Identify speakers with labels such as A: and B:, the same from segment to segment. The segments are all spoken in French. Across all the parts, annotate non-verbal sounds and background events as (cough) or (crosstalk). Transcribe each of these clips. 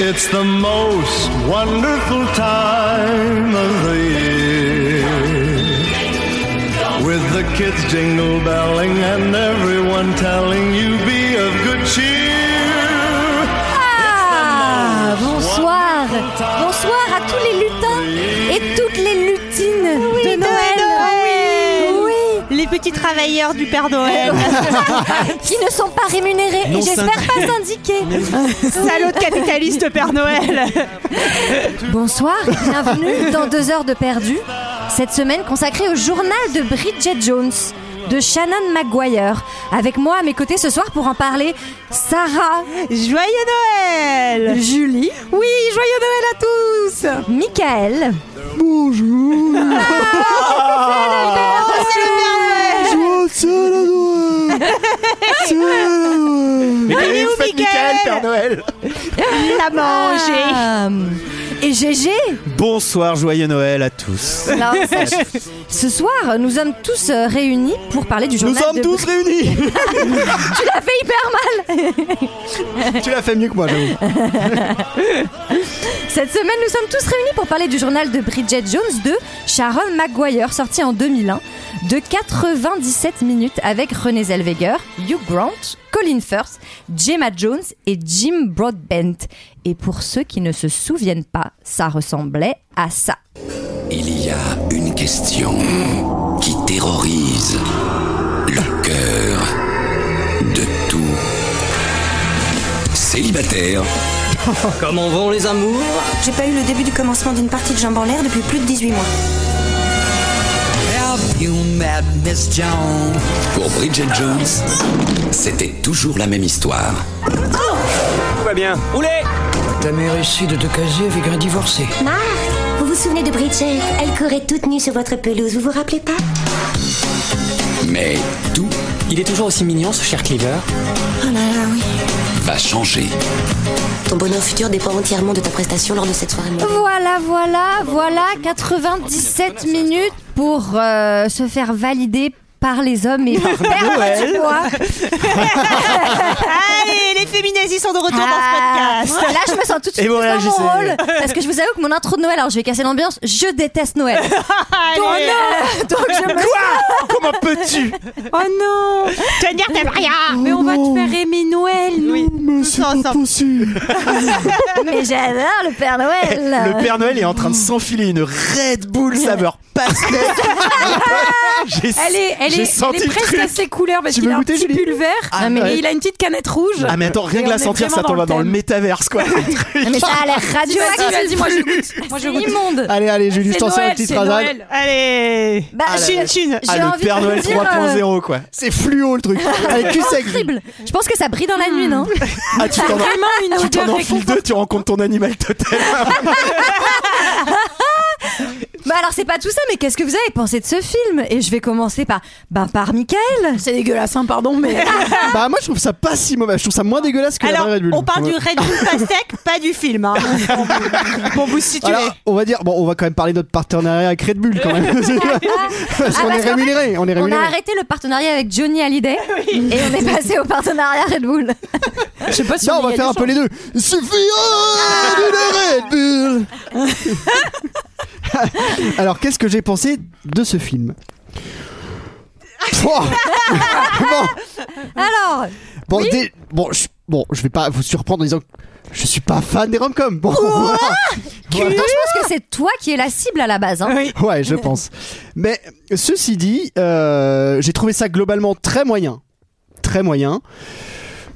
A: It's the most wonderful time of the year. With the kids jingle belling and everyone telling you be of good cheer.
B: Ah, bonsoir. Bonsoir à tous les lutins et toutes les lutines de Noël. Oui.
C: Les petits travailleurs du Père Noël.
B: Qui ne sont pas rémunérés et j'espère pas syndiqués.
C: (laughs) Salaud de capitaliste Père Noël.
B: Bonsoir, bienvenue dans deux heures de perdu. Cette semaine consacrée au journal de Bridget Jones de Shannon Maguire. Avec moi à mes côtés ce soir pour en parler, Sarah,
C: Joyeux Noël
B: Julie,
C: Oui, joyeux Noël à tous
B: Michael.
D: Mais quelle est
C: Allez, où,
D: fête,
C: Mickaël
D: Michael, Père Noël
C: Il a mangé
B: Ah, et GG.
D: Bonsoir, joyeux Noël à tous.
B: Alors, sache- ce soir, nous sommes tous euh, réunis pour parler du
D: Nous
B: journal
D: sommes
B: de
D: tous réunis (laughs)
B: (laughs) Tu l'as fait hyper mal
D: Tu l'as fait mieux que moi, j'avoue.
B: Cette semaine, nous sommes tous réunis pour parler du journal de Bridget Jones de Sharon Maguire, sorti en 2001, de 97 minutes avec René Zellweger, Hugh Grant, Colin Firth, Gemma Jones et Jim Broadbent. Et pour ceux qui ne se souviennent pas, ça ressemblait à ça.
E: Il y a une question qui terrorise le cœur de tout célibataire.
F: Comment vont les amours
G: J'ai pas eu le début du commencement d'une partie de jambes en l'air depuis plus de 18 mois.
E: Pour Bridget Jones, c'était toujours la même histoire.
F: Tout va bien. Oulé
H: Ta mère essaie de te caser avec un divorcé.
I: Marc, Ah, vous vous souvenez de Bridget Elle courait toute nue sur votre pelouse, vous vous rappelez pas
E: Mais tout
F: Il est toujours aussi mignon ce cher Cleaver.
I: Oh là là, oui.
E: va changer.
I: Ton bonheur futur dépend entièrement de ta prestation lors de cette soirée.
B: Voilà, voilà, voilà, 97 minutes pour euh, se faire valider par les hommes et perdre du poids.
C: Allez, les féminazis sont de retour
B: Ah,
C: dans ce podcast
B: Là, je me sens tout de
D: Et
B: suite
D: vous
B: plus dans
D: réagissez.
B: mon rôle parce que je vous avoue que mon intro de Noël, alors je vais casser l'ambiance, je déteste Noël. Donc,
C: Allez.
B: euh, donc je me...
D: Comment peux-tu
C: Oh non Tu vas me dire t'aimes rien
B: Mais on va te faire aimer Noël.
C: Oui, tous ensemble.
B: Mais j'adore le Père Noël.
D: Le Père Noël est en train de s'enfiler une Red Bull saveur
J: (laughs)
D: pastel. J'ai-
J: Elle est, elle
D: j'ai
J: est,
D: senti
J: elle est
D: le
J: presque
D: truc.
J: à ses couleurs parce
D: Tu
J: qu'il
D: veux
J: a un
D: goûter,
J: petit
D: Julie
J: pull vert
D: Ah,
J: et
D: mais ouais.
J: il a une petite canette rouge.
D: Ah mais attends, rien
J: Et
D: que
J: on
D: la
J: est
D: sentir,
J: vraiment
D: ça t'en va
J: dans
D: dans
J: le
D: le
J: thème.
D: métaverse
J: (laughs)
D: quoi.
B: Mais
D: (laughs)
B: ça a l'air hein.
J: Vas-y, vas-y,
B: radioactif.
J: moi je goûte. Moi je
B: C'est
J: goûte.
B: immonde.
D: allez, allez, Julie, je
J: C'est
D: t'en sers
J: Noël,
D: une petite
J: c'est
D: rasade.
J: Noël.
C: Allez
B: Bah, j'ai-
C: Chine chine
B: j'ai
D: Ah, le
B: envie
D: Père
B: de
D: Noël
B: vous dire, euh,
D: 3.0 quoi. C'est fluo
J: (laughs)
D: le truc. Allez, cul sec. Julie.
B: horrible. Je pense que ça brille dans la nuit, non
D: Ah, tu t'en
J: Vraiment une
D: (laughs) tu
J: odeur
D: t'en enfiles deux, tu rencontres ton animal totem.
B: Bah alors c'est pas tout ça, mais qu'est-ce que vous avez pensé de ce film Et je vais commencer par, bah par Michael.
J: C'est dégueulasse, hein, pardon,
D: (laughs)
J: mais
D: bah moi je trouve ça pas si mauvais, je trouve ça moins dégueulasse que la
C: Alors,
D: vraie Red Bull.
C: on parle du Red Bull
D: (laughs)
C: pastèque, pas du film. Hein. bon, vous situez.
D: Alors, on va dire, bon, on va quand même parler de notre partenariat avec Red Bull quand même. (laughs) parce qu'on
B: parce
D: est
B: qu'en
D: rémunéré, on est
B: On a
D: rémunéré.
B: arrêté le partenariat avec Johnny Hallyday et on est passé au partenariat Red Bull.
J: je sais pas si
D: Non, on
J: y
D: va
J: a
D: faire
J: du
D: un peu les deux. Il suffit euh, d'une Red Bull. (laughs) Alors, qu'est-ce que j'ai pensé de ce film Pouah. (laughs) Bon,
B: Alors,
D: bon, dé- bon, je, bon, je vais pas vous surprendre en disant que je suis pas fan des rom-coms. Bon, (laughs)
B: en même
D: voilà.
B: temps, je pense que c'est toi qui es la cible à la base. Hein.
C: Oui.
D: (laughs) Ouais, je pense. Mais ceci dit, euh, j'ai trouvé ça globalement très moyen. Très moyen.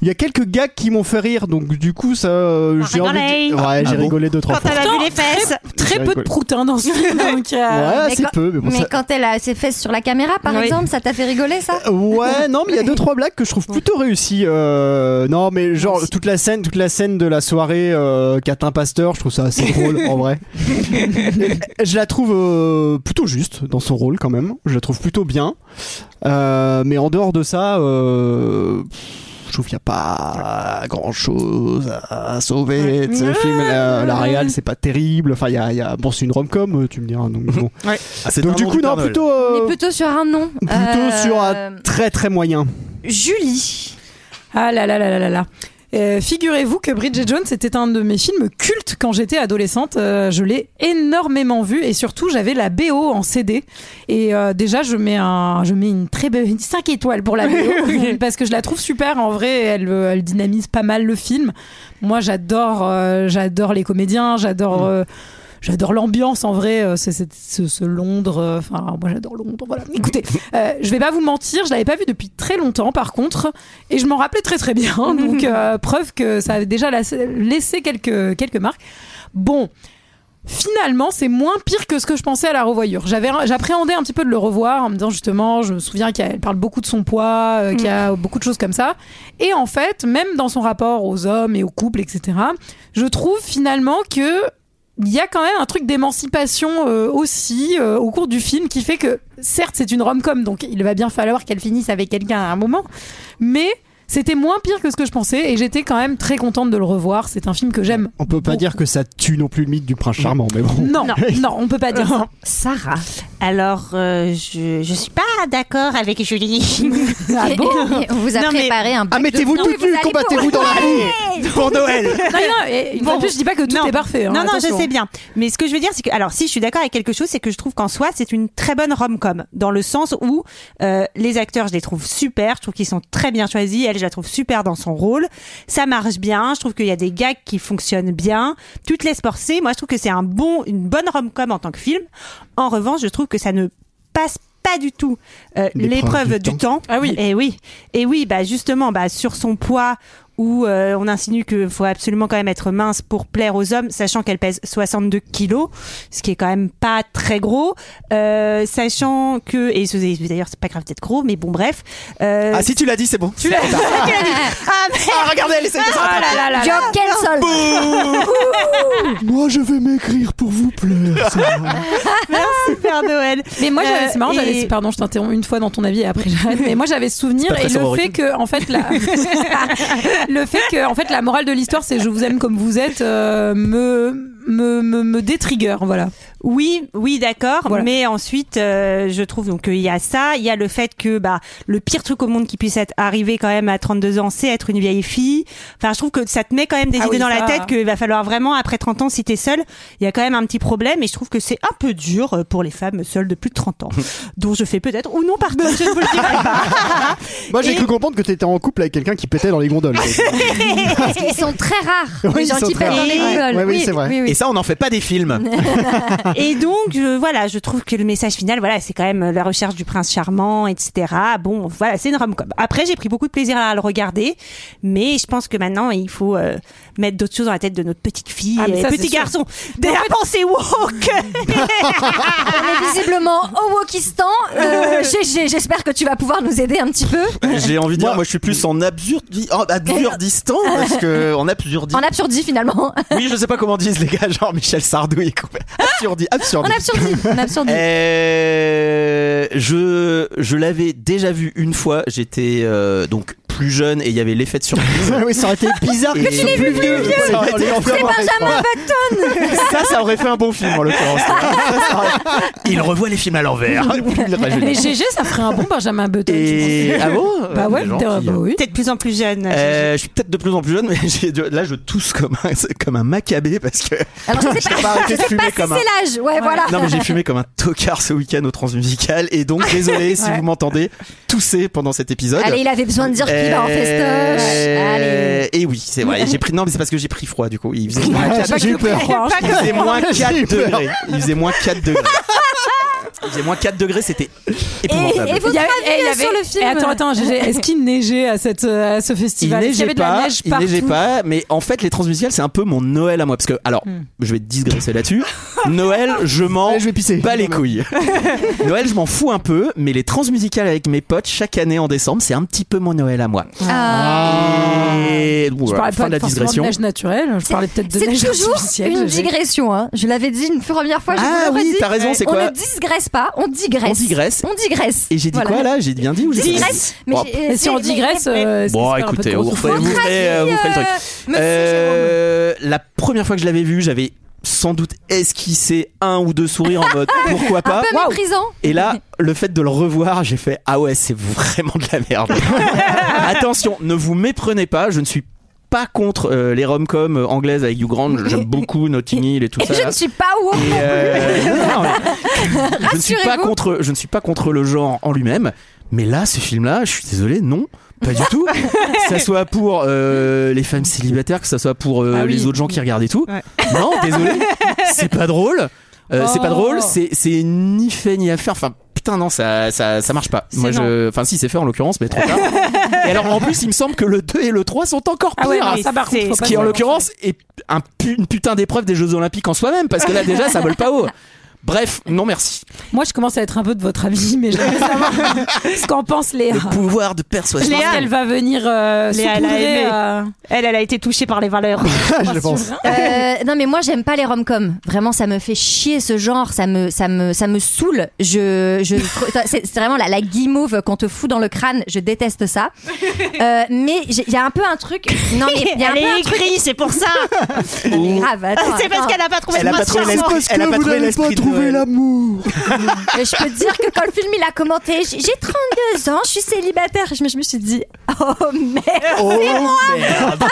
D: Il y a quelques gags qui m'ont fait rire, donc du coup, ça. euh,
C: T'as
D: j'ai envie de-
C: rigolé.
D: Ouais, j'ai rigolé deux, trois
C: Quand
D: fois.
C: elle a vu les fesses,
J: Très peu de proutins dans ce film, donc. euh,
D: Ouais,
B: Mais
D: c'est
B: quand-
D: peu, mais bon,
B: Mais
D: ça-
B: quand elle a ses fesses sur la caméra, par
J: Oui.
B: exemple, ça t'a fait rigoler, ça
D: Ouais, non, mais il y a deux trois blagues que je trouve plutôt réussies. euh, non, mais genre toute la scène, toute la scène de la soirée euh, Catin Pasteur, je trouve ça assez drôle en vrai. je la trouve euh, plutôt juste dans son rôle quand même. Je la trouve plutôt bien. Euh, mais en dehors de ça, euh, je trouve qu'il n'y a pas grand chose à sauver de ce film. La, la réal, c'est pas terrible. Enfin, il y a, il y a- bon, c'est une rom-com, tu me diras. Donc, bon. donc du coup, non, plutôt.
B: On
D: euh,
B: est plutôt sur un nom.
D: Plutôt
B: Euh,
D: sur un très très moyen.
B: Julie.
J: Ah là là là là là là. Euh, Figurez-vous que Bridget Jones était un de mes films cultes quand j'étais adolescente. Euh, je l'ai énormément vu et surtout j'avais la BO en CD. Et euh, déjà je mets un, je mets une très belle 5 étoiles pour la BO parce que je la trouve super en vrai. Elle, euh, elle dynamise pas mal le film. Moi j'adore, euh, j'adore les comédiens, j'adore. euh, J'adore l'ambiance en vrai, euh, c'est c'est- ce, ce Londres. euh, Enfin, moi j'adore Londres. Voilà. Écoutez, euh, je vais pas vous mentir, je l'avais pas vu depuis très longtemps par contre, et je m'en rappelais très très bien. Donc euh, preuve que ça avait déjà la- laissé quelques quelques marques. Bon. Finalement, c'est moins pire que ce que je pensais à la revoyure. J'avais, j'appréhendais un petit peu de le revoir en me disant justement, je me souviens qu'elle parle beaucoup de son poids, euh, qu'il y a beaucoup de choses comme ça. Et en fait, même dans son rapport aux hommes et aux couples, etc., je trouve finalement que il y a quand même un truc d'émancipation euh, aussi euh, au cours du film qui fait que certes c'est une rom-com donc il va bien falloir qu'elle finisse avec quelqu'un à un moment mais c'était moins pire que ce que je pensais et j'étais quand même très contente de le revoir c'est un film que j'aime
D: On peut pas
J: beaucoup.
D: dire que ça tue non plus le mythe du prince charmant, mais bon.
C: (laughs)
J: non, non, on peut pas dire ça.
B: Sarah.
C: Alors, euh, je, je suis pas d'accord avec Julie.
J: Ah bon
B: (laughs)
C: (laughs)
B: Et- et on vous a
C: Non, mais-
B: préparé un
D: Ah,
B: bac de-
D: mettez-vous
B: Non, mais
D: toutes
B: vous
D: nues,
B: allez
D: combattez-vous dans la rue pour Noël.
J: (laughs) Non, non, et une fois de plus, je dis pas que tout
C: Non.
J: est parfait. hein,
C: non, non,
J: attention.
C: je sais bien. Mais ce que je veux dire, c'est que, alors, si je suis d'accord avec quelque chose, c'est que je trouve qu'en soi, c'est une très bonne rom-com. Dans le sens où euh, les acteurs, je les trouve super. Je trouve qu'ils sont très bien choisis. Elle, je la trouve super dans son rôle. Ça marche bien. Je trouve qu'il y a des gags qui fonctionnent bien. Tu te laisses porter. Moi, je trouve que c'est un bon, une bonne rom-com en tant que film. En revanche, je trouve que ça ne passe pas du tout euh,
D: L'épreuve
C: l'épreuve
D: du
C: du, temps. Ah oui. Et oui. Et oui, bah justement, bah sur son poids où euh, on insinue qu'il faut absolument quand même être mince pour plaire aux hommes, sachant qu'elle pèse 62 kilos, ce qui est quand même pas très gros, euh, sachant que et ce- et d'ailleurs c'est pas grave d'être gros, mais bon bref. Euh,
K: Ah si tu l'as dit, c'est bon.
C: tu l'as- tu
D: (laughs)
C: l'as dit. Ah, mais-
K: Ah regardez, elle essaie de se
C: Ah
K: rattraper.
C: là là là là.
B: Job cancel.
D: Moi, je vais m'écrire pour vous plaire. Sarah.
C: Merci (laughs) Père Noël.
J: Mais moi, j'avais,
C: Euh,
J: c'est marrant,
C: et-
J: j'avais, pardon, je t'interromps une fois dans ton avis et après j'arrête. Mais moi, j'avais ce souvenir
K: C'est pas
J: et
K: très
J: le
K: sororité.
J: fait que, en fait, la, (laughs) le fait que, en fait, la morale de l'histoire, c'est je vous aime comme vous êtes, euh, me, me, me, me détrigger, voilà.
C: Oui, oui, d'accord.
J: Voilà.
C: Mais ensuite, euh, je trouve donc il y a ça, il y a le fait que bah le pire truc au monde qui puisse être arrivé quand même à 32 ans, c'est être une vieille fille. Enfin, je trouve que ça te met quand même des
J: Ah
C: idées
J: oui,
C: dans
J: ça.
C: la tête qu'il va falloir vraiment après 30 ans, si t'es seule, il y a quand même un petit problème. Et je trouve que c'est un peu dur euh, pour les femmes seules de plus de 30
J: (laughs)
C: ans, dont je fais peut-être ou non partie. Je ne vous le dirai pas.
D: Moi, j'ai
C: Et-
D: cru comprendre que t'étais en couple avec quelqu'un qui pétait dans les gondoles.
B: Parce qu'ils sont très rares.
D: Oui,
B: les gens
D: ils sont
B: qui
D: très
B: pètent dans
C: rares.
B: les
C: Ouais,
B: rigoles.
D: ouais, oui, c'est vrai.
K: Et ça, on n'en fait pas des films.
C: Et donc, je- voilà, je trouve que le message final, voilà, c'est quand même la recherche du prince charmant, etc. Bon, voilà, c'est une rom-com. Après, j'ai pris beaucoup de plaisir à le regarder, mais je pense que maintenant, il faut euh, mettre d'autres choses dans la tête de notre petite fille,
J: Ah, mais
C: et
J: ça, c'est
C: petit
J: sûr.
C: garçon. Déjà pensez
J: (laughs)
C: woke
J: Ben,
B: On
K: Ah.
B: est visiblement au Wokistan.
K: (laughs)
B: Euh, GG, j'espère que tu vas pouvoir nous aider un petit peu.
K: J'ai envie de dire, moi je suis plus en absurdi... en absurdistan parce que en absurdi.
B: En absurdie finalement.
K: Oui, je sais pas comment disent les gars, genre Michel Sardou et compagnie. absurdi,
B: (laughs)
K: absurdi.
B: En absurdie. En absurdie.
K: Eh, Euh, je je l'avais déjà vu une fois. J'étais euh, donc plus jeune et il y avait l'effet de surprise.
D: oui, ça aurait été (laughs) bizarre
K: Et-
D: que tu l'aies vu plus vieux.
K: Ça aurait été-
B: (laughs)
K: Ça, ça aurait fait un bon film en l'occurrence. Ça, ça aurait- Il revoit les films à l'envers. Enfin, je-
J: Mais GG, ça ferait un bon Benjamin Button.
K: Et
J: (laughs)
K: ah bon
J: Bah ouais,
K: Les gens
J: putain,
K: qui-
J: bah oui.
C: Peut-être de plus en plus
B: Ah,
C: jeune.
K: Euh, je suis peut-être de plus en plus jeune, mais (laughs) j'ai- là je tousse comme un, (laughs) comme un macabé parce que
B: Alors je sais
K: j'ai
B: pas,
K: pas arrêté de
B: je sais
K: fumer
B: pas si
K: comme un.
B: c'est l'âge. Ouais, voilà.
K: Non mais j'ai fumé comme un tocard ce week-end aux transmusicales et donc désolé si vous m'entendez tousser pendant cet épisode.
B: Ah, Allez, il avait besoin de dire qu'il va en
K: Euh,
B: festoche. Allez.
K: Et oui, c'est vrai. J'ai pris non, mais c'est parce que j'ai pris froid du coup. Il faisait moins
D: Ouais,
K: 4,
D: J'ai eu peur.
B: (laughs)
K: il faisait moins 4
D: peur.
K: degrés. Il faisait moins 4 degrés. Il faisait moins 4 degrés, c'était épouvantable.
B: et vous-
J: Il y a-
B: Votre avis,
J: eh, il y
B: euh,
J: avait-
B: sur le film.
J: eh, attends, attends, GG, est-ce qu'il neigeait à, cette, euh, à ce
K: il
J: festival Est-ce qu'il y
K: neigeait
J: avait de la
K: pas,
J: neige
K: il neigeait
J: partout
K: pas, mais en fait les transmusicales c'est un peu mon Noël à moi parce que alors je vais digresser là-dessus. Noël, je m'en
D: Allez, je vais pisser.
K: Pas les couilles. (laughs) Noël, je m'en fous un peu, mais les transmusicales avec mes potes chaque année en décembre, c'est un petit peu mon Noël à moi.
B: Ah.
K: Et
J: Je
K: voilà,
J: parlais
K: fin
J: pas
K: de la
J: forcément
K: digression.
J: de neige naturelle, je parlais peut-être de
B: C'est
J: neige
B: toujours
J: artificielle,
B: une
J: GG.
B: digression. Hein. Je l'avais dit une première fois, je
K: Ah
B: vous le
K: oui,
B: redis.
K: t'as raison, c'est
B: on
K: quoi
B: ne digresse pas, on digresse.
K: On digresse.
B: On digresse.
K: Et j'ai dit
B: Voilà.
K: quoi là J'ai bien dit ou j'ai pas dit Oh,
B: Digresse. Mais
K: Bon,
B: j'ai-
J: Et si on
B: mais-
J: digresse,
B: mais-
J: euh,
K: Bon,
J: c'est un peu de
K: écoutez,
J: grosse
K: vous refaites-
J: faute.
K: vous ferez, euh, vous ferez le truc.
B: Monsieur
K: Euh, la première fois que je l'avais vu, j'avais sans doute esquissé un ou deux sourires en mode pourquoi
B: Un
K: pas.
B: peu méprisant.
K: Et là, le fait de le revoir, j'ai fait ah ouais, c'est vraiment de la merde. Attention, ne vous méprenez pas, je ne suis pas contre euh, les rom-coms anglaises avec Hugh Grant. J'aime beaucoup Notting Hill et tout
B: Et
K: ça.
B: je
K: là.
B: ne suis pas woke.
K: Et,
L: (laughs)
K: euh, non, mais je ne suis pas
B: Rassurez-vous.
K: contre je ne suis pas contre le genre en lui-même mais là ce film là je suis désolé non pas du
L: (laughs)
K: tout que ça soit pour euh, les femmes célibataires que ça soit pour euh,
L: Ah oui.
K: les autres gens qui regardent et tout
L: Ouais.
K: non
L: (laughs)
K: désolé c'est pas drôle Euh, c'est pas
L: Oh.
K: drôle c'est c'est ni fait ni à faire enfin putain non ça ça, ça marche pas moi je enfin si c'est fait en
L: (laughs)
K: l'occurrence mais trop tard et alors en plus il me semble que le 2 et le 3 sont encore pires
L: Ah ouais, non, ça, par contre, faut
K: ce
L: pas
K: qui en
L: se
K: l'occurrence est un pu- une putain d'épreuve des Jeux Olympiques en soi-même parce que là déjà ça vole pas haut Bref, non merci.
J: Moi, je commence à être un peu de votre avis, mais j'aimerais savoir ce qu'en pense Léa.
K: Le pouvoir de persuasion.
J: Je pense qu'elle va venir euh,
C: Léa, elle a
J: saupoudrer,
C: aimé.
J: euh,
C: Elle, elle a été touchée par les valeurs.
D: Ah, je pense.
K: hein
B: Euh, non mais moi j'aime pas les rom-com. Vraiment ça me fait chier ce genre, ça me ça me ça me saoule. Je je c'est c'est vraiment la, la guimauve qu'on te fout dans le crâne. Je déteste ça. Euh, mais j'ai- il y a un peu un truc. Non mais il y a un
C: Elle
B: peu
C: est
B: un truc
C: aigrie, c'est pour ça.
B: Non, mais grave. attends,
C: C'est parce
B: attends.
C: qu'elle a pas trouvé
K: Elle a pas trouvé l'esprit-
D: elle a pas trouvé l'esprit de Noël. l'amour.
B: je peux te dire que quand le film il a commenté, j'ai j'ai 32 ans, je suis célibataire. Je me, je me suis dit oh merde. c'est moi.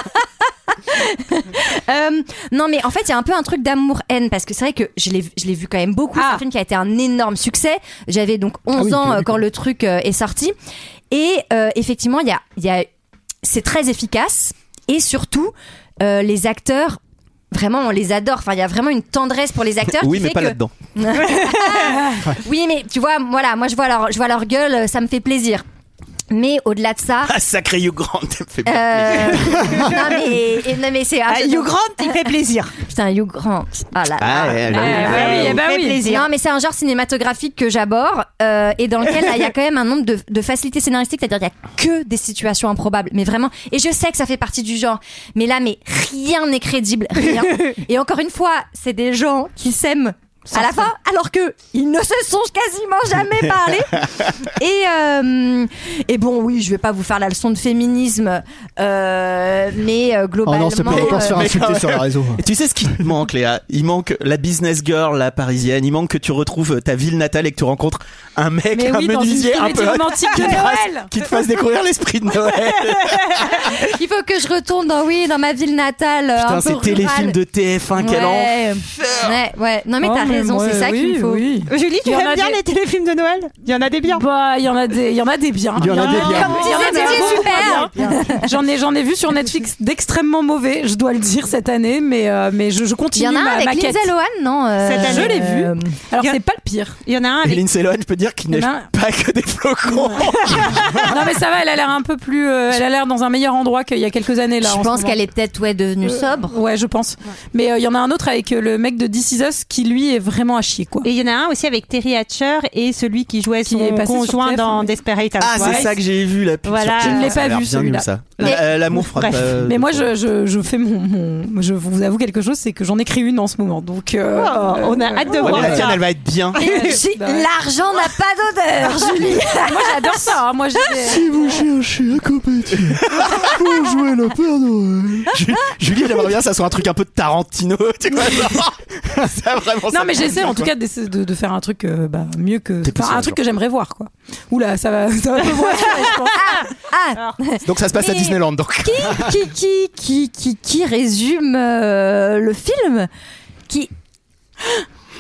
B: Euh, non, mais en fait, il y a un peu un truc d'amour-haine parce que c'est vrai que je l'ai je l'ai vu quand même beaucoup.
C: Ah.
B: C'est un film qui a été un énorme succès. J'avais donc 11
M: Ah oui, tu
B: ans
M: l'as
B: euh,
M: vu,
B: quand le truc euh, est sorti. Et euh, effectivement, il y a, il y a, c'est très efficace et surtout, euh, les acteurs. Vraiment, on les adore. Enfin, il y a vraiment une tendresse pour
M: (laughs)
B: les acteurs.
K: Oui,
B: qui
K: mais
B: fait
K: pas
B: que- (laughs)
K: là-dedans.
B: oui, mais tu vois, voilà, moi je vois leur, je vois leur gueule, euh, ça me fait plaisir. Mais au-delà de ça,
K: (laughs) Ah, sacré Hugh Grant, ça me fait pas
M: (laughs)
B: euh, (laughs)
K: plaisir.
B: non mais, et- non, mais c'est
C: Ah, Hugh Grant, il fait plaisir.
B: Putain, Hugh Grant. Ah là là.
K: Ah, ouais, bah oui.
B: Ah,
K: Ah, oui,
C: bah fait oui. plaisir.
B: Non, mais c'est un genre cinématographique que j'aborde euh, et dans lequel là, il y a quand même un nombre de, de facilités scénaristiques, c'est-à-dire il y a que des situations improbables, mais vraiment. Et je sais que ça fait partie du genre, mais là, mais rien n'est crédible, (laughs) rien. Et encore une fois, c'est des gens qui s'aiment. À la fin, alors que ils ne se sont quasiment
D: (laughs)
B: jamais parlé. Et, euh, et bon, oui, je vais pas vous faire la leçon de féminisme, euh, mais euh,
D: Oh
B: globalement.
D: non, c'est pas encore se faire
K: Mais quand
D: insulter
K: même.
D: sur les réseaux.
K: Et Tu sais ce qui te manque, Léa Il manque la business girl, la parisienne. Il manque que tu retrouves ta ville natale et que tu rencontres un mec,
J: Mais
K: un
J: oui, dans une
K: menuisier, un peu
J: comédie romantique de
K: qui, te fasse-
J: Noël.
K: qui te fasse découvrir l'esprit de Noël.
B: Il faut que je retourne dans oui dans ma ville natale euh,
K: Putain,
B: un peu
K: c'est
B: rurale.
K: téléfilm de TF1, quel an
B: ouais. ouais, ouais. Non mais
J: Oh,
B: t'as
J: mais
B: raison,
J: moi,
B: c'est ça
J: oui,
B: qu'il me faut.
J: oui.
C: Julie, tu
J: Il y en
C: aimes
J: a
C: bien
J: des-
C: les téléfilms de Noël Il y en a des biens.
J: Bah, il y en a des, il y en a des biens.
D: Il y en a des biens.
J: Comme
B: disait Didier Super.
J: J'en ai, j'en ai vu sur Netflix d'extrêmement mauvais, je dois le dire cette année, mais euh, mais je, je
B: Il
J: continue
B: y en a un
J: ma,
B: avec
J: ma quête.
B: Lindsay Lohan, non euh,
J: Cette année, je l'ai vu.
B: euh,
J: Alors
C: il y a-
J: c'est pas le pire.
C: Il y en a un
K: Et
C: avec.
K: Lindsay Lohan, je peux dire qu'il
J: Il y en
K: n'est
J: a
K: pas que des flocons.
J: Non mais ça va, elle a l'air un peu plus, euh, elle a l'air dans un meilleur endroit qu'il y a quelques années là.
B: Je
J: en
B: pense
J: ce moment. Euh,
B: qu'elle est peut-être ouais devenue sobre.
J: Ouais, je pense. Mais euh, il y en a un autre avec euh, le mec de This Is Us qui lui est vraiment à chier quoi.
C: Et il y en a un aussi avec Terry Hatcher et celui qui jouait
J: Qui est
C: son
J: passé sur
C: conjoint
J: TF1,
C: dans
J: mais-
C: Desperate
K: Ah, c'est
C: Housewives.
K: ça que j'ai vu, la pub
C: Voilà.
K: sur
C: Je ne
J: l'ai
K: TF1, ça a
J: pas
K: l'air
J: vu,
K: bien nul,
J: celui-là.
K: ça.
J: Mais-
K: Euh, L'amour frappe.
C: Bref.
K: euh,
J: (laughs) Mais moi, je, je, je fais mon, mon- Je vous avoue quelque chose, c'est que j'en écris une en ce moment. Donc,
C: Oh,
J: euh,
C: on a hâte de
K: Ouais, mais
C: voir
K: la tienne,
C: ça.
K: elle va être bien.
B: (laughs) J'ai- L'argent n'a pas
J: (laughs)
B: d'odeur, Julie.
J: moi j'adore ça. hein. Moi, j'ai-
K: (laughs)
D: Si vous cherchez un compétition pour jouer le Père Noël.
K: Ju- Julie, j'aimerais bien que ça soit un truc un peu de Tarantino, (laughs) tu vois. genre. C'est vraiment ça.
J: non, mais j'essaie en tout cas d'essayer de, de faire un truc euh, bah, mieux que.
K: T'es
J: enfin,
K: poussé,
J: un truc que j'aimerais voir, quoi. Oula, ça va, (laughs) ça va me voir, je pense.
B: Ah,
K: Donc ça se passe à
B: Mais-
K: Disneyland, donc.
B: qui qui qui qui qui résume euh, le film Qui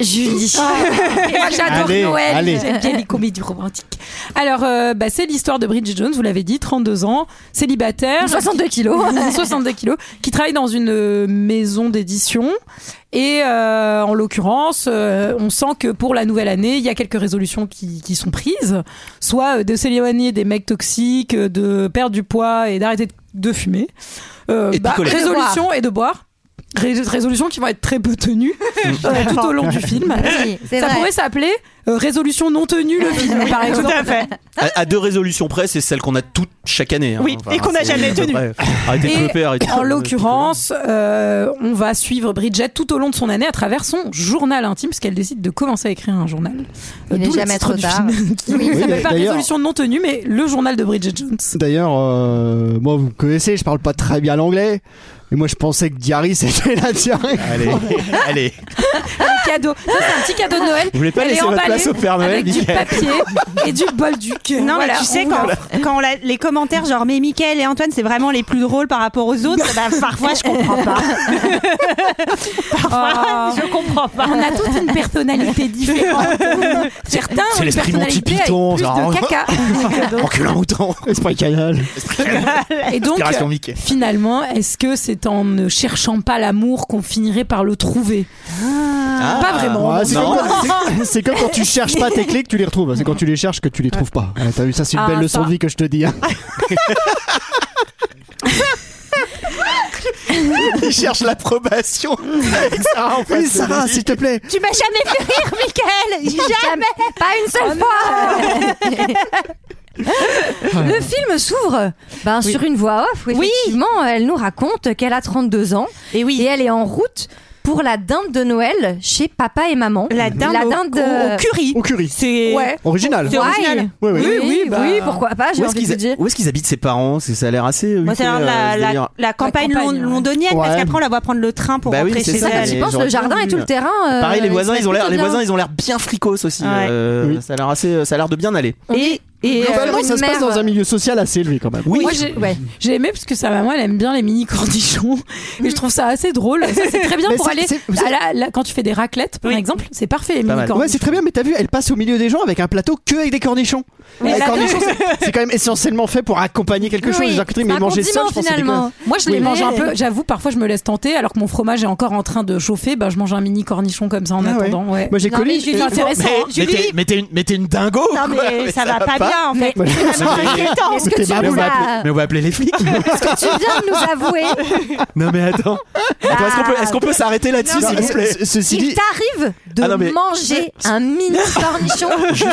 B: Julie.
J: Et moi, j'adore
D: Allez,
J: Noël.
D: allez.
J: J'aime bien les comédies romantiques. Alors, euh, bah, c'est l'histoire de Bridget Jones, vous l'avez dit, 32 ans, célibataire.
B: 62
J: (laughs)
B: kilos.
J: 62 kilos, qui travaille dans une euh, maison d'édition. Et euh, en l'occurrence, euh, on sent que pour la nouvelle année, il y a quelques résolutions qui, qui sont prises. Soit euh, de s'éloigner des mecs toxiques, euh, de perdre du poids et d'arrêter de, de fumer. Euh,
K: Et de picoler.
J: résolution et de boire. Ré- résolutions qui vont être très peu tenues euh, tout au long du film.
B: Oui, c'est
J: Ça
B: vrai.
J: pourrait s'appeler euh, Résolution non tenue, le film, (laughs) par exemple.
C: Tout à fait.
K: À, à deux résolutions près, c'est celle qu'on a toutes chaque année. hein.
C: Oui, et qu'on n'a
K: c'est-
C: jamais
K: à peu
C: tenue.
K: près. Arrêtez de
J: Et
K: cloper, arrêtez de-
J: En l'occurrence, euh, on va suivre Bridget tout au long de son année à travers son journal intime, parce qu'elle décide de commencer à écrire un journal. Euh,
B: Il n'est
J: d'où le
B: jamais
J: titre
B: trop
J: du
B: tard.
J: film, qui
D: Oui,
J: s'appelle pas
D: d'ailleurs-
J: Résolution non tenue, mais le journal de Bridget Jones.
D: D'ailleurs, euh, moi vous me connaissez, je parle pas très bien l'anglais. Et moi, je pensais que diarrhée, (laughs) c'était la diarrhée.
K: Allez, (laughs) allez.
J: (laughs) Un cadeau. Ça, c'est un petit cadeau de Noël.
K: Vous voulez pas
J: Elle
K: laisser
J: est
K: votre
J: emballée
K: place au Père Noël,
J: avec du
K: Mickaël (laughs)
J: papier et du bol du cœur.
C: Non,
J: Voilà,
C: mais tu sais,
J: on
C: quand,
J: vous-
C: quand on la- les commentaires, genre, mais Mickaël et Antoine, c'est vraiment les plus drôles par rapport aux autres, bah, parfois je comprends pas. parfois je comprends pas.
J: On a toute une personnalité (laughs) différente. Certains
K: C'est
J: ont une
K: l'esprit
J: personnalité
K: Monty Python,
J: avec plus de
K: ça. (laughs)
J: caca.
K: Enculé un mouton.
D: Esprit canal.
J: Et donc, euh,
K: Inspiration Mickey.
J: finalement, est-ce que c'est en ne cherchant pas l'amour qu'on finirait par le trouver
K: Ah.
J: Pas Ah, vraiment.
D: Ouais, c'est
J: Non.
D: comme, c'est- c'est comme quand tu cherches pas tes clés que tu les retrouves. C'est quand tu les cherches que tu les trouves pas. Ouais, T'as vu, ça c'est une
J: Ah,
D: belle leçon
J: ça.
D: de vie que je te dis. hein.
K: Il cherche l'approbation. Sarah, en
D: Oui,
K: face de
D: Sarah,
K: lui.
D: s'il te plaît.
C: Tu m'as jamais fait rire, Mickaël
B: (laughs)
C: Jamais
B: Pas une seule fois
K: (laughs)
B: Le film s'ouvre ben, sur une voix off où
C: Oh Oui.
B: effectivement elle nous raconte qu'elle a 32 ans
C: Et oui,
B: et elle est en route pour la dinde de Noël chez papa et maman.
C: la dinde,
B: La
C: au-
B: dinde,
C: au,
B: euh,
C: au curry.
D: Au curry.
C: C'est.
B: Ouais.
D: Original.
C: C'est original.
D: Oui, oui.
B: Oui, oui,
J: bah.
B: oui, pourquoi pas, j'ai
K: Où est-ce
B: envie de
K: qu'ils
B: dire.
K: où est-ce qu'ils habitent ses parents Parce que ça a l'air assez.
C: Moi, c'est
K: huppé, euh,
C: la,
K: ce
C: la,
K: délire.
C: la campagne,
J: La campagne,
C: lon-
J: ouais.
C: londonienne, parce
D: Ouais.
C: qu'après, on la voit prendre le train pour
K: Bah oui,
C: rentrer
K: c'est
C: chez
K: ça,
B: C'est ça
C: elle.
B: que
K: mais
B: je pense,
K: j'aurais
B: le jardin
K: bien
B: et tout
K: vu.
B: le terrain. euh,
K: Pareil, les
B: c'est
K: voisins, ils ont l'air, les
B: plutôt bien.
K: voisins, ils ont l'air bien fricos aussi.
C: Ouais.
K: Euh,
D: Oui.
K: Ça a l'air assez, ça a l'air de bien aller.
C: Et, et, euh,
D: Globalement,
B: une
D: ça se
B: mère.
D: passe dans un milieu social assez élevé quand même.
K: Oui.
J: Moi, j'ai
B: Ouais.
J: j'ai aimé parce que sa maman, elle aime bien les mini cornichons. Et
K: Mm.
J: je trouve ça assez drôle. Ça, c'est très bien
D: Mais
J: pour
D: c'est-
J: aller.
D: c'est- vous
J: Ah, là, là, quand tu fais des raclettes, par
C: Oui.
J: exemple, c'est parfait, les
K: Pas
D: Ouais,
J: mini
K: mal.
D: c'est
J: cornichons.
D: très bien, mais t'as vu, elle passe au milieu des gens avec un plateau que avec des cornichons.
J: Mais
D: les
J: la-
D: cornichons, c'est- c'est quand même essentiellement fait pour accompagner quelque chose.
B: Oui,
D: Les gens qui disent,
B: c'est
D: mais
B: un
D: manger ça,
B: condiment,
D: je pense que c'est
B: finalement.
D: dégueulasse.
J: Moi, je les
D: Oui.
J: mange un peu. J'avoue, parfois, je me laisse tenter, alors que mon fromage est encore en train de chauffer. Ben, je mange un mini cornichon comme ça en
D: Ah ouais.
J: attendant. Ouais.
D: Moi, j'ai
B: Non, mais
D: collé.
J: C'est intéressant. hein.
K: mettez, mettez une, mettez une dingo.
C: Non,
K: quoi.
C: mais ça va pas bien, en fait.
B: Mais-
D: Voilà.
C: C'est vraiment inquiétant.
B: Est-ce que,
D: T'es
B: tu
D: ma
K: Mais bah, on,
B: nous
K: va
B: as-
K: appeler, mais on va appeler les flics.
B: est-ce que tu viens de nous avouer
K: (laughs) non mais attends. Attends, Est-ce qu'on peut, est-ce qu'on peut s'arrêter là-dessus
D: Non,
K: s'il vous plaît
D: ce- Ceci
B: qu'il
D: dit,
B: t'arrive de
K: Ah non, mais-
B: manger un
K: (laughs)
B: mini cornichon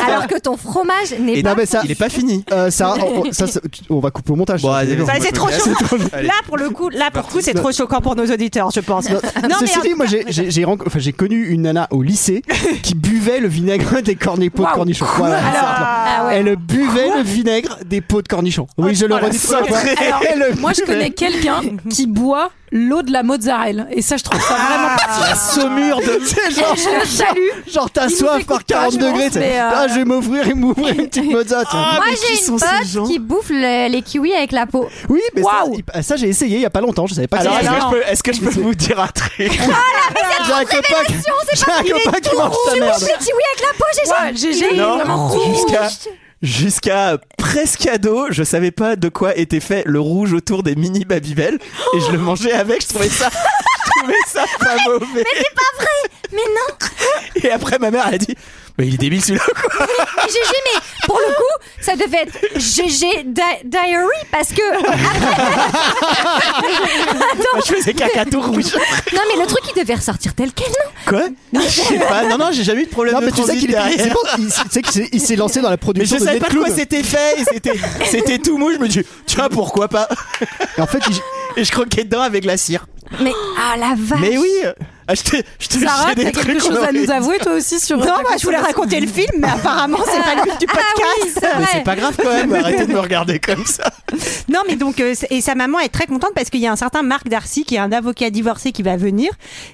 B: alors que ton fromage n'est
K: Et
B: pas
D: non, mais ça-
K: Il est pas fini.
D: euh, ça, on- on- ça, ça- tu- on va couper au montage.
K: Bon,
D: ça,
K: allez,
D: c'est
K: vas-y.
D: bon.
C: Bah, c'est trop
K: Moi, je
C: choquant.
K: me casse. Allez.
C: Là, pour le coup, là, pour le coup, c'est trop choquant pour nos auditeurs, je pense. Non,
D: Ceci dit, moi j'ai- j'ai j'ai renco- enfin, j'ai connu une nana au lycée qui buvait le vinaigre des corni- pots de cornichons. Voilà, c'est simple.
J: Ah ouais.
D: Elle buvait le vinaigre des pots de cornichons. Oui, je le redis tout à l'heure.
J: Alors,
D: Elle
J: moi, je
D: buvait.
J: connais quelqu'un qui boit l'eau de la mozzarella. Et ça, je trouve ça vraiment
K: Ah, Ce mur de.
D: C'est genre,
J: Je le
K: (laughs)
J: salue.
D: genre t'as
J: Il nous
D: soif
J: écoute
D: par
J: pas,
D: 40
J: je pense,
D: degrés. t'sais.
J: mais, euh,
D: Ah, je vais m'ouvrir et m'ouvrir une petite mozza. tiens.
K: Ah,
B: Moi
K: mais qui
B: j'ai
K: sont
B: une
K: ces
B: pote
K: gens Oh,
B: qui bouffe le- les kiwis avec la peau.
D: Oui, mais ça,
J: Waouh.
D: il- ça, j'ai essayé il y a pas longtemps. Je savais pas. que
K: Alors,
D: ça
K: est-ce que
D: existait.
K: je peux, est-ce que je peux vous dire un truc
D: j'ai un copain, qui- j'ai un copain qui mange sa
B: Tu
D: merde.
B: bouffes les kiwis avec la peau,
J: Ouais,
B: j'ai
J: GG, il est
K: Non.
J: vraiment
K: Oh.
J: rouge.
K: Jusqu'à- Jusqu'à presque ado, je savais pas de quoi était fait le rouge autour des mini babybel et je le mangeais avec. Je trouvais ça, je trouvais ça pas mauvais.
B: Mais non,
K: Et après, ma mère elle a dit. Mais il est débile celui-là quoi
B: mais GG, mais pour le coup, ça devait être GG di- Diary parce que. ah,
K: Je faisais caca tout rouge
B: Non, mais le truc, il devait ressortir tel quel, non
K: Quoi Je sais pas, non non j'ai jamais eu de problème
D: Non,
K: de
D: mais tu sais
K: transit
D: qu'il est-
K: derrière
D: c'est pour- il- tu sais qu'il s'est- il s'est lancé dans la
K: Mais je
D: production de
K: savais pas de
D: Deadclown.
K: quoi c'était fait et
J: (laughs)
K: c'était, c'était tout mou, je me dis tiens pourquoi pas
D: Et En fait, il-
K: Et je croquais dedans avec la cire
B: Mais ah la vache.
K: Mais oui ah, je te, je te
J: Sarah,
K: j'ai
J: t'as
K: des
J: quelque
K: trucs
J: chose à
K: horribles.
J: nous avouer, toi aussi, sur.
C: Non,
J: ta
C: moi, je voulais
J: consommation
C: raconter le film, mais apparemment, c'est pas le but du
B: Ah oui,
C: podcast.
B: c'est vrai.
K: Mais c'est pas grave quand même, arrêtez de me regarder comme ça
C: Non, mais donc, euh, c'est- et sa maman est très contente parce qu'il y a un certain Marc Darcy qui est un avocat divorcé qui va venir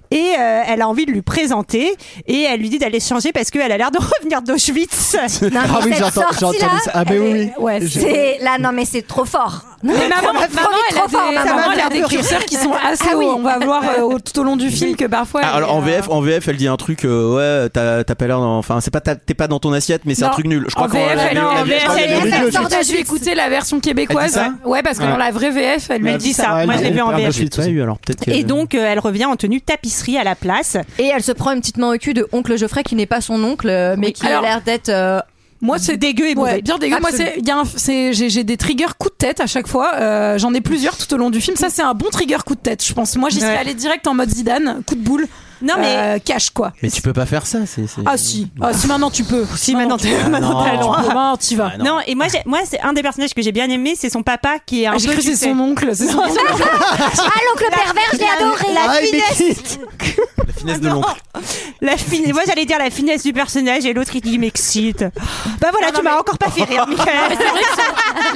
C: et euh, elle a envie de lui présenter et elle lui dit d'aller se changer parce qu'elle a l'air de (laughs) revenir
J: (laughs)
C: d'Auschwitz.
B: Non,
D: Ah oui,
B: cette
D: j'entends- j'ai
B: sortie-là,
D: entendu ça. Ah, mais
B: elle
D: oui,
B: est-
D: oui.
B: ouais, c'est là, non, mais c'est trop fort. Non,
J: Mais maman,
B: ça va trop
J: maman,
B: vite,
J: elle a
B: trop
J: des,
B: fort, maman.
J: maman, elle a
C: Ça m'a
J: des
C: fait rire.
J: curseurs qui sont assez
B: Ah oui.
J: hauts. On va voir euh, au- tout au long du film que parfois.
K: Ah, alors, en VF, en VF, elle dit un truc, euh, ouais, t'as t'as pas l'air, dans- enfin, c'est pas ta- t'es pas dans ton assiette, mais c'est un
J: Non.
K: truc nul. Je crois
J: en VF,
K: qu'en
J: elle,
K: la-
J: en
K: la-
J: VF,
K: la-
J: elle,
K: la-
J: elle,
K: la-
J: elle,
K: la-
J: sorte de- je vais écouter la version québécoise.
K: Elle dit
J: Ouais, parce que
K: Ouais.
J: dans la vraie VF, elle lui
C: Elle
J: dit
C: dit
J: ça.
C: ça. Moi, je l'ai vu en
K: Ah, bah,
C: VF.
K: j'ai pas eu, alors peut-être que-
C: Et donc, euh, elle revient en tenue tapisserie à la place.
B: Et elle se prend une petite main au cul de oncle Geoffrey qui n'est pas son oncle, euh, mais
J: Oui.
B: qui
J: Alors-
B: a l'air d'être. euh,
J: Moi, c'est dégueu et
B: mauvais.
J: bien dégueu. Moi,
B: Absolument.
J: c'est, il y a un- c'est- j'ai, j'ai des triggers coup de tête à chaque fois. Euh, j'en ai plusieurs tout au long du film. Ça, c'est un bon trigger coup de tête, je pense. Moi, j'y serais
C: Ouais.
J: allée direct en mode Zidane, coup de boule.
C: Non, mais.
J: Euh, cash quoi.
K: Mais tu peux pas faire ça, c'est. c'est-
J: Ah si, ah si maintenant tu peux.
C: Si maintenant t'es maintenant,
K: non.
C: t'as le droit.
J: Comment tu vas
K: Ah,
C: Non. et moi, j'ai- moi c'est un des personnages que j'ai bien aimé, c'est son papa qui est un
J: Ah,
C: peu.
J: J'ai cru que
C: tu
J: c'est
C: sais,
J: son oncle. C'est son oncle.
B: Ah, l'oncle pervers, je l'ai
C: la-
B: adoré.
C: la
D: Ah, il
C: finesse.
D: m'équitte.
K: La finesse
J: Ah,
K: de l'oncle.
C: La finesse. Moi, j'allais dire la finesse du personnage et l'autre il dit il m'excite.
J: Ah, (laughs)
C: Bah voilà, tu m'as encore pas fait rire, Michael.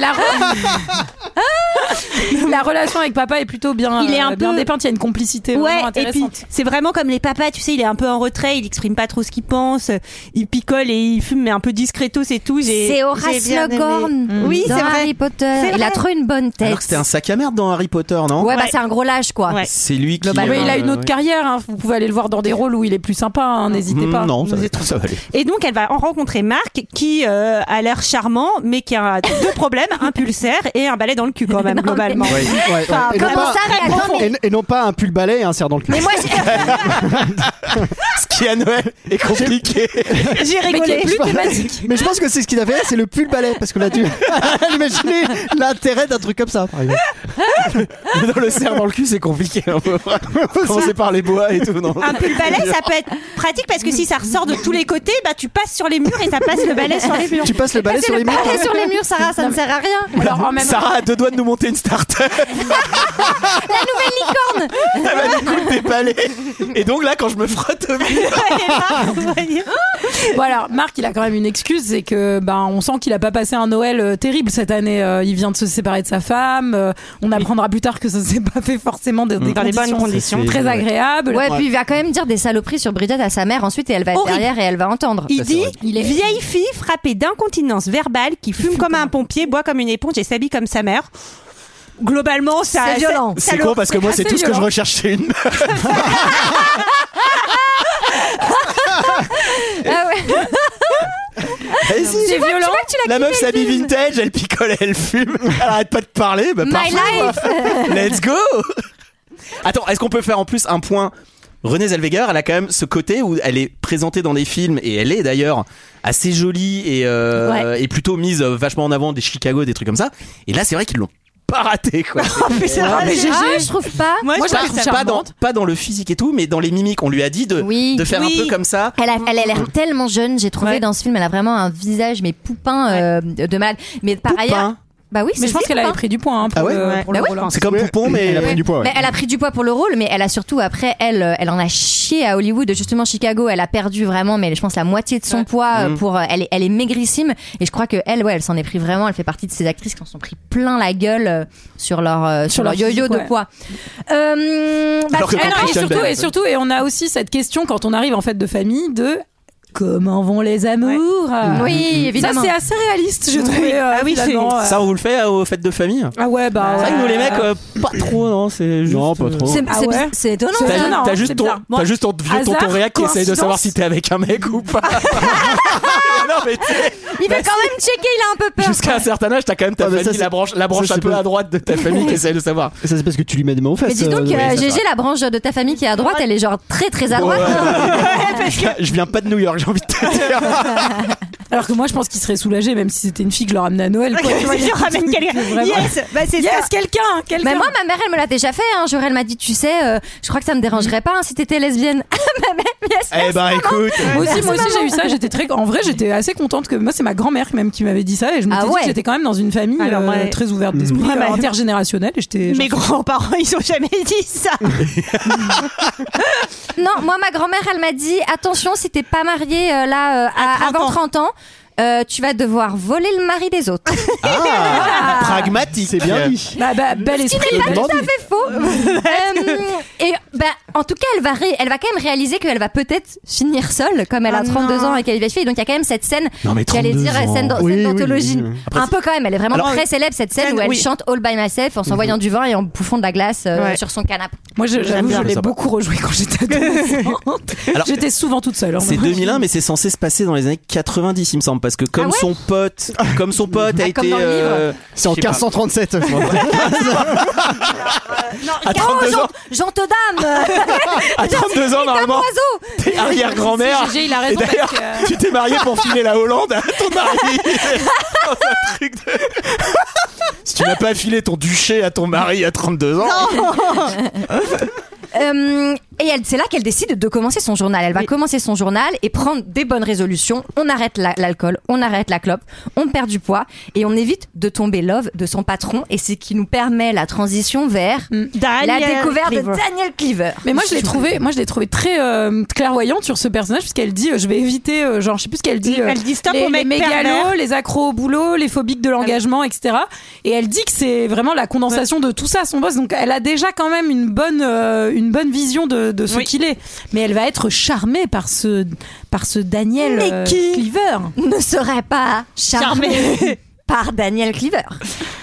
J: La robe. la relation avec papa est plutôt bien,
C: Il est un
J: euh, bien
C: peu-
J: dépeinte. Il y a une complicité
C: Ouais,
J: vraiment
C: et puis
J: intéressante.
C: c'est vraiment comme les papas, tu sais, il est un peu en retrait, il exprime pas trop ce qu'il pense, il picole et il fume, mais un peu discretos et tout. j'ai-
B: C'est
C: j'ai
B: Horace
C: bien aimé.
B: Logorn
C: Oui,
B: Mm. dans
C: c'est vrai.
B: Harry Potter.
C: C'est
B: Il a
C: vrai.
B: trop une bonne tête.
K: Alors que c'était un sac à merde dans Harry Potter, non
B: Ouais, bah c'est un gros lâche quoi.
K: C'est lui qui.
J: Bah Oui, il a une
K: euh,
J: autre
K: ouais.
J: carrière. hein. Vous pouvez aller le voir dans des rôles où il est plus sympa. hein, N'hésitez
K: Mm,
J: pas.
K: Non, ça, va- ça va aller.
C: Et donc elle va en rencontrer Marc qui euh, a l'air charmant mais qui a deux problèmes, un pulsaire et un balai dans le cul quand
B: (laughs)
C: même globalement.
D: Ouais, ouais, ouais.
C: Enfin,
D: Et non
C: vraiment
D: pas-
C: très
D: et-
C: profond.
D: et, et non pas un pull balai et un serre dans le cul.
B: Mais moi, j'ai-
K: (laughs) Ce qui à Noël est compliqué.
C: j'ai
J: Mais
C: rigolé.
J: qui est (laughs) plus thématique.
D: Mais je pense que c'est ce qu'il a fait, c'est le pull balai parce qu'on a dû imaginer (laughs) l'intérêt d'un truc comme ça. Ah, par exemple.
K: (laughs) dans le cerf dans le cul, c'est compliqué.
D: (laughs)
K: hein. Commencer par les bois et tout.
C: (laughs)
K: Non.
C: Un pull balai ça peut être pratique parce que si ça ressort de tous les côtés, bah tu passes sur les murs et ça passe le balai sur les murs.
D: Tu passes le balai sur
B: C'est
D: les
B: le
D: murs.
B: balai sur les murs, Sarah, ça ne sert à rien.
J: Alors en même
K: Sarah a Ah, deux doigts de nous monter une start-up.
B: (laughs) La nouvelle licorne
K: Elle va nous couper des palais. Et donc là, quand je me frotte au mur,
C: (laughs)
J: Bon alors, Marc, il a quand même une excuse, c'est que ben on sent qu'il a pas passé un Noël euh, terrible cette année. Euh, il vient de se séparer de sa femme. euh, on apprendra plus tard que ça s'est pas fait forcément dans des
C: Dans les bonnes
J: conditions
C: conditions.
J: très agréables.
B: (laughs) Ouais, puis il va quand même dire des saloperies sur Bridget à sa mère ensuite et elle va être
C: Horrible.
B: derrière et elle va entendre.
C: Il dit
B: Il est-
C: vieille fille frappée d'incontinence verbale qui fume comme un pompier, boit comme une éponge et s'habille comme sa mère. Globalement, ça-
B: C'est
C: ça-
B: violent.
C: ça
K: c'est
C: le-
K: con parce que moi, c'est
J: assez
K: tout ce que je
J: violent.
K: recherche chez une meuf.
B: Ah ouais.
K: Vas-y.
J: C'est violent.
K: La meuf s'habille vintage, elle picole, elle fume. Elle arrête pas de parler. Bah,
B: My (laughs)
K: parfait.
B: life
K: Let's go Attends, est-ce qu'on peut faire en plus un point Renée Zellweger, elle a quand même ce côté où elle est présentée dans des films et elle est d'ailleurs assez jolie et, euh, et plutôt mise euh, vachement en avant des Chicago, des trucs comme ça. Et là, c'est vrai qu'ils l'ont pas raté quoi.
J: Ah, mais GG.
B: Ah, je trouve pas.
J: (laughs) Moi, je
K: pas,
J: la trouve
K: pas dans,
J: charmante.
K: pas dans le physique et tout, mais dans les mimiques. On lui a dit de,
B: Oui.
K: de faire
C: Oui.
K: un peu comme ça.
B: Elle a, elle a l'air tellement jeune, j'ai trouvé
C: Ouais.
B: dans ce film, elle a vraiment un visage mais poupin euh, de mal. Mais par
K: Poupin.
B: ailleurs, bah oui,
J: Mais
B: c'est
J: je pense
B: dit,
J: qu'elle avait
B: poupin.
J: pris du point hein, pour
K: Ah ouais
J: le-
C: Ouais.
J: pour le
B: Bah ouais.
J: rôle, hein.
K: C'est comme
D: Ouais,
K: Poupon, mais.
D: elle a pris du poids. ouais.
B: Mais elle a pris du poids pour le rôle, mais elle a surtout après elle, euh, elle en a chié à Hollywood. Justement, Chicago, elle a perdu vraiment, mais je pense la moitié de son poids.
D: Mm.
B: euh, Pour euh, elle, est, elle est maigrissime et je crois que elle, ouais, elle s'en est pris vraiment. Elle fait partie de ces actrices qui en sont pris plein la gueule euh, sur leur euh, sur,
J: Sur
B: leur
J: leur
B: yo-yo
J: physique,
B: de
J: ouais.
B: poids. Euh, bah,
K: Alors que
J: Ah non, et
K: Christian
J: surtout,
K: Bale.
J: et surtout, et on a aussi cette question quand on arrive en fait de famille de comment vont les amours
B: oui,
J: Ça,
B: évidemment.
J: c'est assez réaliste, je trouvais. euh,
C: Ah oui, c'est-
J: finalement, euh.
K: Ça, on vous le fait euh, aux fêtes de famille
J: Ah ouais, bah.
K: C'est vrai que nous, les mecs, euh, pas trop, non C'est juste. euh,
D: Non, pas trop.
B: C'est-
J: Ah
B: c'est-
J: ouais.
B: c'est étonnant.
J: C'est
K: T'as
B: ça.
K: ju-
J: étonnant,
K: t'as
J: hein,
K: juste,
J: c'est
K: ton-
J: bizarre.
K: t'as
J: Moi,
K: juste ton vieux
J: hasard,
K: tonton réac qui essaye de
J: coïncidence.
K: savoir si t'es avec un mec ou pas. non, mais tu sais,
B: Il
D: Bah,
B: veut quand même checker, il a un peu peur.
K: jusqu'à un certain âge, t'as quand même ta
D: Ah, mais ça,
K: famille,
D: c'est-
K: la branche, la branche
D: ça,
K: un
D: c'est
K: peu
D: pas-
K: à droite de (laughs) ta famille qui essaye de savoir.
D: Ça c'est parce que tu lui mets des mains aux fesses.
B: Mais dis
D: euh,
B: donc,
D: oui,
B: euh,
D: ça
B: GG,
D: va.
B: la branche de ta famille qui est à droite, elle est genre très très à droite.
K: Je viens pas de New York, j'ai envie de te dire.
J: Alors que moi, je pense qu'ils seraient soulagés, même si c'était une fille que je leur amenait à Noël. Quoi, tu vois, il y
C: (laughs) (laughs) Je
J: a-
C: ramène quelqu'un.
J: Vraiment.
C: Yes, bah c'est
J: Yes,
C: ça.
J: quelqu'un, quelqu'un.
B: Mais Bah, moi, ma mère, elle me l'a déjà fait. Hein. Genre, elle m'a dit, tu sais, euh, je crois que ça me dérangerait pas hein, si t'étais lesbienne. (laughs) Ah, ma mère, yes,
K: eh ben écoute,
J: Moi aussi, moi aussi j'ai eu ça. J'étais très, en vrai, j'étais assez contente que moi, c'est ma grand-mère même qui m'avait dit ça, et je me
B: Ah
J: suis dit
B: ouais.
J: que j'étais quand même dans une famille
C: Alors,
J: euh,
C: ouais.
J: très
K: Mm.
J: ouverte d'esprit,
C: Ouais,
J: euh,
C: bah-
J: intergénérationnelle, et j'étais.
C: Mes grands-parents, ils ont jamais dit ça.
B: Non, moi, ma grand-mère, elle m'a dit attention, si t'es pas mariée euh, là, euh, à-
C: À 30
B: avant
C: ans.
B: 30 ans, euh, tu vas devoir voler le mari des autres.
K: ah, pragmatique.
D: C'est bien dit.
J: Bah, bah, bel esprit.
D: Je me demande-
B: C'est faux. (laughs) Euh, et bah, en tout cas, elle va, ré- elle va quand même réaliser qu'elle va peut-être finir seule, comme elle a
C: Ah
B: 32
C: non.
B: ans et qu'elle est vieille fille. Donc, il y a quand même cette scène
K: Non, mais
B: qui allait
K: 32
B: dire
K: ans.
B: scène d'an-
D: Oui,
B: scène
D: oui,
B: d'anthologie.
D: oui, oui.
B: un peu quand même. Elle est vraiment
K: Alors,
B: très célèbre cette scène
C: scène,
B: où elle
C: oui.
B: chante All by Myself en s'envoyant du vin et en bouffant de la glace euh,
C: Ouais.
B: sur son canapé.
J: Moi, je- j'avoue,
K: bien.
J: je l'ai
K: Ça va.
J: beaucoup rejoué quand j'étais adolescente.
K: (laughs) Alors-
J: j'étais souvent toute seule. hein.
K: C'est 2001, mais c'est censé se passer dans les années 90, il me semble, parce que comme
B: Ah ouais
K: son pote, comme son pote a
B: Ah, comme
K: été
B: dans le livre.
K: euh,
D: C'est en
K: je sais pas. (laughs)
D: 1537.
K: à 32 ans,
B: Jean Todam
K: à 32 ans normalement,
B: euh, Oiseau
K: t'es
J: Si,
K: arrière-grand-mère.
J: GG, il a raison
K: Et d'ailleurs,
J: parce que-
K: tu t'es marié pour filer la Hollande à ton
B: (laughs)
K: mari. Dans un truc de- si tu n'as pas filé ton duché à ton mari à 32 ans,
B: Euh, Et elle- c'est là qu'elle décide de commencer son journal. Elle va commencer son journal et prendre des bonnes résolutions. On arrête la- l'alcool, on arrête la clope, on perd du poids et on évite de tomber love de son patron. Et c'est ce qui nous permet la transition vers la
J: Daniel
B: découverte
J: Cleaver.
B: de Daniel Cleaver.
J: Mais moi je l'ai trouvé, moi je l'ai trouvé très euh, clairvoyante sur ce personnage puisqu'elle dit euh, je vais éviter, euh, genre je sais plus ce qu'elle dit, euh,
C: Elle dit stop
J: les,
C: aux mecs
J: les mégalos,
C: pervers.
J: les accros au boulot, les phobiques de l'engagement, etc. Et elle dit que c'est vraiment la condensation de tout ça son boss. Donc elle a déjà quand même une bonne, euh, une bonne vision de, de ce qu'il est. Mais elle va être charmée par ce, par ce Daniel
B: Mais
J: euh,
B: qui
J: Cleaver.
B: ne serait pas charmé (laughs) par Daniel Cleaver,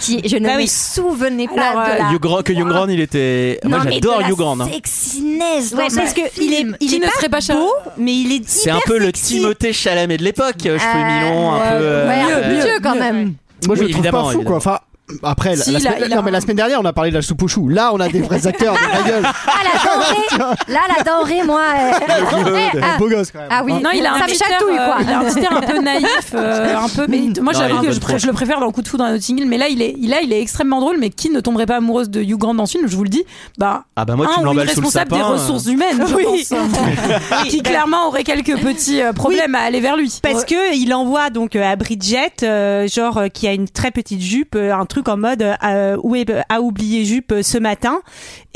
B: qui je ne
J: Bah
B: me
J: oui.
B: souvenais pas
J: Alors,
B: de la...
K: Hugh Grant- que Hugh Grant, il était. Moi,
B: Non, mais
K: j'adore
B: de la
K: Hugh Grant. hein.
B: Sexiness, ouais,
C: Ouais,
B: parce que il est, il
J: Qui
B: est
J: ne serait pas
B: beau, mais il est
K: C'est un peu le Timothée Chalamet de l'époque, euh, cheveux mi-longs, un peu. euh,
B: ouais, un peu
K: euh,
B: vieux quand même.
D: Moi, je
K: Oui,
D: le trouve
K: évidemment,
D: pas fou, quoi.
K: évidemment.
D: Enfin, après, la-
J: Si,
D: la,
J: il a-
D: semaine,
J: il a
D: non, mais la semaine dernière, on a parlé de la soupe aux choux. Là, on a des vrais acteurs, des vraies gueules.
B: Ah la
K: (laughs)
B: denrée, là la denrée, moi. euh,
D: vieux,
B: ah,
D: des beaux gosses, quand même.
B: ah oui,
J: Non, il a un
B: ça me
J: petit air,
B: chatouille
J: euh,
B: quoi.
J: il a un petit air un peu naïf, euh, un peu. Mais moi,
K: Non, il a
J: j'avoue
K: un
J: que
K: bon
J: je, pr-
K: profil.
J: je le préfère dans le coup de foudre à Notting Hill. Mais là, il est, il, a, il est extrêmement drôle. Mais qui ne tomberait pas amoureuse de Hugh Grant dans ce film Je vous le dis. Bah,
K: Ah bah moi, tu
J: un
K: me
J: ou une
K: l'emballes sous le
J: responsable des
K: sapin, euh.
J: ressources humaines, je
C: Oui.
J: pense, qui clairement aurait quelques petits euh, problèmes à aller vers lui.
C: Parce que il envoie donc euh, à Bridget, euh, genre euh, qui a une très petite jupe, euh, un truc en mode euh, où est euh, a oublié jupe euh, ce matin.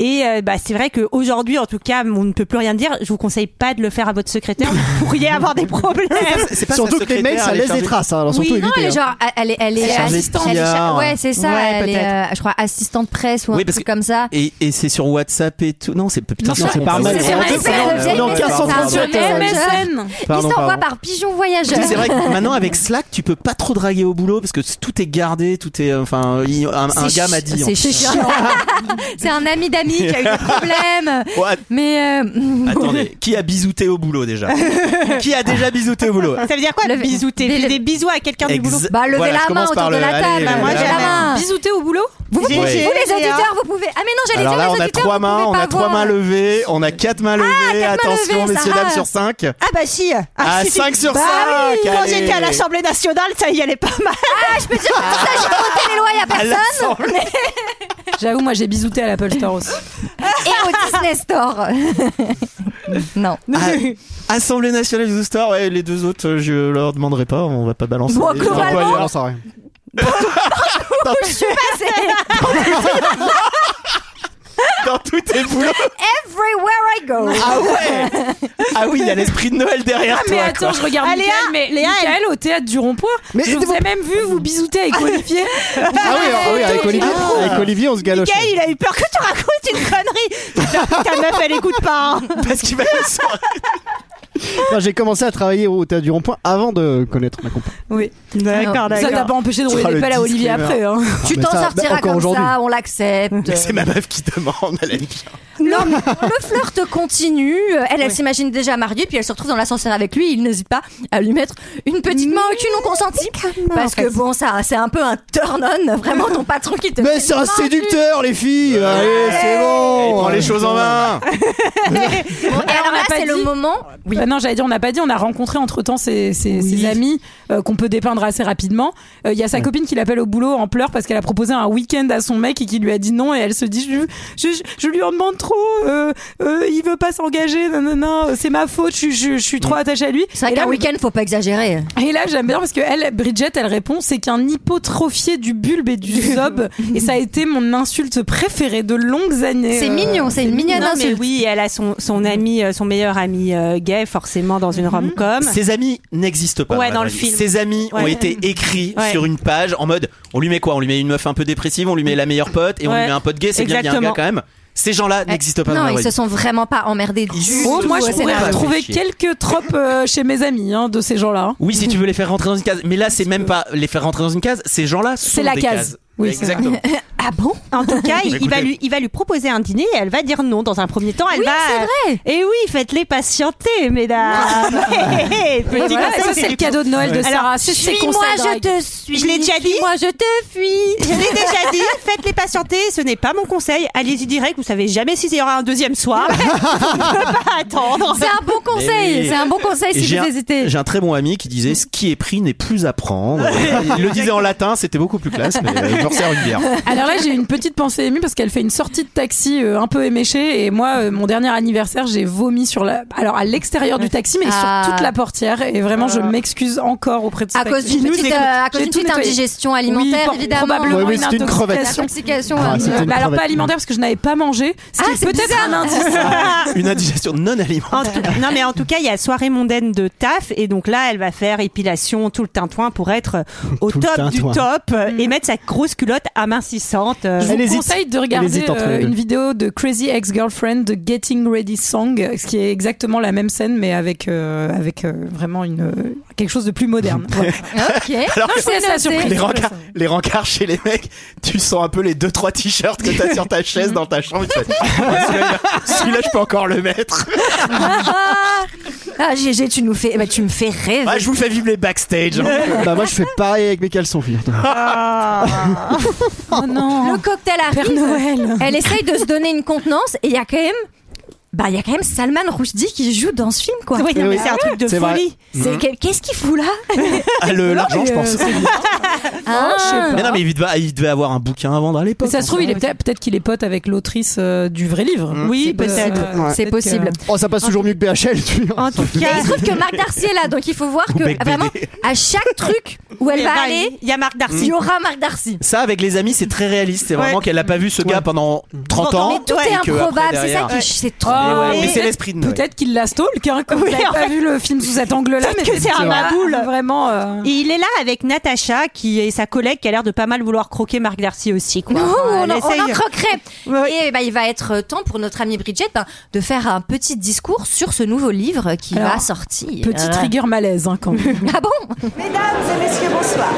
C: Et euh, bah c'est vrai qu'aujourd'hui, en tout cas, on ne peut plus rien dire. Je vous conseille pas de le faire à
B: (laughs)
C: votre secrétaire. Vous pourriez avoir des problèmes.
K: C'est pas
D: Surtout
K: sa
D: que les mecs,
K: secrétaire,
D: ça
K: elle est
D: laisse des
K: chargée-
D: traces. hein, Alors,
B: Oui,
D: surtout
B: non,
D: éviter,
B: elle est
D: hein.
B: genre, elle est, elle est
K: Elle est chargée de
B: assistante. elle est
K: PR.
B: cha- ouais, c'est ça.
C: Ouais,
B: elle est,
C: peut-être.
B: euh, je crois, assistante presse ou un
K: Oui, parce
B: truc
K: que-
B: comme ça.
K: Et, et c'est sur WhatsApp et tout. Non, c'est hein. putain,
D: Non, c'est
K: on
D: par
K: passe-
D: mail.
K: on
D: C'est
K: passe-
D: vrai,
K: on
D: c'est
K: passe-
D: vrai,
K: on passe-
D: c'est
K: on passe-
D: vrai.
K: on passe-
B: Messenger.
J: MSN.
K: Pardon,
B: il s'envoie
K: pardon.
B: par pigeon voyageur.
K: C'est vrai que maintenant avec Slack, tu peux pas trop draguer au boulot parce que tout est gardé, tout est. euh, Enfin, il- un, un
B: C'est
K: gars
B: chi-
K: m'a dit. en
B: C'est
K: fait. (laughs)
B: chiant. c'est un ami d'ami qui a eu des problèmes.
K: What
B: Mais
K: Ah,
B: euh,
C: (laughs)
K: Attendez, qui a bisouté au boulot déjà Qui a déjà bisouté au boulot
C: Ça veut dire quoi
B: Le-
C: bisouter
B: des-
C: Fais des bisous à quelqu'un du
K: Ex-
C: boulot.
B: bah levez
K: Voilà, je
B: la main
K: commence
B: autour
K: par
B: de
K: le-
B: la
K: allez, euh,
B: table.
K: levez
C: moi,
B: Levez
C: j'ai
B: la
C: la
B: main.
J: Bisouter au boulot
B: Vous, vous,
C: J'ai-
B: vous,
C: j'ai-
B: les
C: Léa.
B: auditeurs, vous pouvez. Ah mais non, j'allais
K: Alors
B: dire
K: là,
B: les
K: on a
B: auditeurs,
K: trois
B: vous
K: mains,
B: pouvez
K: on
B: pas
K: a trois
B: voir. Ah,
K: mains levées, on a quatre mains levées.
B: quatre mains
K: Attention,
B: levées,
K: messieurs
B: Sarah.
K: dames, sur 5
C: Ah bah si. Ah,
K: Ah,
C: si, si.
K: cinq Ah, sur
C: Bah
K: cinq,
C: oui, Quand
K: allez.
C: j'étais à l'Assemblée nationale, ça y allait pas mal.
B: Ah, je peux dire que ça, j'ai voté les lois, y a personne.
J: (laughs) J'avoue, moi, j'ai bisouté à l'Apple Store aussi.
B: Et au Disney Store. (laughs) non. Ah.
K: (laughs) Assemblée nationale du Store, ouais, les deux autres, euh, je leur demanderai pas, on va pas balancer.
B: Bon,
K: les-
D: Non,
B: globalement,
D: ouais, non, ça va.
B: Je suis passée
K: (laughs) Dans tous tes boulots.
B: everywhere I go.
K: Ah ouais Ah oui, il y a l'esprit de Noël derrière
J: Mais
K: toi.
J: attends,
K: quoi.
J: je regarde
C: Ah,
J: Michael,
C: Léa,
J: mais
C: Léa,
J: Michael au théâtre du Rond-Point.
D: Mais
J: Je vous ai même vu vous bisouter avec Olivier.
D: Ah oui, ah oui, avec Olivier,
K: Ah.
D: avec Olivier, on se galoche.
C: Gaël, il a eu peur que tu racontes une connerie. Ta-
K: (laughs)
C: Ta meuf, elle écoute pas. hein.
K: Parce qu'il va le
B: (laughs)
K: soir.
D: Enfin, J'ai commencé à travailler au théâtre du rond-point avant de connaître ma compagne.
J: Oui.
C: D'accord,
J: Ça t'a
C: d'accord.
J: pas empêché de rouler
K: Oh,
J: des
K: le
J: pelles à Olivier
K: disclaimer.
J: après. hein.
B: Tu
D: Ah, mais
B: t'en
D: ça,
B: sortiras
D: encore
B: comme
D: aujourd'hui.
B: ça, on l'accepte.
K: C'est ma meuf qui demande, elle aime bien.
B: Non, mais le flirt continue. Euh, Elle, elle s'imagine déjà mariée, puis elle se retrouve dans l'ascenseur avec lui. Il n'hésite pas à lui mettre une petite main au cul non consentie. Parce que bon, ça, c'est un peu un turn-on, vraiment ton patron qui te.
D: Mais
B: fait
D: c'est
B: une
D: un
B: main au cul.
D: séducteur, les filles Allez, c'est
K: Elle
D: bon
K: prend les choses en main.
B: Bon, Et alors
J: on
B: là,
J: n'a pas
B: c'est le
J: dit.
B: moment. Oui.
J: Bah non, j'allais dire, on n'a pas dit, on a rencontré entre temps ses, ses- ses amis euh, qu'on peut dépeindre assez rapidement. Euh, Il y a sa copine qui l'appelle au boulot en pleurs parce qu'elle a proposé un week-end à son mec et qui lui a dit non et elle se dit je, je, je lui en demande trop, euh, euh, il veut pas s'engager, non non non, c'est ma faute, je, je, je suis trop attachée à lui.
B: C'est vrai
J: Et là,
B: qu'un week-end, faut pas exagérer.
J: et là, j'aime bien parce que elle, Bridget, elle répond c'est qu'un hypotrophié du
B: (laughs)
J: bulbe et du zob. et ça a été mon insulte préférée de longues années.
B: C'est
J: Euh,
B: mignon, c'est une mignonne
C: Non, mais
B: insulte.
C: oui, elle a son, son ami, euh, son meilleur ami euh, gay, forcément, dans
J: Mhm.
C: une rom-com.
K: Ses amis n'existent pas.
C: Ouais,
K: la
C: dans
K: vraie
C: le
K: vie.
C: film.
K: Ses amis ont
C: Ouais.
K: été écrits
C: Ouais.
K: sur une page en mode on lui met quoi On lui met une meuf un peu dépressive, on lui met la meilleure pote et on lui
C: Ouais.
K: met un pote gay, c'est bien qu'il y a un gars
C: Exactement.
K: quand même. Ces gens-là
B: Eh,
K: n'existent pas dans
B: Non,
K: la
B: ils
K: vraie
B: se
K: vie.
B: sont vraiment pas emmerdés du
K: Ils-
J: Oh,
B: tout.
J: moi,
K: Ils
J: j'ai
K: sont pas
J: retrouvé
K: réfléchis.
J: quelques tropes euh, chez mes amis hein, de ces gens-là. hein.
K: Oui, si tu veux les faire rentrer dans une case. Mais là, c'est même pas les faire rentrer dans une case, ces gens-là sont
J: C'est la
K: des
J: case.
K: cases.
J: Oui, c'est
K: exactement.
B: Ah bon
C: En tout
J: (laughs)
C: cas, il, il va
K: Écoutez.
C: lui, il va lui proposer un dîner et elle va dire non dans un premier temps. Elle
B: Oui,
C: va.
B: c'est vrai.
C: Et oui, faites-les patienter, (laughs) mesdames. Eh, Hé, hé, petit
J: Et voilà,
C: conseil,
J: ça, c'est le cadeau de Noël de
C: Alors,
J: Sarah. C'est ses
B: Suis-moi,
J: conseils
B: je
J: drague.
B: te suis.
C: Je l'ai déjà dit.
B: Moi, je te fuis.
C: Je l'ai déjà dit, faites-les patienter, ce n'est pas mon conseil. Allez-y direct, vous savez jamais s'il y aura un deuxième
J: (laughs)
C: soir. (laughs) On ne peut pas attendre.
B: C'est un bon conseil.
K: Mais oui.
B: C'est un bon conseil
K: Et
B: si
K: j'ai
B: vous
K: un-
B: hésitez.
K: J'ai un très bon ami qui disait ce qui est pris n'est plus à prendre. Il le disait en latin, c'était beaucoup plus classe, mais euh, je me resserre une bière.
J: Alors là, vrai, j'ai une petite pensée émue parce qu'elle fait une sortie de taxi euh, un peu éméchée et moi, euh, mon dernier anniversaire, j'ai vomi sur la, alors à l'extérieur du taxi, mais
B: Ah.
J: sur toute la portière et vraiment, je m'excuse encore auprès de ce
B: À cause
J: taxi.
B: d'une
J: Nous
B: petite,
J: écoute,
B: euh, à cause
J: j'ai
B: d'une
J: tout
B: petite
J: nettoyé.
B: indigestion
J: Oui,
B: alimentaire,
J: por-
B: évidemment.
J: Probablement une intoxication.
B: Intoxication,
J: Ah,
B: hein.
J: c'était une Bah alors, pas crevette. alimentaire,
C: parce que je n'avais pas mangé.
J: Ah, qui c'est peut-être bizarre.
C: (laughs)
J: un indice.
K: Une indigestion non alimentaire.
C: En
K: (laughs)
C: tout- non mais en tout cas, il y a soirée mondaine de taf et donc là, elle va faire épilation, tout le tintouin pour être au
J: Tout le
C: top du
J: tintouin.
C: top euh, et mettre sa grosse culotte amincissante. euh.
J: Je vous conseille de regarder euh, une vidéo de Crazy Ex-Girlfriend de Getting Ready Song, ce qui est exactement la même scène, mais avec, euh, avec euh, vraiment une, euh, quelque chose de plus moderne. Voilà.
B: Ok.
K: Alors
J: Non,
K: que
J: je vous laisse la surprise.
K: les, rencarts, les rencarts chez les mecs, tu sens un peu les deux trois t-shirts que t'as sur ta chaise dans ta chambre. tu fais, Ah, Celui-là, celui-là, je peux encore le mettre.
B: ah, GG, tu nous fais, eh ben, tu me fais rêver.
K: Ah, je vous fais vivre les backstage. hein.
D: bah moi je fais pareil avec mes caleçons filles.
B: oh non. Le cocktail arrive. (laughs)
J: Noël.
B: Elle essaye de se donner une contenance et il y a quand même. Bah, il y a quand même Salman Rushdie qui joue dans ce film, quoi.
C: Oui, non, mais c'est un truc de C'est vrai. folie.
B: C'est-
K: Mhm.
B: que- Qu'est-ce qu'il fout là
K: Ah, le- l'argent, je pense.
B: Hein
K: Mais non, mais il devait, il devait avoir un bouquin à vendre à l'époque. hein.
J: Mais ça se trouve, il est peut-être peut-être qu'il est pote avec l'autrice euh, du vrai livre. Euh,
C: Oui, peut-être.
B: C'est (laughs) possible.
D: Oh, ça passe toujours mieux que BHL, tu vois.
C: En
J: (laughs)
C: tout
B: Mais il se trouve que Marc Darcy est là, donc il faut voir
K: Ou Bec
B: que
K: BD.
B: vraiment à chaque truc où elle
C: Et
B: va
C: bah,
B: aller,
C: il y a Marc Darcy.
B: il y aura Marc Darcy.
K: Ça, avec les amis, c'est très réaliste. C'est vraiment
B: Ouais.
K: qu'elle n'a pas vu ce gars pendant 30 ans.
B: Mais tout
K: Oh, et
B: est
K: que après,
B: improbable, c'est ça
K: derrière-
B: qui c'est trop.
K: Mais ouais,
J: Et
K: mais c'est
J: Oh, peut-être-
K: l'esprit de Noël.
J: Peut-être qu'il la stalk, hein, comme
C: Oui,
J: vous n'avez
C: en
J: pas vu le film sous cet angle-là.
C: Peut-être
J: mais
C: que c'est un maboule.
J: Vraiment. euh,
C: Et il est là avec Natacha, qui est sa collègue, qui a l'air de pas mal vouloir croquer Marc Darcy aussi. Quoi.
B: Ouh,
C: Enfin,
B: on,
C: elle
B: en, on
C: essaye.
B: en croquerait. Et bah, il va être temps pour notre amie Bridget ben, de faire un petit discours sur ce nouveau livre qui
J: Alors,
B: va sortir.
J: Petite rigueur malaise, hein, quand même.
B: (laughs) Ah bon
L: Mesdames et messieurs, bonsoir.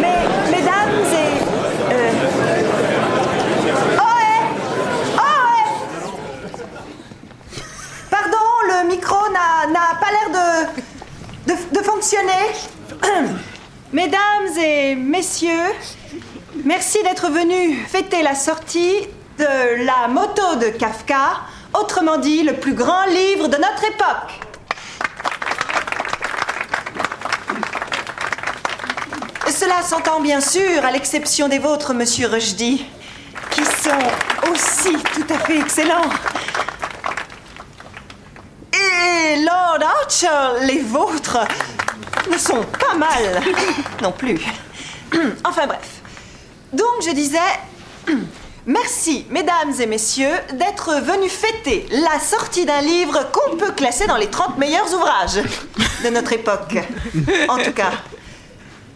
L: Mais, mesdames et... euh, Ohé Ohé Pardon, le micro n'a n'a pas l'air de, de, de fonctionner. (clears throat) mesdames et messieurs, merci d'être venus fêter la sortie de La moto de Kafka, autrement dit le plus grand livre de notre époque. Cela s'entend bien sûr, à l'exception des vôtres, monsieur Rushdie, qui sont aussi tout à fait excellents. Et Lord Archer, les vôtres ne sont pas mal non plus. Enfin bref. Donc je disais, merci mesdames et messieurs d'être venus fêter la sortie d'un livre qu'on peut classer dans les 30 meilleurs ouvrages de notre époque. En tout cas,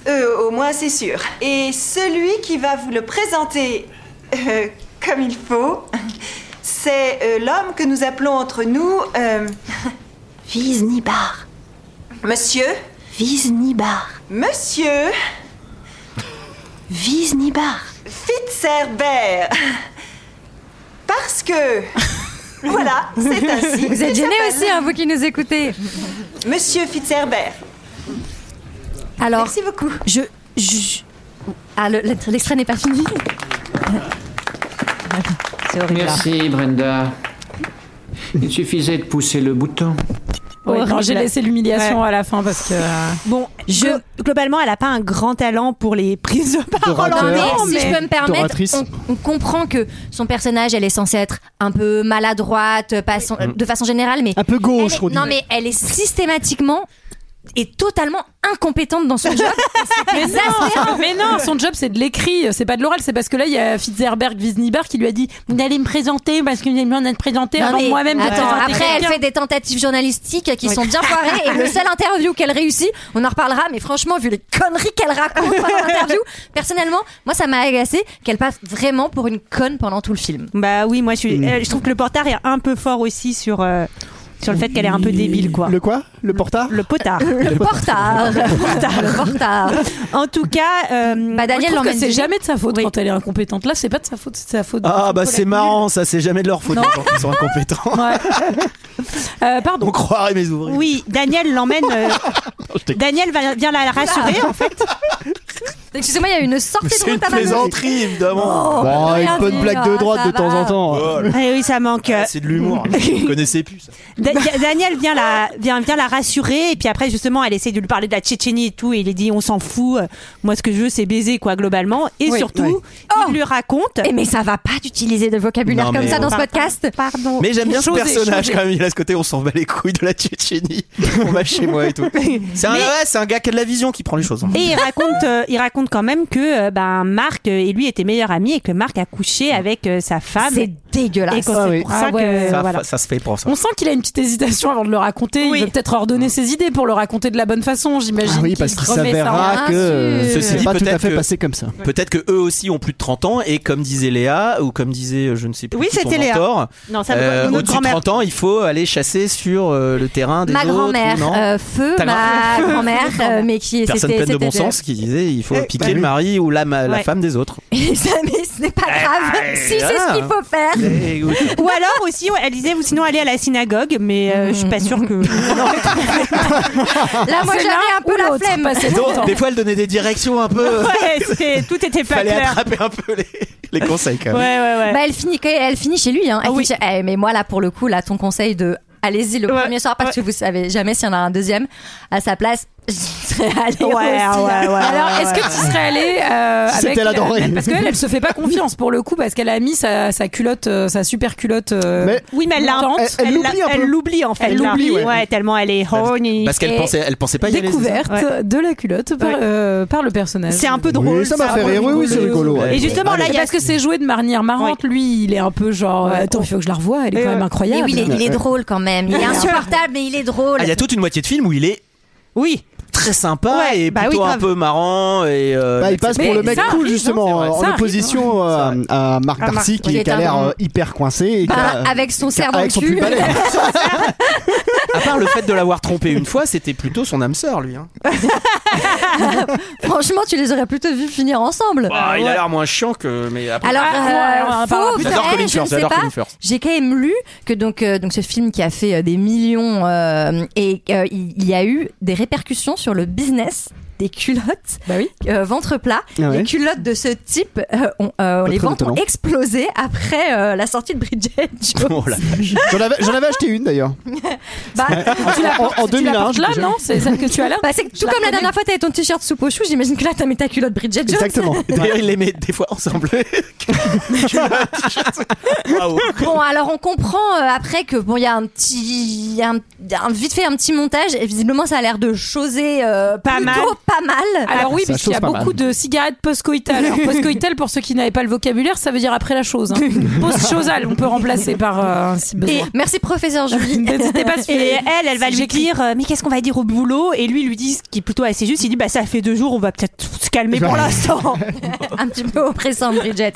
L: euh, au moins c'est sûr. Et celui qui va vous le présenter euh, comme il faut, c'est euh, l'homme que nous appelons entre nous... Euh, Nibar. Monsieur Nibar. Monsieur Nibar. Fitzherbert. Parce que... voilà, c'est ainsi.
B: Vous
L: qu'il
B: êtes gênés
L: s'appelle.
B: aussi, hein, vous qui nous écoutez.
L: Monsieur Fitzherbert.
B: Alors,
L: Merci beaucoup.
B: Je. je- Ah, le- l'extrait n'est pas fini.
M: Merci Brenda. (laughs) Il suffisait de pousser le bouton.
J: Ouais, non, j'ai laissé l'humiliation à la fin parce que. euh,
C: Bon, je... globalement, elle a pas un grand talent pour les prises de parole.
B: Non,
C: en
B: mais
C: nom,
B: Oh, si
C: mais-
B: je peux me permettre, on, on comprend que son personnage, elle est censée être un peu maladroite, pas son- de façon générale, mais Mm. un peu
D: gauche, on
B: non,
D: dirait.
B: mais elle est systématiquement et totalement incompétente dans son job. Et c'est
J: Mais
B: exaspérant.
J: non, mais non, son job c'est de l'écrit, c'est pas de l'oral, c'est parce que là il y a Fitzherberg Wisnibar qui lui a dit Vous allez me présenter parce que vous allez me présenter
B: Non,
J: avant
B: mais
J: moi-même de
B: attends,
J: présenter
B: après, elle
J: quelqu'un.
B: fait des tentatives journalistiques qui
J: Oui.
B: sont bien foirées et le seul interview qu'elle réussit, on en reparlera, mais franchement, vu les conneries qu'elle raconte pendant l'interview, personnellement, moi, ça m'a agacé qu'elle passe vraiment pour une conne pendant tout le film.
C: Bah oui, moi je,
B: Mm.
C: suis, euh, je trouve que le portard est un peu fort aussi sur, euh, sur le fait qu'elle est un peu débile quoi. Le
D: quoi Le portard
C: Le potard.
B: Le portard. Le portard. Le portard.
C: En tout cas, euh,
B: bah
J: Moi, je
B: Daniel
J: trouve que
B: l'emmène
J: c'est
B: vite.
J: jamais de sa faute quand elle est incompétente. Là, c'est pas de sa faute, c'est de sa faute. de
K: Ah
J: son
K: bah
J: collègue.
K: c'est marrant, ça c'est jamais de leur faute les gens qui sont incompétents.
J: Euh, pardon.
K: On croirait mes
B: (laughs)
K: ouvriers.
C: oui, Daniel l'emmène. euh, Daniel va, vient la rassurer en fait.
B: Excusez-moi, il y a une sortie de
K: C'est une
B: route à ma-
K: plaisanterie, évidemment.
B: Oh, Bon,
D: Bah,
B: on peut une rien bonne dire, blague de droite ça de temps va. en temps.
K: Oh.
C: Eh oui, ça manque.
B: (laughs)
K: Ah, C'est de (laughs) l'humour. Vous connaissez plus. ça.
C: Da- Daniel vient la, vient, vient la rassurer et puis après justement elle essaie de lui parler de la Tchétchénie et tout et il est dit on s'en fout euh, moi ce que je veux c'est baiser quoi globalement et
B: Oui,
C: surtout
B: ouais.
C: il lui raconte
B: Eh, mais ça va pas d'utiliser de vocabulaire
K: Non,
B: comme
K: mais
B: ça dans
K: bon.
B: ce podcast. Pardon.
K: Mais j'aime bien ce personnage quand même. Il a ce côté, on s'en bat les couilles de la Tchétchénie. on va chez moi et tout. C'est un,
C: Mais-
K: ouais, c'est un gars qui a de la vision qui prend les choses. hein.
C: et il raconte euh, il raconte quand même que euh, ben Marc euh, et lui étaient meilleurs amis et que Marc a couché avec euh, sa femme
B: C'est dégueulasse.
C: et que
J: Ah
C: c'est
J: oui.
C: pour ça
J: Ah ouais,
C: que-
B: euh,
J: ouais,
K: ça,
J: voilà.
K: ça se fait pour ça.
J: On sent qu'il a une petite hésitation avant de le raconter. Il veut peut-être ordonner ses idées pour le raconter de la bonne façon, j'imagine.
D: Ah oui, parce qu'il
J: remet ça en-
D: s'avérera que euh,
K: Ceci
D: c'est
K: dit,
D: pas tout à
K: peut-être
D: fait
K: que-
D: passé comme ça.
K: Peut-être que eux aussi ont plus de 30 ans et comme disait Léa ou comme disait euh, je ne sais plus
C: Oui,
K: qui, son
C: c'était Léa.
K: mentor,
C: Non, ça,
K: euh,
C: notre
K: au-dessus de
C: grand-mère.
K: 30 ans, il faut aller chasser sur euh, le terrain des
B: Ma
K: autres,
B: grand-mère,
K: non
B: euh, feu,
K: Ta
B: ma
K: grand-mère.
B: grand-mère, euh, mais qui
K: Personne
B: c'était-
K: pleine de bon
B: c'était-
K: sens qui disait il faut
B: Eh,
K: piquer
B: bah
K: le
B: oui.
K: mari ou la, ma- la
B: Ouais.
K: femme des autres.
B: Et ça, (laughs) mais ce n'est pas grave.
K: eh,
B: si c'est ce
K: voilà.
B: qu'il faut faire.
K: Eh, oui.
C: ou alors aussi ouais, elle disait vous sinon allez à la synagogue mais euh, je suis pas sûre que
B: Là, moi,
C: C'est
B: j'avais
C: l'un
B: un peu la flemme.
K: Donc, des fois, elle donnait des directions
C: (laughs)
K: un peu.
C: Ouais, c'était- tout était pas
K: Fallait
C: clair
K: attraper un peu les, les conseils quand même.
B: Bah, elle finit, elle finit chez lui. Hein. Elle finit chez- eh, mais moi, là, pour le coup, là, ton conseil de allez-y le premier soir parce que vous savez jamais s'il y en a un deuxième à sa place. (laughs) J'y serais allée
J: Ouais,
B: aussi.
J: ouais, ouais, Alors, ouais, est-ce que ouais. tu serais allée, euh, avec-
D: C'était la denrée.
J: Parce qu'elle, elle se fait pas confiance pour le coup, parce qu'elle a mis sa, sa culotte, euh, sa super culotte. euh,
D: Mais-
C: oui mais elle l'a-
J: montante.
C: elle l'a- elle l'oublie en fait
J: Elle
C: là.
J: l'oublie, ouais.
C: ouais tellement elle est horny
K: Parce qu'elle
C: Et-
K: pensait, elle pensait pas y aller.
J: Découverte de la culotte par, euh, par le personnage.
C: C'est un peu drôle,
D: ça m'a
J: c'est
D: fait
J: un peu
D: rire, oui, oui, c'est rigolo, ouais.
J: Et justement,
K: Ah
J: là, il y a- parce que c'est joué de manière marrante. Lui, il est un peu genre, attends, il faut que je la revoie, elle est quand même incroyable.
B: Et oui, il est, il est
J: Ouais.
B: drôle quand même. Il est
J: Bien sûr.
B: insupportable, mais il est drôle.
K: Ah, il y a toute une moitié de film où il est
C: oui
K: très sympa et
B: bah oui,
K: plutôt un
B: grave.
K: peu marrant et. euh,
D: Bah, il passe pour
J: Mais
D: le mec
J: ça
D: cool
J: arrive,
D: justement
K: non, c'est vrai.
D: en
K: Ça arrive,
D: opposition euh, à, à Marc
B: À Marc,
D: Darcy
B: oui.
D: qui, qui a
B: Qui est
D: l'air
B: un-
D: euh, hyper coincé et qui
B: Bah,
D: a-
B: avec son cerf dans le
D: avec son
B: cul.
D: pull balai.
K: À part le fait de l'avoir (laughs) trompé une fois, c'était plutôt son âme sœur lui. hein.
B: (laughs) Franchement, tu les aurais plutôt vus finir ensemble.
K: Bah, Il a l'air moins chiant que. Mais après-
B: Alors,
J: Ah, ouais, ouais,
B: euh,
J: on en parlera
B: faux,
K: plus tard. J'adore
B: vrai,
K: Colin
B: je ne
K: Firth,
B: sais
K: j'adore
B: pas.
K: Colin Firth.
B: J'ai quand même lu que donc, euh, donc ce film qui a fait euh, des millions euh, et euh, il il y a eu des répercussions sur le business des culottes
J: Bah oui.
B: euh, ventre plat.
D: Ah ouais.
B: Les culottes de ce type, euh, ont, euh, les
D: très
B: ventes ont
D: étonnant.
B: explosé après euh, la sortie de Bridget
K: (laughs)
B: Jones.
K: Oh la vache.
D: J'en avais, j'en avais acheté une d'ailleurs.
B: Bah,
C: Ah,
J: Tu la portes-
D: en
J: tu la
D: 2001,
J: portes
D: je
J: là,
D: l'ai
J: non C'est celle que tu as là
B: bah, c'est que tout comme la dernière fois, t'avais ton t-shirt sous pochou, j'imagine que là, t'as mis ta culotte Bridget Jones.
C: (laughs)
D: Exactement.
K: D'ailleurs, il les met des fois ensemble. (laughs) Waouh.
B: Bon, alors on comprend euh, après que bon, il y a un petit, un, un- vite fait un petit montage. Et visiblement, ça a l'air de choser euh,
C: Pas
B: plutôt
C: mal. Ah,
B: pas mal.
J: Alors oui,
D: Ça
J: parce qu'il y a
D: chauffe pas
J: beaucoup de cigarettes post-coïtales. Alors post-coïtales, pour ceux qui n'avaient pas le vocabulaire, ça veut dire après la chose. hein. Post-chosal, on peut remplacer par euh, si
B: Et
J: besoin.
B: merci professeur
C: (laughs)
B: Julie.
J: N'hésitez pas à
C: Et
J: suivre.
C: elle, elle va lui
J: J'écris.
C: dire euh, mais qu'est-ce qu'on va dire au boulot Et lui lui dit ce qui est plutôt assez juste. Il dit bah ça fait deux jours, on va peut-être se calmer pour
D: Ouais.
C: l'instant.
B: (laughs)
K: (laughs)
B: un petit peu oppressant, Bridget.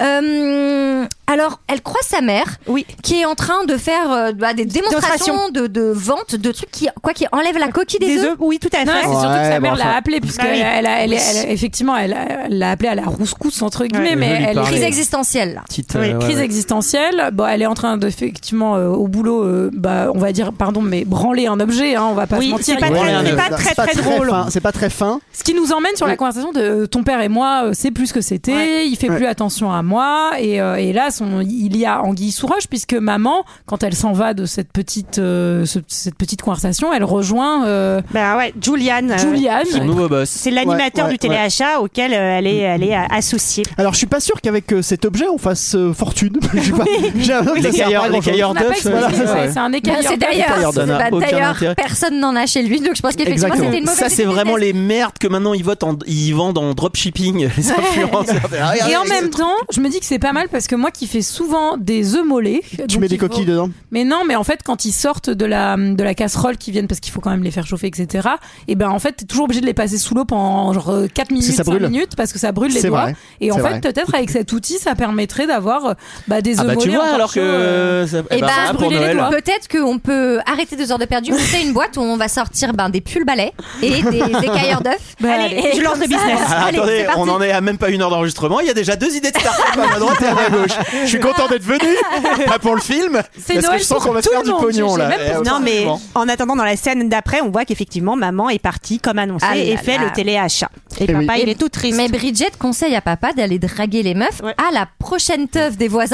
B: Euh, alors, elle croit sa mère,
C: Oui.
B: qui est en train de faire euh, bah, des démonstrations de, de vente de trucs qui, quoi, qui enlève la coquille des,
C: Des
B: œufs.
C: œufs, oui tout à
J: Non,
C: fait.
J: c'est surtout que
D: Ouais,
J: sa
D: bon,
J: mère l'a
D: enfin.
J: appelée, puisque
C: Ah oui.
J: elle, a- elle-
C: Oui.
J: elle- effectivement, elle a- elle l'a appelée à la rouscousse, entre guillemets,
C: Ouais.
J: mais
K: Je lui
J: elle
K: parlais.
B: Crise
K: Ouais.
B: existentielle. là.
K: Petite,
J: Oui,
K: euh, ouais,
J: crise
K: ouais.
J: existentielle. Bon, elle est en train de effectivement euh, au boulot, euh, bah, on va dire, pardon, mais branler un objet. Hein, on va pas
C: Oui,
J: se mentir.
C: c'est pas
J: Il-
C: très-
K: Ouais,
C: c'est
K: ouais,
C: pas très très drôle.
D: fin, C'est pas très fin.
J: Ce qui nous emmène sur la conversation de euh, ton père et moi, euh, c'est plus ce que c'était. Il fait
D: Ouais.
J: plus attention à moi. Et, euh, et là, son, il y a anguille sous roche puisque maman, quand elle s'en va de cette petite, euh, ce- cette petite conversation, elle rejoint euh,
C: Bah ouais, Julianne. euh,
J: Julianne.
K: Son nouveau boss.
C: C'est l'animateur
D: Ouais, ouais,
C: du téléachat auquel euh, elle est, elle est euh, associée.
D: Alors je suis pas sûr qu'avec euh, cet objet on fasse euh, fortune. (laughs) Je sais pas. J'ai l'impression que
K: Les
D: ça sert
K: cailleurs-
D: pas à
K: les
D: grand-chose.
K: cailleurs
J: On n'a pas
K: d'œufs,
J: expliqué,
K: voilà,
J: ouais,
K: ça,
J: c'est un
B: Non,
J: écart.
B: Bah, c'est
K: Tailleur
B: d'ailleurs, c'est-
K: d'Anna,
B: bah,
K: aucun
B: d'ailleurs,
K: intérêt.
B: personne n'en a chez lui, donc je pense qu'effectivement
D: Exactement.
B: c'était une mauvaise
K: Ça, c'est
B: idée de
K: vraiment
B: business.
K: les merdes que maintenant ils votent en- ils vendent en dropshipping, (laughs) les
B: Ah
K: influenceurs.
B: bah,
J: Et en même temps, je me dis que c'est pas mal parce que moi qui fais souvent des œufs mollets.
D: Tu
J: donc
D: mets des
J: il faut-
D: coquilles dedans.
J: Mais non, mais en fait, quand ils sortent de la, de la casserole qui viennent parce qu'il faut quand même les faire chauffer, etc. Et ben en fait, t'es toujours obligé de les passer sous l'eau pendant genre euh, 4 minutes,
D: ça
J: 5
D: brûle.
J: minutes parce que ça brûle les
D: C'est
J: doigts.
D: vrai.
J: Et en
D: C'est
J: fait,
D: vrai.
J: peut-être avec cet outil, ça permettrait d'avoir euh, bah, des œufs
K: Ah bah tu
J: mollets
K: vois
J: encore
K: alors que
J: chauds, euh.
K: euh, ça-
B: Et
K: eh ben,
B: bah,
K: voilà pour
J: brûler les
K: Noël.
J: doigts.
B: Peut-être qu'on peut arrêter deux heures de perdu, monter une boîte où on va sortir ben, des pulls balais et des,
K: (laughs)
B: des cailleurs d'œufs.
J: Bah,
B: Allez,
J: allez,
B: et
C: je lance
B: comme
C: le
B: ça,
C: business.
K: Alors,
B: Ah, allez,
K: attendez,
B: c'est parti.
K: on en est à même pas une heure d'enregistrement. Il y a déjà deux idées de start-up à ma droite et à ma gauche. Je suis content d'être venu. Pas pour le film.
C: C'est
K: parce que
C: Noël
K: je sens
C: pour
K: qu'on va
C: tout
K: faire
C: le
K: du
C: monde,
K: pognon
C: j'ai-
K: là.
C: j'ai même pas-
K: Eh,
C: non mais
K: franchement.
C: en attendant dans la scène d'après, on voit qu'effectivement maman est partie comme annoncé
B: Ah
C: et
B: là
C: fait
B: là.
C: le téléachat. Et, papa il est tout triste.
B: Mais Bridget conseille à papa d'aller draguer les meufs à la prochaine teuf des voisins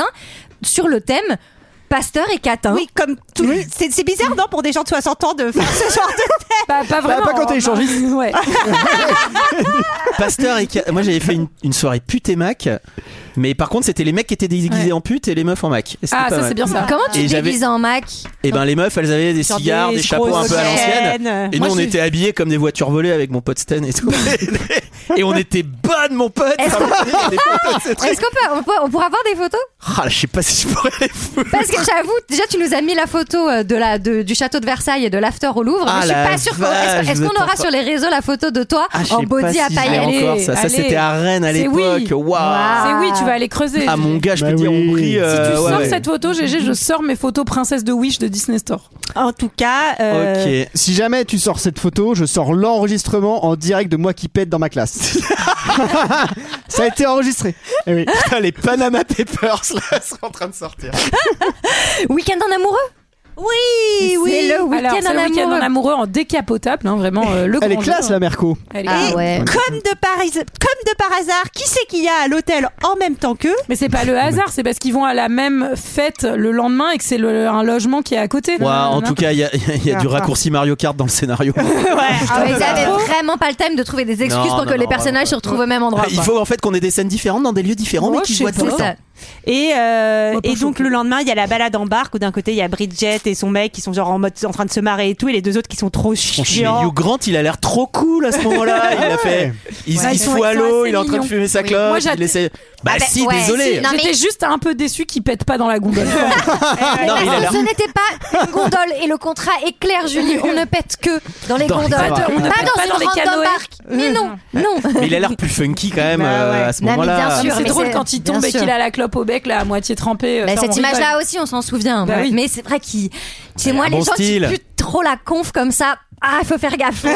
B: sur le thème Pasteur et Catin.
C: Oui, comme tout. C'est c'est bizarre, non, pour des gens de 60 ans de faire ce genre de thème.
J: Pas,
D: Bah,
K: vraiment, pas quand t'es hein. échangiste.
J: (laughs) Ouais.
D: Ah,
K: Pasteur et Ca- moi j'avais fait une, une soirée pute et Mac. Mais par contre, c'était les mecs qui étaient déguisés en pute et les meufs en Mac.
J: Ah,
B: Ah,
K: Et c'était pas mal.
B: Comment tu
K: Et
B: te
K: j'avais-
B: déguises en Mac
K: Et ben les meufs, elles avaient des
B: Sur
K: cigares,
B: des
K: des, chapeaux un
B: grosses
K: peu à
B: chaînes.
K: l'ancienne. Et nous,
B: Moi,
K: on
B: j'ai-
K: était habillés comme des voitures volées avec mon pote Stan et (laughs) tout. et on était bonnes, mon pote.
B: Est-ce
K: Ah,
B: qu'on
K: des photos de ce truc.
B: Est-ce qu'on peut, on peut- on pourra avoir des photos
K: Ah, je sais pas si je pourrais les foutre.
B: Parce que j'avoue, déjà tu nous as mis la photo euh, de la, de- du château de Versailles et de l'after au Louvre.
K: Ah,
B: je suis
K: la
B: pas sûre qu'on-
K: vache,
B: Est-ce est-ce
K: vous
B: qu'on
K: êtes
B: aura
K: en-
B: sur les réseaux la photo de toi
K: Ah, je sais
B: en
K: pas
B: body
K: si
B: à
K: je l'ai
B: paillettes
K: encore, ça. Ça,
B: Allez.
K: c'était à Rennes à
J: C'est
K: l'époque.
J: oui.
K: Waouh.
J: C'est Ah oui, tu vas aller creuser.
K: Ah, mon gars, je peux dire, on brille.
J: Si
K: euh,
J: tu
K: ouais,
J: sors
K: ouais.
J: cette photo, GG, je sors mes photos princesse de Wish de Disney Store.
C: En tout cas, euh,
D: Ok. Si jamais tu sors cette photo, je sors l'enregistrement en direct de moi qui pète dans
C: (laughs)
D: ma classe. (laughs) Ça a été enregistré. Eh oui.
K: Putain, les Panama Papers là sont en train de sortir.
B: Week-end en amoureux
C: Oui,
J: Eh oui.
B: C'est le week-end
J: Alors, c'est
B: en
J: le week-end
B: amoureux.
J: en amoureux en décapotable, hein, vraiment euh, le
D: Elle est
J: grand
D: classe
J: jeu.
D: la Merco.
J: Elle est-
B: Ah
C: Et comme, de par, comme de par hasard, qui c'est qu'il y a à l'hôtel en même temps qu'eux
J: Mais c'est pas le hasard, c'est parce qu'ils vont à la même fête le lendemain et que c'est le- un logement qui est à côté.
K: Waouh, en tout cas, il y a, il y a du raccourci Mario Kart dans le scénario.
B: Ah, mais t'avais vraiment pas le time de trouver des excuses
K: Non,
B: pour
K: non,
B: que
K: non,
B: les personnages se retrouvent au même endroit.
K: Il
B: quoi.
K: faut en fait qu'on ait des scènes différentes dans des lieux différents, mais qui se voient
B: C'est
K: tous.
B: ça.
C: Et, euh, et donc le lendemain, il y a la balade en barque où d'un côté il y a Bridget et son mec qui sont genre en mode en train de se marrer et tout, et les deux autres qui sont trop
K: Mais Hugh
C: chiants.
K: Grant, il a l'air trop cool à ce moment-là. Il a fait, il,
J: Ouais,
K: il
J: ils
K: se
J: sont-
K: fout à
J: ils sont
K: l'eau,
J: assez
K: il est en train de
J: mignons.
K: fumer sa
J: Oui.
K: clope.
J: Moi, j'att-
K: il essaie. Bah
J: Ah, bah,
K: si,
J: ouais,
K: désolé.
J: si, non, mais- J'étais juste un peu déçu qu'il pète pas dans la
B: (laughs)
J: gondole.
K: Non, mais il a
B: Parce
K: l'air-
B: que ce n'était pas une gondole et le contrat est clair,
K: (laughs)
B: Julie. On ne pète que dans les
K: Dans les
B: gondoles,
K: barques.
B: pas
K: On
J: pète
K: ne
B: dans
J: pas
B: une
J: dans les
B: random
J: canoës.
B: barque. Mais non, non.
K: Mais il a l'air plus funky quand même
B: Bah
K: euh,
B: ouais.
K: à ce
B: Non, mais
K: moment-là.
B: bien sûr,
J: C'est
B: mais
J: drôle
B: c'est-
J: quand il
B: bien
J: tombe et
B: sûr.
J: qu'il a la clope au bec, là, à moitié trempée. euh,
B: Bah, cette image-là aussi, on s'en souvient.
J: Bah oui.
B: Mais c'est vrai qu'il. C'est moi,
K: Bah, un
B: les
K: bon
B: gens
K: style.
B: qui puent trop la conf comme ça. (laughs) Ah, il faut faire gaffe.
K: Quoi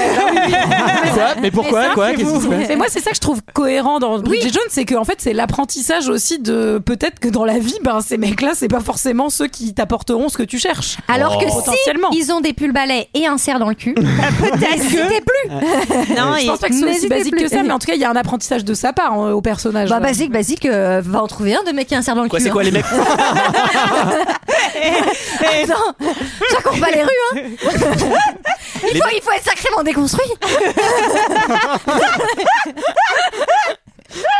K: Mais pourquoi
J: ça,
K: Quoi
J: c'est
K: Qu'est-ce qui se
J: vous.
K: passe
J: Mais moi, c'est ça que je trouve cohérent dans Bridget Jones, c'est que en fait, c'est l'apprentissage aussi de peut-être que dans la vie, ben ces mecs-là, c'est pas forcément ceux qui t'apporteront ce que tu cherches.
B: Alors
K: Oh.
B: que si
J: potentiellement,
B: ils ont des pulls balais et un cerf dans le (laughs) cul, n'hésitez plus.
C: Non,
J: je
C: et-
J: pense pas que ce soit aussi
B: N'hésitez
J: basique
B: plus.
J: que ça, mais en tout cas, il y a un apprentissage de sa part hein, au personnage.
B: Bah, basique, basique, euh, va en trouver un de mec qui a un cerf dans le
K: Quoi,
B: cul.
K: c'est quoi
B: (laughs) hein.
K: les mecs
B: Attends, ça court pas les
K: (laughs)
B: rues, hein. Il
K: Les
B: faut,
K: mecs-
B: il faut être sacrément déconstruit.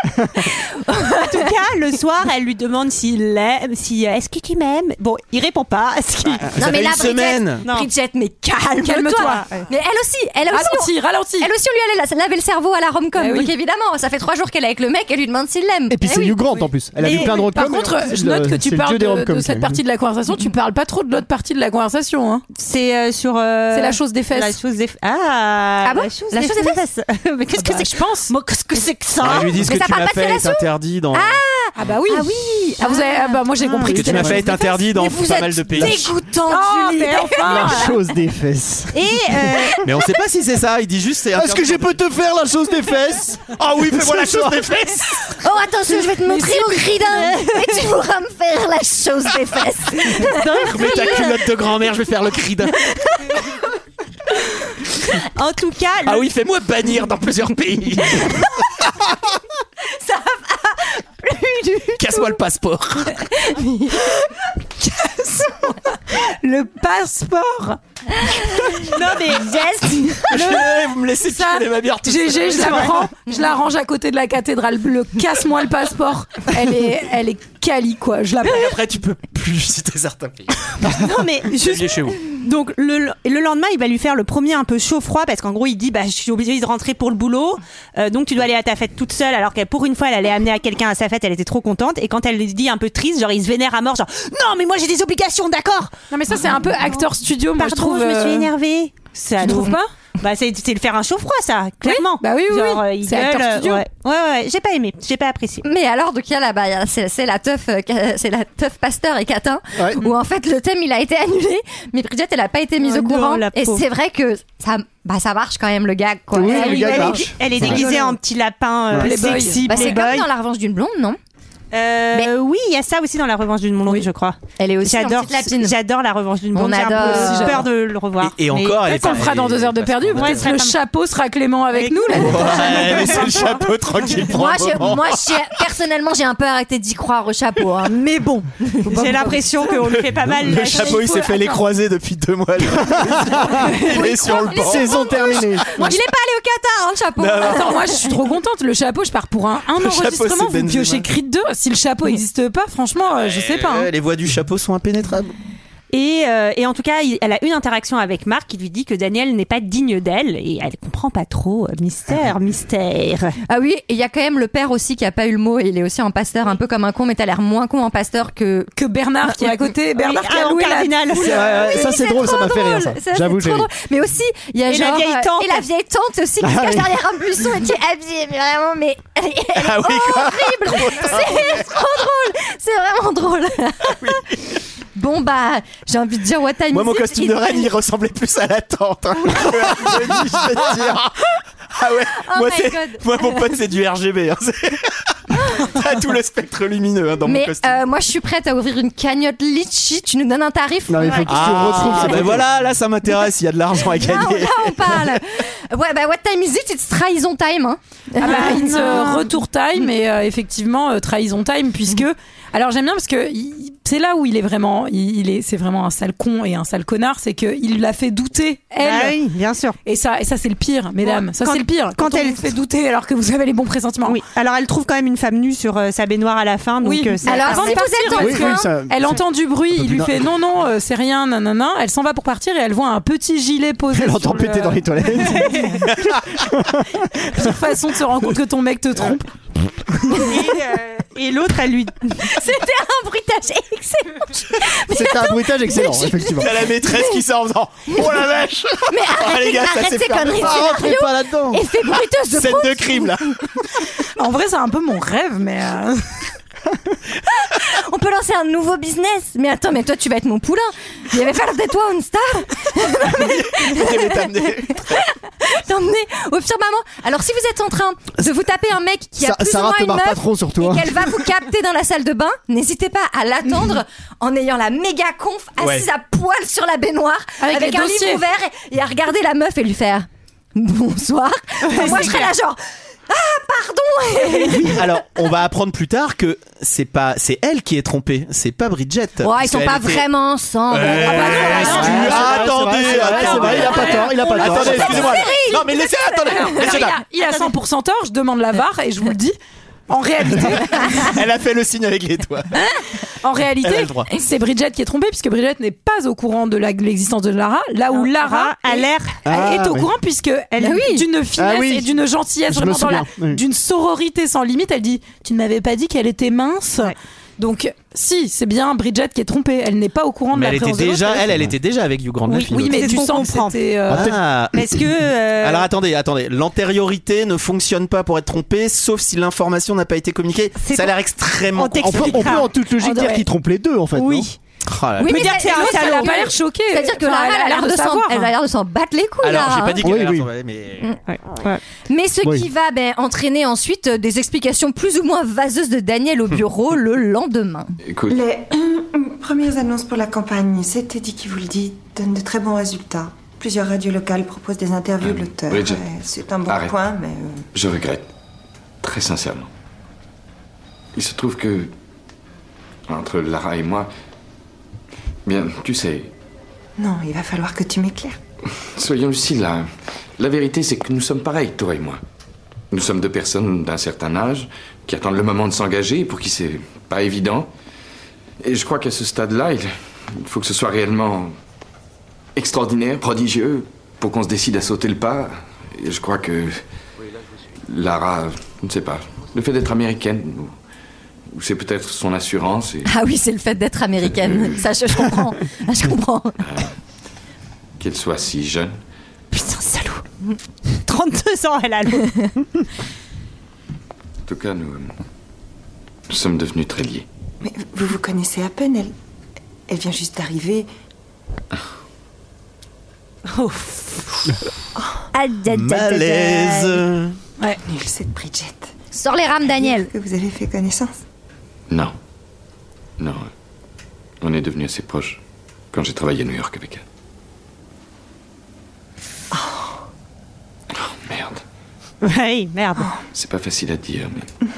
C: En tout cas, le soir, elle lui demande s'il l'aime, si euh, est-ce que tu m'aimes Bon, il répond pas. (laughs) à ce qu'il-
K: Ça fait une semaine.
B: Bridget, Bridget, mais calme-toi. Ah,
J: Calme-toi. Ouais.
B: Mais elle aussi, elle aussi.
J: Ralentis,
B: on- Eh,
J: ralentis.
B: Elle aussi, on lui allait la- laver le cerveau à la romcom.
J: Eh oui.
B: Donc évidemment, ça fait trois jours qu'elle est avec le mec, elle lui demande s'il l'aime.
D: Et puis
B: Eh
D: c'est
B: oui.
D: Hugh Grant en plus. Elle a
J: Et-
D: vu plein de
J: Par
D: rom-coms,
J: contre,
D: mais
J: je
D: le-
J: note que
D: c'est
J: tu
D: le dieu
J: parles
D: des
J: de,
D: rom-coms,
J: de
D: quand
J: cette
D: même.
J: partie de la conversation, tu parles pas trop de l'autre partie de la conversation. Hein.
C: C'est euh, sur. euh,
J: C'est la chose des fesses.
C: La chose des. Ah.
B: Ah bon
C: La chose
B: La
C: des
B: chose des
C: fesses. (laughs) Mais qu'est-ce que c'est que
J: Je pense.
C: Moi, qu'est-ce que c'est que ça
K: Ils Bah, lui disent
B: Mais
K: que
B: ça
K: tu
B: parle
K: m'as
B: pas de
K: fait est
B: fellation
K: interdit dans.
J: Ah bah oui. Ah oui. Ah, vous avez, ah bah moi j'ai compris.
K: que tu
J: c'était
K: m'as
J: la
K: fait
J: chose
K: est
J: des fesses.
K: interdit dans
B: Vous
K: pas mal
B: êtes
K: de pays.
B: dégoûtante,
J: Oh,
B: Julie.
J: mais enfin.
D: Ah, La chose des fesses.
C: Et euh,
K: Mais on sait pas si c'est ça. Il dit juste c'est.
D: Est-ce que je peux te faire la chose des fesses
K: Ah oui, fais-moi (laughs) la chose des fesses.
B: Oh, attention, je vais te montrer au gridin et tu pourras me faire la chose des fesses.
K: Remets ta culotte de grand-mère, je vais faire le cri d'un.
C: en tout cas,
K: Ah oui, fais-moi bannir dans plusieurs pays. Casse-moi le passeport.
J: Le passeport.
C: (laughs) non
J: (laughs)
C: mais
K: Je- Vous me laissez
J: Ça,
K: tirer ma bière tout
J: GG, je la prends, je la range à côté de la cathédrale bleue. Casse-moi le passeport. Elle est, elle est cali quoi. Je la prends.
K: Et après, tu peux plus citer certains pays. Ah
C: non mais juste
K: Juste chez vous.
C: Donc le, le lendemain, il va lui faire le premier un peu chaud-froid parce qu'en gros, il dit bah je suis obligé de rentrer pour le boulot, euh, donc tu dois aller à ta fête toute seule. Alors qu'elle pour une fois, elle allait amener à quelqu'un à sa fête, elle était trop contente. Et quand elle lui dit un peu triste, genre il se vénère à mort, genre non mais moi j'ai des obligations, d'accord
J: Non mais ça c'est un peu acteur studio. Moi
C: Pardon, je,
J: je trouve.
C: me suis
J: euh,
C: énervée. Ça
J: Tu
C: nous-
J: trouves pas
C: Bah c'est c'est le faire un chaud-froid ça, clairement.
J: bah oui, oui,
C: Genre,
J: oui.
C: euh, il
J: C'est
C: gueule,
J: Acteur
C: euh,
J: Studio.
C: Ouais ouais, ouais, j'ai pas aimé, j'ai pas apprécié.
B: (laughs) Mais alors, donc il y a la, bah, il y a- c'est c'est la teuf, euh, ca- c'est la teuf Pasteur et Catin,
D: Ouais.
B: où en fait le thème il a été annulé, mais Bridget elle a pas été mise
C: Oh
B: au
C: non,
B: courant.
C: la
B: Et
C: pauvre.
B: c'est vrai que ça, bah, ça marche quand même le gag quoi. Ah
D: Oui,
B: Elle-
D: le
C: Ah Elle,
D: gars
C: est-
D: marche.
C: elle est déguisée en petit lapin euh,
J: Playboy.
C: sexy,
B: bah, c'est
C: playboy.
B: comme dans la revanche d'une blonde, non
C: Euh, oui, il y a ça aussi dans La Revanche d'une blonde, je crois.
B: Elle est aussi
C: j'adore,
B: en petite lapine.
C: J'adore La Revanche d'une
B: On
C: blonde. J'ai
B: adore.
C: un
B: Aussi,
C: peu
B: j'adore.
C: peur de le revoir.
K: Et- et encore, elle est
J: Peut-être qu'on le
K: pas-
J: fera dans deux heures de perdu. Peut-être le chapeau sera Clément avec nous. là.
K: Ouais, laissez le chapeau tranquille. pour
B: Moi,
K: un
B: j'ai-
K: moment.
B: moi j'ai- personnellement, j'ai un peu arrêté d'y croire au chapeau. hein, mais bon.
C: (laughs) J'ai l'impression qu'on le fait pas mal.
K: Le chapeau, il s'est fait les croisés depuis deux mois.
J: (laughs)
K: là. il est sur le banc.
D: Saison terminée.
B: Il est pas allé au Qatar, hein, le chapeau.
J: Attends, moi je suis trop contente. Le chapeau, je pars pour un, un
K: Ah, Le chapeau,
J: enregistrement.
K: c'est
J: Vous piochez
K: Benzema.
J: Creed 2. Si le chapeau n'existe pas, franchement, euh, je sais pas. hein.
K: Euh, Les voix du chapeau sont impénétrables.
C: Et, euh, et en tout cas, il- elle a une interaction avec Marc qui lui dit que Daniel n'est pas digne d'elle et elle comprend pas trop. euh, Mystère, mystère.
B: Ah oui, et il y a quand même le père aussi qui a pas eu le mot et il est aussi en pasteur, un peu comme un con, mais t'as l'air moins con en pasteur que.
J: Que Bernard qui est à côté. Bernard qui
C: ah,
J: a
C: en
J: loué la
C: cardinal.
J: poule.
D: C'est- ouais, ouais,
B: Oui,
D: ça c'est drôle, ça
B: trop
D: m'a fait rire ça.
B: drôle, ça,
D: J'avoue,
B: c'est
D: j'ai
B: trop
D: ri.
B: drôle. Mais aussi, il y a
C: Et la
B: genre,
C: vieille
B: euh,
C: tante.
B: Et la vieille tante aussi qui se
D: Ah
B: cache
D: oui.
B: derrière un buisson et qui est habillée, mais vraiment, mais (laughs) elle est, elle est
K: Ah
J: Oh
K: oui, quoi.
B: horrible. C'est trop drôle. C'est vraiment drôle.
D: Ah
B: Bon bah, j'ai envie de dire what time
K: Moi,
B: is
K: mon
B: it
K: costume de
B: It-
K: reine, il ressemblait plus à la tente. (laughs) hein, que à Johnny, je te dire. Ah ouais,
B: Oh
K: moi,
B: my
K: c'est-
B: God.
K: moi, mon pote, c'est du RGB. hein, c'est- (laughs) T'as tout le spectre lumineux hein, dans mon
B: Mais
K: costume.
B: euh, moi, je suis prête à ouvrir une cagnotte litchi. Tu nous donnes un tarif
D: Non, mais il faut que tu retrouves
K: Ah,
D: ça.
K: ben voilà, là ça m'intéresse, il y a de l'argent à
B: Là, on,
K: gagner.
B: Ah, là, on parle. Ouais, bah, what time is it It's trahison time. Hein.
J: Ah bah,
K: eh,
J: it's, euh, retour time et euh, effectivement euh, trahison time puisque
K: Mm-hmm.
J: alors j'aime bien parce que il- c'est là où il est vraiment il, il est c'est vraiment un sale con et un sale connard c'est que il l'a fait douter elle
C: Ah oui, bien sûr.
J: et ça et ça c'est le pire mesdames
C: Ouais.
J: ça
C: Quand-
J: c'est le pire
C: quand
J: quand,
C: elle-
J: elle fait douter alors que vous avez les bons pressentiments
C: Oui. Alors elle trouve quand même une femme nue sur euh, sa baignoire à la fin. Donc,
J: Oui.
C: euh, c'est-
B: Alors,
J: Avant
B: si
J: de
B: vous
J: partir,
B: êtes en
J: parce
D: train- Oui, oui,
J: que
D: ça-
J: elle
D: ça-
J: entend du bruit, il lui fait non non, euh, c'est rien, nanana. Elle s'en va pour partir et elle voit un petit gilet posé.
D: Elle entend
J: sur le-
D: péter
J: (laughs)
D: dans les toilettes.
J: Petite façon de se rendre compte que ton mec te trompe.
D: Euh,
C: et, euh, et l'autre, elle lui.
B: C'était un bruitage excellent.
D: C'était un bruitage excellent, effectivement.
K: T'as la maîtresse qui sort en faisant Oh la vache
B: Mais arrêtez,
K: les gars, ça,
B: arrête
K: c'est
B: ces
K: fermé.
B: conneries de
D: Ah, rentrez
B: scénario
D: pas là-dedans.
B: et fais bruiteuse de
K: Scène
B: fond.
K: de crime là
J: En vrai, c'est un peu mon rêve, mais euh,
B: On peut lancer un nouveau business. Mais attends, mais toi, tu vas être mon poulain. Il avait fallu de toi une star.
K: Je vais t'amener.
B: T'emmener au pire maman. Alors, si vous êtes en train de vous taper un mec qui a
D: Sa-
B: plus
D: Sarah
B: ou moins
D: te
B: une
D: marre
B: meuf
D: pas trop sur toi.
B: et qu'elle va vous capter dans la salle de bain, n'hésitez pas à l'attendre en ayant la méga conf assise
K: Ouais.
B: à poil sur la baignoire
J: Avec
B: avec,
J: les
B: un
J: dossiers.
B: livre ouvert et, et à regarder la meuf et lui faire bonsoir. Enfin, moi, je serais là genre ah pardon.
K: Alors, on va apprendre plus tard que c'est pas c'est elle qui est trompée, c'est pas Bridget.
B: Ouais, ils
K: Parce
B: sont
K: qu'elle
B: pas
K: était-
B: vraiment ensemble.
K: Ouais,
B: Ah bah,
K: ouais,
B: voilà.
K: ouais,
D: c'est vrai,
K: Attendez,
D: c'est vrai, c'est vrai, il a pas
K: attendez.
D: tort, il a pas tort.
K: Attendez, excusez-moi. Non mais laissez attendez,
J: alors,
K: laissez
J: il, a, il a 100% tort. Je demande la var et je vous le dis. En réalité,
K: Elle a fait le signe avec les doigts.
J: en
K: Elle a
J: réalité,
K: le droit.
J: c'est Bridget qui est trompée puisque Bridget n'est pas au courant de la- de l'existence de Lara, là où Lara
C: a
J: est-
C: l'air.
D: Ah,
J: est au
D: oui.
J: courant puisque elle
B: Ah
J: est
B: oui.
J: d'une finesse
D: Ah oui.
J: et d'une gentillesse
D: Je me
J: vraiment dans la-
D: souviens, oui.
J: d'une sororité sans limite. Elle dit tu ne m'avais pas dit qu'elle était mince. Donc si c'est bien Bridget qui est trompée, elle n'est pas au courant
K: Mais
J: de
K: elle
J: la
K: était
J: présence de
K: déjà
J: l'autre.
K: elle, elle était déjà avec Hugh Grant. la
J: Oui,
K: fille,
J: oui,
K: l'autre.
J: mais
C: C'est
J: tu
C: ce qu'on
J: sens que
C: comprend.
J: c'était, euh,
K: Ah.
C: Parce que. euh,
K: Alors attendez, attendez. L'antériorité ne fonctionne pas pour être trompée, sauf si l'information n'a pas été communiquée.
C: C'est
K: Ça a l'air extrêmement.
C: On
D: On peut, on peut en toute logique
J: Ah,
D: dire
J: ouais.
D: qu'il trompe les deux en fait. non
J: oui.
K: Oh là là.
B: Oui,
C: Me
B: mais
C: dire
B: ça-
C: que c'est un
B: l'autre, elle a
C: salaud.
J: Elle a pas l'air choquée.
B: C'est-à-dire que
J: Enfin,
B: Lara, elle a l'air de s'en,
J: savoir.
B: elle a l'air de s'en battre les couilles.
K: Alors
B: Lara,
K: j'ai pas dit
B: hein.
K: qu'elle
D: Oui,
K: a l'air
D: oui.
K: tombée, mais
B: Mm.
C: ouais, ouais.
B: Mais ce
D: Oui.
B: qui va ben, entraîner ensuite euh, des explications plus ou moins vaseuses de Daniel au bureau le lendemain.
M: Écoute,
L: Les premières annonces pour la campagne, c'était dit qui vous le dit, donnent de très bons résultats. Plusieurs radios locales proposent des interviews de l'auteur.
M: Bridget,
L: Euh, C'est un bon
M: arrête.
L: point, mais... euh,
M: je regrette. Très sincèrement. Il se trouve que. Entre Lara et moi. Bien, tu sais,
L: Non, il va falloir que tu m'éclaires.
M: soyons lucides là. La vérité, c'est que nous sommes pareils, toi et moi. Nous sommes deux personnes d'un certain âge qui attendent le moment de s'engager et pour qui c'est pas évident. Et je crois qu'à ce stade-là, il il faut que ce soit réellement extraordinaire, prodigieux, pour qu'on se décide à sauter le pas. Et je crois que Lara, je ne sais pas, le fait d'être américaine, ou- ou c'est peut-être son assurance et
B: Ah oui, c'est le fait d'être
K: (laughs)
B: américaine. Ça, je, je comprends. Ah, je comprends.
M: qu'elle soit si jeune.
B: Putain, salaud.
C: 32 ans, elle a l'autre.
M: En tout cas, nous, euh, nous sommes devenus très liés.
L: Mais vous vous connaissez à peine, elle... Elle vient juste d'arriver.
B: Aïe, aïe, aïe, aïe, aïe.
K: malaise.
L: Nulle cette Bridget.
B: Sors les rames, Daniel.
L: Que vous avez fait connaissance.
M: Non. Non. euh, On est devenus assez proches quand j'ai travaillé à New York avec elle.
C: (laughs) Oui, merde.
M: C'est pas facile à dire, mais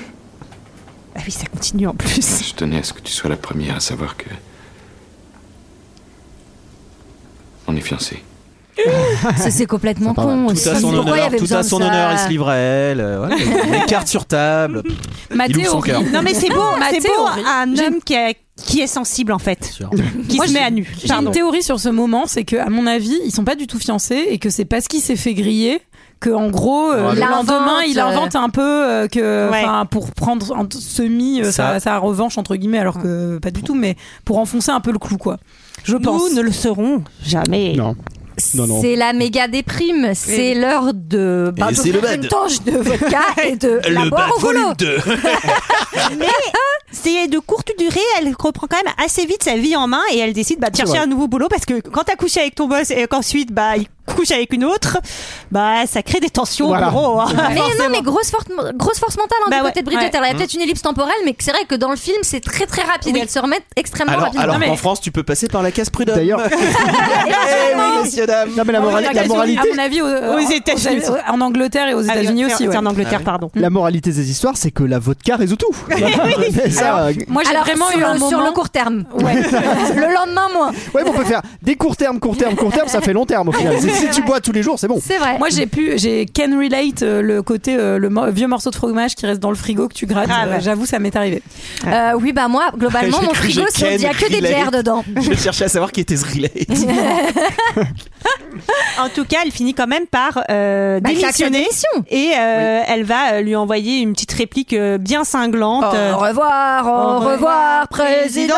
C: Ah oui, ça continue en plus.
M: je tenais à ce que tu sois la première à savoir que. On est fiancés.
B: Ça, c'est complètement
K: Pas mal.
B: con.
K: Ah, Tout à son
B: Pourquoi il y
K: honneur,
B: avait
K: tout
B: besoin
K: à
B: de
K: son
B: ça
K: honneur, il se livre à elle. euh, voilà.
B: (laughs)
K: Les cartes sur table.
B: Ah,
C: Ma
K: il ouvre son cœur.
C: Non mais c'est beau,
J: Ma
C: c'est beau
J: théorie.
C: un homme qui, a- qui est sensible en fait,
B: (laughs)
C: qui se met à nu.
J: J'ai
C: Pardon.
J: une théorie sur ce moment, c'est que à mon avis, ils sont pas du tout fiancés et que c'est parce qu'il s'est fait griller que en gros euh,
C: Ouais.
J: le
C: Il
J: lendemain
C: invente,
J: il invente
C: euh,
J: un peu euh, que
C: Ouais.
J: enfin pour prendre en semi euh,
C: Ça-
J: sa, sa revanche entre guillemets alors que pas du tout mais pour enfoncer un peu le clou quoi. Je pense.
C: Nous ne le serons jamais.
D: Non.
J: Non, non.
B: C'est la méga déprime, c'est l'heure de.
K: Et
B: de
K: c'est le
B: prendre
K: bad.
B: une tanche de vodka et de la
K: (laughs) Le
B: boire
K: bad
B: au volo.
K: volume 2.
C: Mais c'est de courte durée, elle reprend quand même assez vite sa vie en main et elle décide bah, de
J: C'est
C: chercher
J: vrai.
C: un nouveau boulot parce que quand t'as couché avec ton boss et qu'ensuite bah, il couche avec une autre, bah ça crée des tensions
B: Voilà.
C: gros. hein.
B: Mais non, mais grosse, force- grosse force mentale hein,
C: Bah
B: du
C: ouais,
B: côté de Bridget.
C: ouais.
B: Alors, il y a
K: Mm.
B: peut-être une ellipse temporelle, mais c'est vrai que dans le film, c'est très très rapide. Elles se remettent extrêmement
K: Alors,
B: rapidement.
K: alors qu'en France, tu peux passer par la case prud'homme. (laughs) Eh D'ailleurs,
B: Exactement.
D: Non, mais la, morali- la moralité.
J: à mon avis, euh, aux,
C: États-Unis.
J: en Angleterre et aux
C: Ah oui,
J: États-Unis
C: c'est-
J: aussi.
C: c'est
J: ouais.
C: en Angleterre, pardon.
J: Hmm.
D: La moralité des histoires, c'est que la vodka résout
J: (laughs)
D: tout. Mais ça, euh,
J: Moi, j'ai
B: Alors,
J: vraiment
B: sur
J: eu un
B: le- sur
J: moment-
B: le court terme.
J: Ouais.
B: (laughs) le lendemain, moins.
D: Ouais, mais on peut faire des courts termes, court terme, court terme, ça fait long terme au final. Si, si tu bois tous les jours, c'est bon.
B: C'est vrai.
J: Moi, j'ai pu, j'ai can relate euh, le côté euh, le mo- vieux morceau de fromage qui reste dans le frigo que tu grattes.
C: Ah,
J: Euh,
C: ouais.
J: J'avoue, ça m'est arrivé.
B: Euh, oui, bah moi, globalement,
K: J'ai
B: mon
K: cru,
B: frigo,
K: j'ai
B: c'est- il n'y a
K: Ken
B: que des
K: Relate.
B: bières dedans.
K: je cherchais à savoir qui était ce relais.
B: (laughs)
C: En tout cas, elle finit quand même par euh,
B: Bah, claque sa
C: démissionner et euh, elle va euh, lui envoyer une petite réplique euh, bien cinglante. euh,
B: Au revoir,
C: Au
B: au
C: revoir,
B: revoir, président.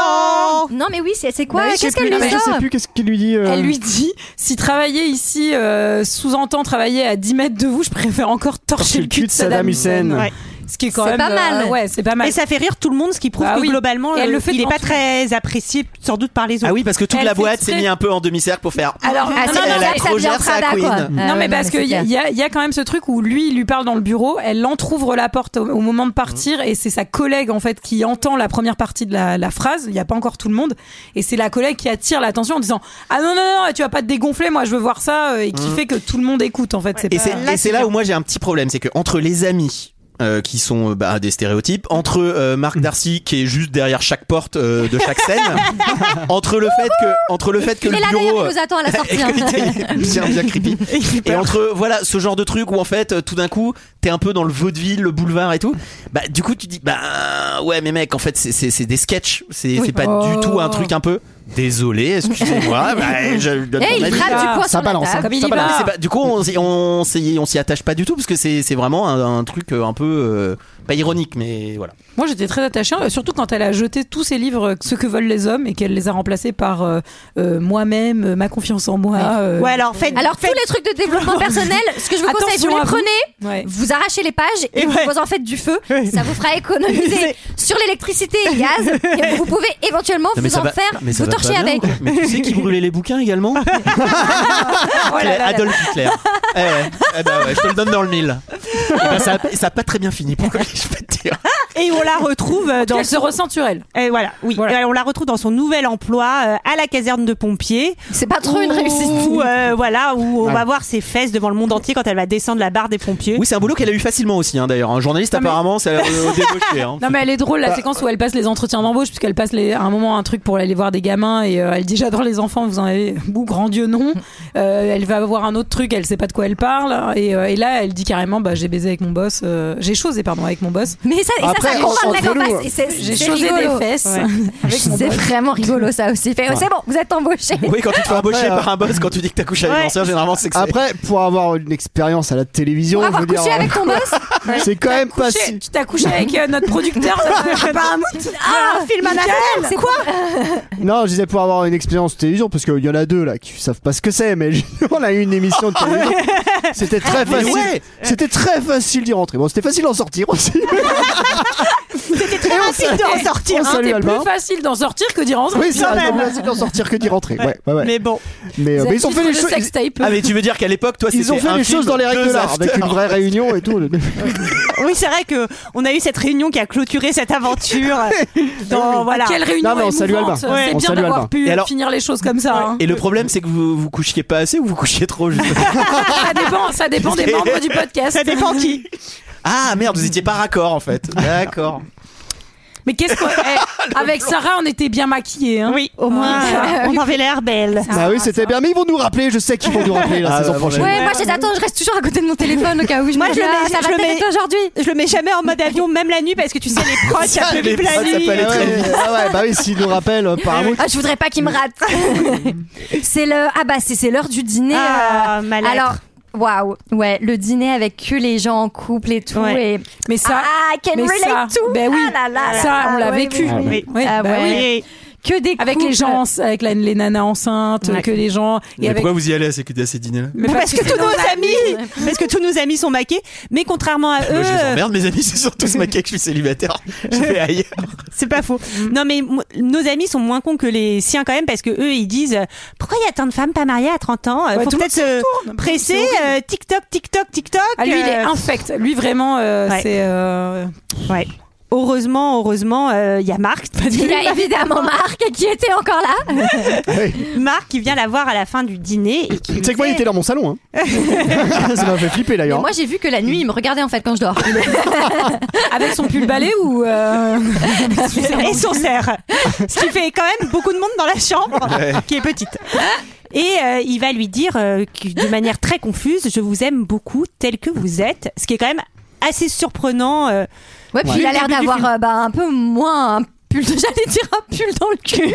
B: Non, mais oui, c'est c'est quoi
J: Bah, je sais
B: Qu'est-ce
J: plus.
B: qu'elle
J: Ah,
B: lui
J: mais je
B: sort
D: Je sais plus qu'est-ce qu'il lui dit. euh,
J: Elle lui dit si travailler ici euh, sous-entend travailler à 10 mètres de vous, je préfère encore torcher le cul de Saddam Hussein.
D: Hussein.
C: Ouais.
J: Ce qui est quand
B: C'est
J: même
B: pas mal.
J: euh, ouais, c'est pas mal.
C: Et ça fait rire tout le monde, ce qui prouve
J: Bah
C: que
J: oui.
C: globalement,
J: Et elle
C: euh,
J: le fait
C: il n'est
J: devant
C: pas
J: tout
C: très apprécié, sans doute par les autres.
K: Ah oui, parce que toute
J: Elle
K: la
J: fait
K: boîte s'est
J: exprès.
K: mise un peu en demi-cercle pour faire.
B: Alors, ah,
J: non,
B: c'est-
J: non,
K: elle
J: ça-
K: a
J: ça
K: trop
B: vient
K: gère sa
B: Prada, quoi.
K: queen.
B: Ah
J: non
B: ouais,
J: mais parce
B: mais
J: qu'il
B: c'est
J: y, a-
B: clair.
J: y a- y a quand même ce truc où lui il lui parle dans le bureau, elle entrouvre la porte au, au moment de partir et c'est sa collègue en fait qui entend la première partie de la, la phrase, il n'y a pas encore tout le monde et c'est la collègue qui attire l'attention en disant ah non non non tu vas pas te dégonfler moi je veux voir ça euh, et qui fait que tout le monde écoute en fait c'est
K: Et
J: pas-
K: c'est
C: Ah,
K: et c'est là où moi j'ai un petit problème, c'est que entre les amis. euh, qui sont euh, bah, des stéréotypes entre euh, Marc Darcy qui est juste derrière chaque porte euh, de chaque scène entre le fait que entre le fait que
B: Il
K: le
B: est là
K: bureau
B: d'ailleurs, il nous attend à la sortie. hein.
K: euh, bien bien creepy et entre voilà ce genre de truc où en fait euh, tout d'un coup t'es un peu dans le vaudeville le boulevard et tout bah du coup tu dis bah ouais mais mec en fait c'est- c'est c'est des sketchs c'est c'est pas
J: Oh.
K: du tout un truc un peu désolé excusez-moi bah, je donne
B: (laughs) Eh,
K: mon
B: il
K: avis.
B: frappe du poing
D: Ça
B: sur la
D: balance, hein.
B: table.
J: comme il
K: Ça
J: y
K: va, mais
J: va.
K: c'est pas- du coup, on, s'y- on, s'y- on s'y attache pas du tout parce que c'est c'est vraiment un, un truc euh, un peu euh, pas ironique, mais voilà.
J: Moi, j'étais très attachée, euh, surtout quand elle a jeté tous ses livres, euh, Ce que veulent les hommes, et qu'elle les a remplacés par euh, euh, Moi-même, euh, Ma confiance en moi. euh,
C: Ouais, alors faites.
B: Alors tous les trucs de développement personnel, ce que je vous conseille,
J: Attention
B: vous
J: à
B: les
J: vous.
B: prenez,
J: Ouais.
B: vous arrachez les pages et,
C: Et
B: vous,
C: ouais.
B: vous en faites du feu. Ça vous fera économiser sur l'électricité et le gaz. Et vous pouvez éventuellement vous en faire, vous torcher avec.
K: Mais tu sais qui brûlait les bouquins également
J: Oh là là là.
K: Adolf Hitler. Eh ouais, eh ben ouais, je te le donne dans le mille. Et ben, ça, a- ça a pas très bien fini, pour je peux te dire.
C: Et on la retrouve euh, dans.
J: Elle se ressent sur elle.
C: Et voilà, oui.
J: Voilà.
C: Et on la retrouve dans son nouvel emploi euh, à la caserne de pompiers.
B: C'est pas trop une
C: Où-
B: réussite.
C: où, euh, voilà, où on
D: Ouais.
C: va voir ses fesses devant le monde entier quand elle va descendre la barre des pompiers.
K: Oui, c'est un boulot qu'elle a eu facilement aussi, hein, d'ailleurs. Un journaliste,
J: Non, mais-
K: apparemment, c'est euh, débauché. hein.
J: Non mais elle est drôle la séquence où elle passe les entretiens d'embauche puisqu'elle passe les, à un moment un truc pour aller voir des gamins et euh, elle dit j'adore les enfants vous en avez (laughs) bou grand dieu non Euh, elle va voir un autre truc elle sait pas de quoi elle parle et, euh, et là elle dit carrément bah j'ai baisé avec mon boss euh, j'ai chosé pardon avec mon boss
B: Mais ça, et ça,
D: Après,
B: ça compte
D: entre
B: la campagne.
D: nous,
B: C'est- c'est-
J: j'ai
B: c'est
J: chosé
B: rigolo.
J: des fesses
B: C'est vraiment rigolo ça aussi. Fait, oh, C'est bon, vous êtes embauché.
K: Oui, quand tu te fais embaucher
D: Après, euh,
K: par un boss, quand tu dis que t'as couché avec
C: Ouais.
K: une ancienne, généralement, c'est que c'est-
D: Après, pour avoir une expérience à la télévision,
B: Pour
D: je veux
B: avoir
D: dire,
B: couché avec ton boss,
D: euh, c'est quand même pas si.
J: tu t'as couché avec euh, notre (laughs) producteur ça fait pas un mout.
C: Ah, un film à Noël
B: c'est quoi
D: Non, je disais pour avoir une expérience de télévision, parce qu'il y en a deux là qui savent pas ce que c'est, mais (laughs) on a eu une émission de télévision. C'était très
K: Mais
D: facile.
K: ouais.
D: C'était très facile d'y rentrer. Bon, c'était facile d'en sortir aussi.
C: C'était très facile d'en sortir.
J: hein,
D: salut
J: t'es
D: Albin.
J: plus facile d'en sortir que d'y rentrer.
D: Oui, c'est
J: quand
D: vrai,
J: même.
D: c'est d'en sortir que d'y rentrer. Ouais, ouais, ouais.
C: Mais bon.
D: Mais, euh,
J: Vous
D: mais
J: avez
D: ils ont
J: dit
D: fait
J: trop
D: les
J: de
D: choses.
J: sex tape.
K: Ah mais tu veux dire qu'à l'époque toi
D: Ils ont fait les choses dans les règles de l'art, avec une vraie réunion et tout.
C: Oui, c'est vrai que on a eu cette réunion qui a clôturé cette
K: (laughs)
C: aventure. Dans, voilà.
J: Ah Quelle réunion
D: Non, mais on salue
J: émouvante.
D: Albin.
J: C'est
D: On
J: bien
D: salue
J: d'avoir
D: Albin.
J: pu
K: Et alors-
J: finir les choses comme ça. hein.
K: Et le problème c'est que vous vous couchiez pas assez ou vous couchiez
D: (laughs)
K: trop juste
J: ça dépend, ça dépend des membres du podcast.
C: Ça dépend qui.
K: Ah merde, vous étiez pas raccord en fait. D'accord.
J: Mais qu'est-ce que Eh, avec Sarah, on était bien maquillés. Hein.
C: Oui, au moins euh, on avait l'air belle.
D: (laughs) Bah oui, c'était bien. Mais ils vont nous rappeler, je sais qu'ils vont nous rappeler la
K: Ah,
D: saison
K: bah,
D: prochaine.
B: Ouais, moi je les attends, je reste toujours à côté de mon téléphone au cas où je
C: Moi,
B: me
C: je
B: dis,
C: le
B: ah,
C: mets-
B: ça
C: je
B: va
C: le
B: peut-être
C: mets-
B: être aujourd'hui.
C: Je le mets jamais en mode avion, même la nuit, parce que tu sais les proches, ça peut vivre la
K: prods, ça
C: nuit.
K: peut aller très
D: Ouais,
K: vite.
D: ah ouais, bah oui, s'ils nous rappellent euh, par
B: Ah, je voudrais pas qu'il me rate. (laughs) c'est le ah bah c'est c'est l'heure du dîner.
J: Euh,
B: euh,
C: Ah, ma lettre.
B: alors waouh, ouais, le dîner avec que les gens en couple et tout
C: Ouais.
B: et
J: Mais ça,
B: ah, I can
J: mais
B: relate
J: ça,
B: to.
J: ben oui,
B: Ah là là,
J: ça,
B: là
J: on
B: là,
J: l'a
B: ouais,
J: vécu.
B: oui, oui.
C: Oui.
J: Oui,
B: Ah
J: bah
B: ouais.
J: oui.
C: Et-
B: Que des
J: Avec les
B: couples-
J: gens, ence- avec la- les nanas enceintes,
C: Ouais.
J: que les gens. et
K: Mais
J: avec-
K: pourquoi vous y allez à ces à ces dîners là
J: Mais
C: parce que, tous
J: c'est
C: nos
J: normal.
C: amis, parce que tous nos amis sont maqués, mais contrairement à
K: Moi, je les
C: eux,
K: emmerde, mes amis, (laughs) c'est surtout ce maquet que je suis célibataire. Je vais ailleurs.
C: c'est pas faux.
J: Mm.
C: Non mais mo- nos amis sont moins cons que les siens quand même parce que eux ils disent euh, pourquoi il y a tant de femmes pas mariées à 30 ans Euh,
J: Ouais,
C: Faut
J: tout le
C: peut-être
J: monde se
C: se
J: retourne.
C: presser
J: C'est horrible.
C: euh, TikTok TikTok TikTok.
J: Ah, lui, il est
C: euh,
J: infect. Lui, vraiment, euh,
C: Ouais.
J: c'est. euh,
C: ouais. Heureusement heureusement euh, il y a
J: (laughs)
C: Marc parce que
B: Il y a évidemment Marc qui était encore là.
C: Marc qui vient la voir à la fin du
J: (laughs)
C: dîner et qui
D: Tu sais que moi, il était dans mon salon. Hein. ça m'a fait flipper
B: Mais
D: d'ailleurs.
B: moi j'ai vu que la nuit il me regardait en fait quand je dors.
J: Avec son pull balai ou. euh,
C: (laughs)
J: (laughs)
C: et son cerf. Ce qui fait quand même beaucoup de monde dans la chambre, qui est petite. Et euh, il va lui dire euh, que, de manière très confuse Je vous aime beaucoup tel que vous êtes. Ce qui est quand même assez surprenant. euh,
B: Ouais, puis
C: Ouais.
B: il a l'air
C: Le début du
B: d'avoir euh, bah, un peu moins un pull. de- (laughs) J'allais dire un pull dans le cul.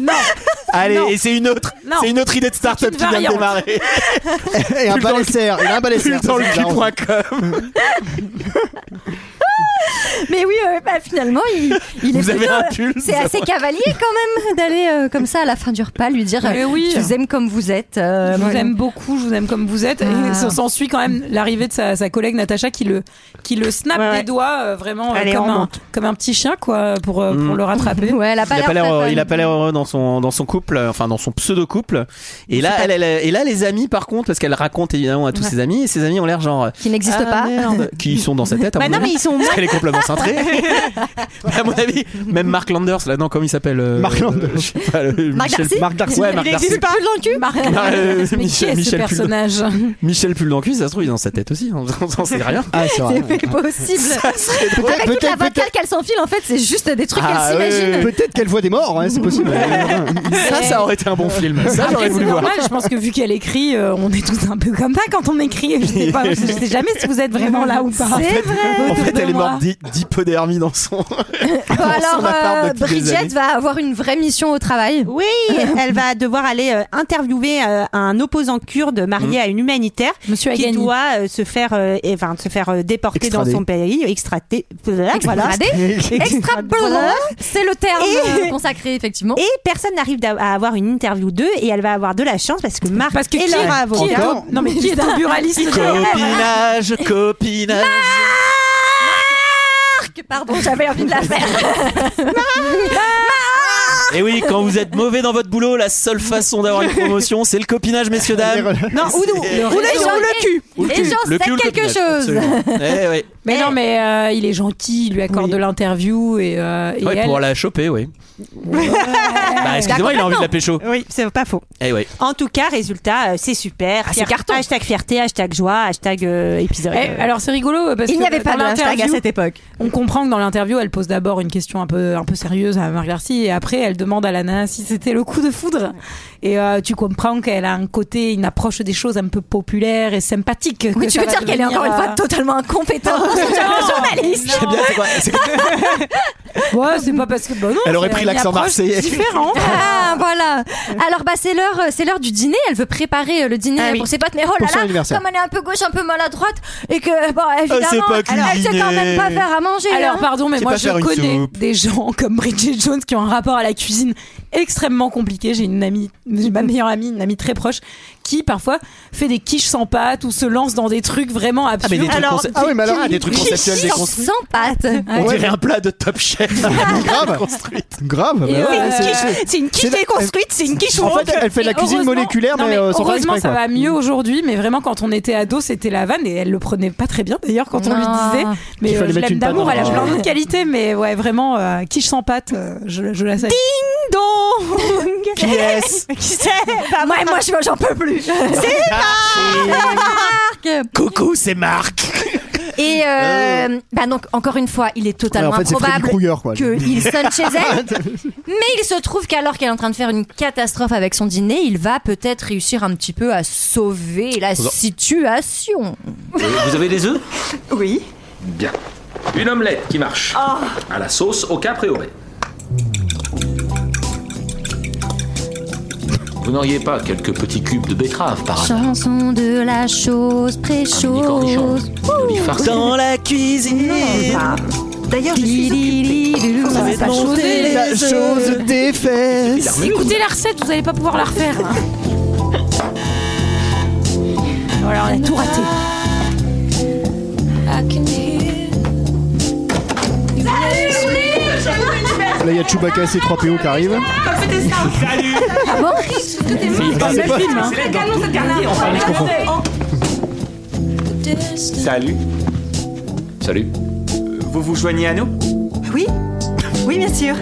J: Non,
K: Allez,
J: Non.
K: et c'est une autre,
J: Non.
K: c'est une autre idée de start-up
J: C'est une
K: qui vient de
J: variante.
K: démarrer.
D: Et un balai serre, Il a un balai serre, ça,
K: dans le
D: c'est marrant.
K: cul.com.
B: Mais oui, euh, bah, finalement, il, il est
K: Vous avez
B: plutôt,
K: un
B: euh,
K: (laughs) pull,
B: C'est
K: ça
B: assez
K: va.
B: cavalier quand même d'aller euh, comme ça à la fin du repas lui dire
J: Mais
B: euh,
J: oui.
B: je vous aime comme vous êtes.
J: je
B: euh,
J: vous
B: voilà.
J: aime beaucoup, je vous aime comme vous êtes.
B: Ah.
J: Et ça s'ensuit quand même l'arrivée de sa, sa collègue Natacha qui le, qui le snap
C: Ouais, ouais.
J: des doigts euh, vraiment euh,
C: Allez,
J: comme,
C: on
J: un,
C: monte.
J: comme un petit chien quoi pour, euh, pour
K: Mm.
B: (laughs)
J: le rattraper.
B: Ouais, euh, elle a pas
K: Il a
B: l'air
K: pas l'air,
B: très
K: heureux-
B: fan.
K: il a pas l'air heureux dans son dans son couple, euh, enfin dans son pseudo couple. Et là, elle, elle- et là, les amis par contre, parce qu'elle raconte évidemment à tous ses amis, et ses amis ont l'air genre euh,
B: Qui n'existe
K: ah,
B: pas.
K: merde, (laughs) qui sont dans sa tête. À
C: Bah
K: mon
C: non,
K: avis,
C: mais ils
K: (laughs)
C: sont
K: parce qu'elle est complètement cintrée. (laughs) à mon avis, même Mark Landers là, non, comme il s'appelle. euh,
D: Mark Landers.
K: euh, je sais pas, le-
B: Marc
K: Michel-
B: Darcy
D: Marc Darcy.
K: Ouais, Marc
C: Il
K: Darcy.
C: n'existe pas dans le cul
J: Marc-
K: euh,
J: mais qui
K: Michel-
J: est ce
K: Michel Pullo.
J: personnage
K: Michel pull dans le cul, ça se trouve il est dans sa tête aussi. hein. (laughs) On n'en sait rien.
D: Ah, c'est vrai.
B: (laughs) C'est possible. Avec toute la
D: Peut-être
B: vodka
D: peut-être-
B: qu'elle s'enfile, en fait, c'est juste des trucs
K: Ah,
B: qu'elle
K: ouais,
B: s'imagine.
D: peut-être qu'elle voit des morts, hein, c'est possible.
K: Ça, ça aurait été un bon film. Ça,
J: Après,
K: j'aurais
J: c'est
K: voulu voir.
J: normal, je pense que vu qu'elle écrit, euh, on est tous un peu comme ça quand on écrit. Je sais, pas, je sais jamais si vous êtes vraiment là ou pas.
B: C'est vrai.
K: En fait, elle est
J: moi.
K: morte d'hy- d'hypodermie dans son. (laughs)
B: Bon, alors,
K: appart
B: euh,
K: depuis des
B: Bridget
K: années.
B: va avoir une vraie mission au travail.
C: Oui, elle va devoir aller euh, interviewer euh, un opposant kurde marié
K: Mm.
C: à une humanitaire
J: Monsieur
C: qui
J: Agani.
C: doit euh, se faire euh, et- enfin, se faire euh, déporter
D: Extrader.
C: dans son pays, extrater. ah, Voilà.
B: Extradé. hein.
K: (laughs)
B: Extra hein.
C: Voilà.
B: c'est le terme
C: Et-
B: euh, consacré effectivement.
C: Et personne n'arrive d'a- à avoir une interview d'eux et elle va avoir de la chance parce que Marc
J: Parce que
C: est
J: qui,
C: leur
J: qui est (laughs)
C: avocat.
J: au- non mais qui est un buraliste de-
K: Copinage, copinage.
B: Marc, pardon, j'avais envie de la faire.
K: Et oui, quand vous êtes mauvais dans votre boulot, la seule façon d'avoir une promotion, c'est le copinage, messieurs dames.
C: Non, ou, ou-
K: Le
C: ou
B: réseau.
C: le- ou le cul.
K: Ou
B: Les
K: cul.
B: gens savent
K: Le cul ou le
B: quelque
K: copinage,
B: chose.
K: absolument. Eh ouais.
J: Mais non mais euh, il est gentil, il lui accorde
C: Oui.
J: de l'interview et, euh, et
K: Ouais,
J: elle-
K: pour la choper, oui. (laughs) Bah, excusez-moi, il a envie de la pécho.
C: Oui, c'est pas faux.
K: Eh ouais.
C: En tout cas, résultat, euh, c'est super.
J: Ah, c'est
C: Fier-
J: carton.
C: Hashtag fierté, hashtag joie, hashtag euh, épisode.
J: Eh, alors c'est rigolo parce
B: Il
J: que
B: n'y avait pas
J: dans
B: de hashtag à
J: l'interview,
B: cette époque.
J: On comprend que dans l'interview, elle pose d'abord une question un peu, un peu sérieuse à Marc Garcy et après, elle demande à la nana si c'était le coup de foudre. Et euh, tu comprends qu'elle a un côté, une approche des choses un peu populaire et sympathique.
B: Oui,
J: que
B: tu
J: ça
B: veux
J: va
B: dire qu'elle est
J: devenir,
B: encore une
J: euh,
B: fois totalement incompétente pour ce genre de journaliste
K: J'aime bien, c'est quoi c'est-
J: Ouais, c'est pas parce que. Bah non,
K: Elle aurait
J: c'est
K: pris
J: une
K: l'accent
J: approche
K: marseillais.
J: Différent.
D: (laughs)
B: Ah voilà. Alors bah c'est l'heure, euh, c'est l'heure du dîner. Elle veut préparer euh, le dîner
C: Ah oui.
B: pour ses potes. Mais oh
D: Pour son
B: là là,
D: anniversaire. Ah,
B: comme elle est un peu gauche, un peu maladroite, et que bon
K: c'est
B: évidemment,
K: pas
B: elle elle sait quand
K: cuisiner.
B: même pas faire à manger.
J: Alors
B: hein.
J: pardon, mais
K: C'est
J: moi
K: pas
J: je
K: faire une
J: connais
K: soupe.
J: des gens comme Bridget Jones qui ont un rapport à la cuisine extrêmement compliqué. J'ai une amie, j'ai ma meilleure amie, une amie très proche, qui parfois fait des quiches sans pâte ou se lance dans des trucs vraiment absurdes.
K: mais des trucs conce- ah oui, mais alors, ah, des trucs conceptuels
J: Quiche
K: déconstruits.
J: sans pâte.
B: Ah,
K: On dirait un plat de top (laughs) chef.
D: grave. Grave.
J: Et
D: bah
J: euh,
D: ouais,
J: oui,
D: c'est-
J: c'est- c'est une quiche
D: c'est la-
J: déconstruite, c'est une quiche
D: En fait,
J: woke.
D: elle fait de la
J: Et
D: cuisine
J: heureusement-
D: moléculaire,
J: non,
D: mais, euh, sans faire
J: heureusement,
D: exprès,
J: ça
D: quoi.
J: va mieux aujourd'hui, mais vraiment, quand on était ado, c'était la vanne et elle le prenait pas très bien d'ailleurs quand on lui
B: Non.
J: disait. Mais
B: Qu'il
J: euh,
B: fallait
J: je
B: mettre
J: l'aime
B: une patte
J: d'amour,
B: dans
J: elle a
B: la-
D: (laughs)
J: plein d'autres qualités, mais ouais, vraiment, euh, quiche sans pâte, euh, je, je la salue. Ding dong
C: Qui est-ce
J: Qui c'est Bah, moi, moi, je- j'en peux plus.
B: C'est Marc
K: Coucou, c'est Marc.
B: Et euh, bah donc encore une fois, il est totalement
D: Ah Ouais, en fait, c'est Freddy
B: improbable
D: Krueger, quoi.
B: qu'il sonne chez
D: (laughs)
B: elle. Mais il se trouve qu'alors qu'elle est en train de faire une catastrophe avec son dîner, il va peut-être réussir un petit peu à sauver la
E: Vous en-
B: situation.
E: Vous avez des œufs
L: Oui.
E: Bien. Une omelette qui marche. À la sauce, au capre et au lait.
M: Vous n'auriez pas quelques petits cubes de betterave par
D: Ah,
B: Chanson de la chose pré-chose.
M: Dans
K: la cuisine.
L: D'ailleurs, je suis
B: occupée.
L: Ça va
J: va
L: pas changer.
J: changer.
D: La chose des fesses.
J: Si écoutez la recette, vous allez pas pouvoir la refaire. hein. voilà, on a tout raté.
D: Là, il y a Chewbacca et ses 3PO qui arrivent.
L: Salut
B: Ah bon
D: Ah, c'est pas-
J: hein.
N: Salut. Salut. Vous vous joignez à nous
L: Oui Oui, bien sûr.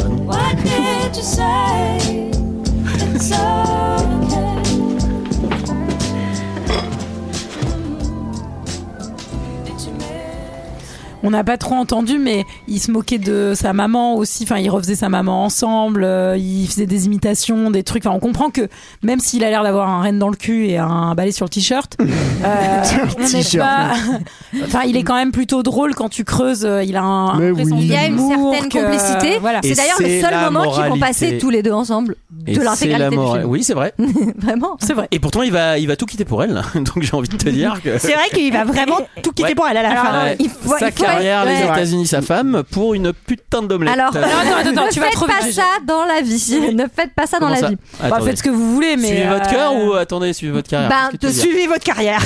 J: On n'a pas trop entendu, mais il se moquait de sa maman aussi. Enfin, il refaisait sa maman ensemble. euh, il faisait des imitations, des trucs. Enfin, on comprend que même s'il a l'air d'avoir un renne dans le cul et un balai sur le t-shirt, euh, on n'est
B: T-shirt,
D: Bah.
J: pas- (laughs) enfin, il est quand même plutôt drôle quand tu creuses. euh, Il a un. un vrai sens
B: Il y a
J: de
B: une
J: l'humour,
B: certaine
J: que-
B: complicité.
J: voilà.
B: C'est d'ailleurs le
K: c'est
B: seul
K: la
B: moment qu'ils vont
K: moralité.
B: passer tous les deux ensemble
K: Et
B: de
K: c'est la
B: l'intégralité du
K: mort-
B: film.
K: Oui, c'est vrai.
B: (laughs) Vraiment.
J: C'est vrai.
K: Et pourtant, il va, il va tout quitter pour elle. (laughs) là. Donc, j'ai envie de te dire que.
C: C'est vrai qu'il va vraiment tout quitter
J: Oh
K: Ouais.
C: pour elle à la
K: Alors,
C: fin.
K: ouais, sa carrière, les États-Unis, sa femme, pour une putain d'omelette.
B: Alors, ne
J: tu vas
B: faites
J: trop vite,
B: pas
J: Brigitte.
B: ça dans la vie. (laughs) Ne faites pas ça dans
K: Comment
B: la
K: ça
B: vie.
K: Bah, Attendez. faites ce que
J: vous voulez, mais,
K: Suivez votre
J: euh,
K: cœur ou attendez, suivez votre carrière
B: Ben,
K: Qu'est-ce que tu veux dire
B: suivez
C: votre carrière.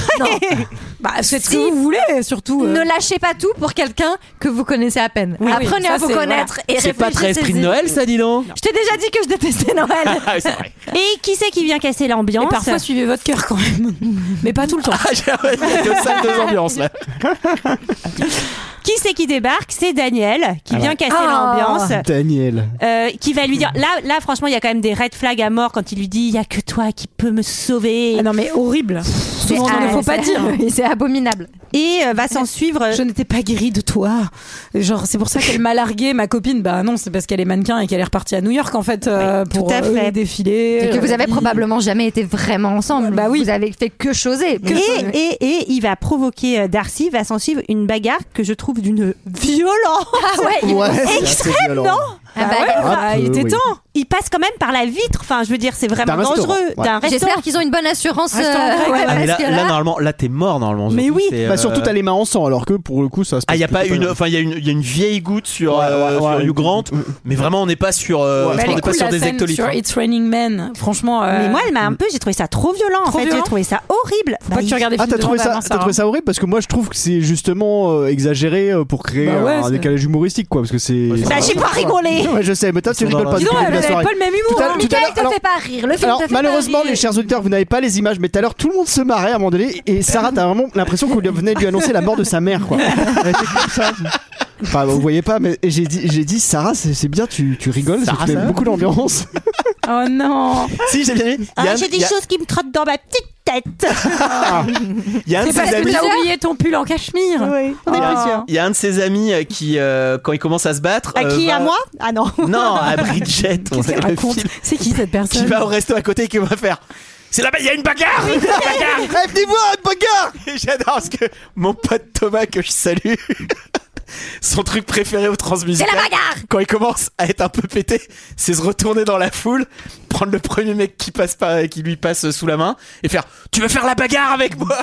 J: Bah, faites ce que vous voulez, surtout.
C: euh.
B: Ne lâchez pas tout pour quelqu'un que vous connaissez à peine.
J: Oui, oui,
B: Apprenez
J: ça,
B: à vous
J: c'est-
B: connaître
J: voilà.
B: et
K: C'est pas très esprit de
B: réfléchissez-y.
K: Noël, ça, dis donc
B: Je t'ai déjà dit que je détestais
K: (laughs)
B: Noël.
K: Ah, oui, c'est vrai.
C: Et qui c'est qui vient casser l'ambiance
J: Et parfois, suivez votre cœur quand même. Mais pas tout le temps.
K: Deux salles, deux ambiances, là.
C: Qui c'est qui débarque C'est Daniel qui
D: Ah
C: vient
D: ouais.
C: casser
D: Ah.
C: l'ambiance.
D: Daniel.
C: Euh, qui va lui dire là là franchement il y a quand même des red flags à mort quand il lui dit il y a que toi qui peux me sauver
J: Ah non mais horrible
C: ce qu'on
J: Ah,
C: ne faut pas
J: (laughs)
C: dire
B: c'est abominable
C: et euh, va s'en suivre
J: Je n'étais pas guérie de toi. Genre, c'est pour ça qu'elle m'a larguée, ma copine. Bah non, c'est parce qu'elle est mannequin et qu'elle est repartie à New York, en fait, euh, pour
B: à
J: euh,
B: fait.
J: défiler.
B: Et que vous avez
J: Euh,
B: probablement jamais été vraiment ensemble. Bah oui. Vous avez fait que choser.
C: et, et, et il va provoquer euh, Darcy, va s'en suivre une bagarre que je trouve d'une violence
B: Ah ouais, il- Ouais, c'est assez
C: extrême,
B: violent.
C: non
B: Ah bah, Un
C: bah, il
B: peu,
C: était
B: oui.
C: temps.
D: Ah.
C: Il passe quand même par la vitre. Enfin, je veux dire, c'est vraiment
K: D'un restaurant,
C: dangereux
K: ouais.
C: d'un restaurant.
B: J'espère qu'ils ont une bonne assurance. euh,
C: Restaurant grec, ouais.
K: Ah, mais là,
B: parce que
K: là,
B: là-
K: normalement, là, t'es mort, normalement.
C: Mais
K: surtout,
C: oui.
K: c'est,
D: Bah,
K: euh,
D: surtout, t'as les mains en sang, alors que pour le coup, ça se
K: Ah, il y a
D: passe
K: pas
D: plutôt
K: une, enfin, il y a une, il y a une vieille goutte sur, euh, sur Hugh Grant, mais vraiment, on n'est pas sur, euh,
J: bah, elle
K: on
J: est
K: n'est pas
J: cool,
K: sur
J: la
K: des
J: scène
K: hectolitres.
J: sur
K: hein.
J: It's Raining Men. Franchement. euh,
C: Mais moi, elle m'a un peu. J'ai trouvé ça trop violent. En
J: Trop
C: fait,
J: violent
C: j'ai trouvé ça horrible. Bah,
J: pas que tu regardes des
D: Ah,
J: films
D: t'as trouvé,
J: de
D: ça,
J: Jean
D: t'as trouvé ça horrible parce que moi je trouve que c'est justement euh, exagéré euh, pour créer
J: Bah ouais,
D: un
J: c'est-
D: décalage humoristique quoi parce que c'est.
C: Bah, j'ai pas
D: (laughs)
C: rigolé.
D: Ouais, je sais, mais toi tu
K: Ils sont
D: rigoles
K: dans
D: pas
K: la-
D: depuis
K: Dis
J: Ah,
D: le début de la
K: donc, elle
D: soirée.
K: avait pas le même humour,
D: Tout à-
K: hein.
D: tout à
B: Michael,
D: l'heure-
B: te
D: alors-
B: fais pas rire. Le film
D: alors,
B: te fait
D: malheureusement,
B: pas rire.
D: les chers auditeurs, vous n'avez pas les images, mais tout à l'heure tout le monde se marrait à un moment donné et Sarah, t'as vraiment l'impression qu'on lui venait de lui annoncer la mort de sa mère quoi. Elle était comme ça. Enfin, vous voyez pas, mais j'ai dit, j'ai dit, Sarah, c'est c'est bien, tu, tu rigoles, parce que
K: Sarah,
D: tu
K: ça
D: mets
K: va
D: beaucoup l'ambiance.
J: Oh non.
K: Si, j'ai bien aimé.
C: Ah,
K: Il y a-
C: j'ai des
K: il y a-
C: choses qui me trottent dans ma petite tête.
K: il y a un de
J: C'est
K: ses
J: parce que
K: amis-
J: t'as oublié ton pull en
C: (laughs)
J: cachemire.
C: Oui, on est plusieurs.
K: Il y a un de ses amis euh, qui, euh, quand il commence à se battre,
C: À
K: euh,
C: qui
K: va-
C: À moi Ah non.
K: Non, à Bridget. on sait
J: qu'elle
K: le
J: raconte
K: film,
J: C'est qui cette
K: qui
J: personne
K: va au resto à côté et qui va faire. C'est là-bas, il y a une bagarre! Il y a une bagarre!
D: Eh, venez voir, une bagarre
K: Et J'adore parce que mon pote Thomas que je salue (laughs) son truc préféré aux transmusicales.
B: C'est la bagarre
K: Quand il commence à être un peu pété, c'est se retourner dans la foule, prendre le premier mec qui passe pas, qui lui passe sous la main et faire "Tu veux faire la bagarre avec moi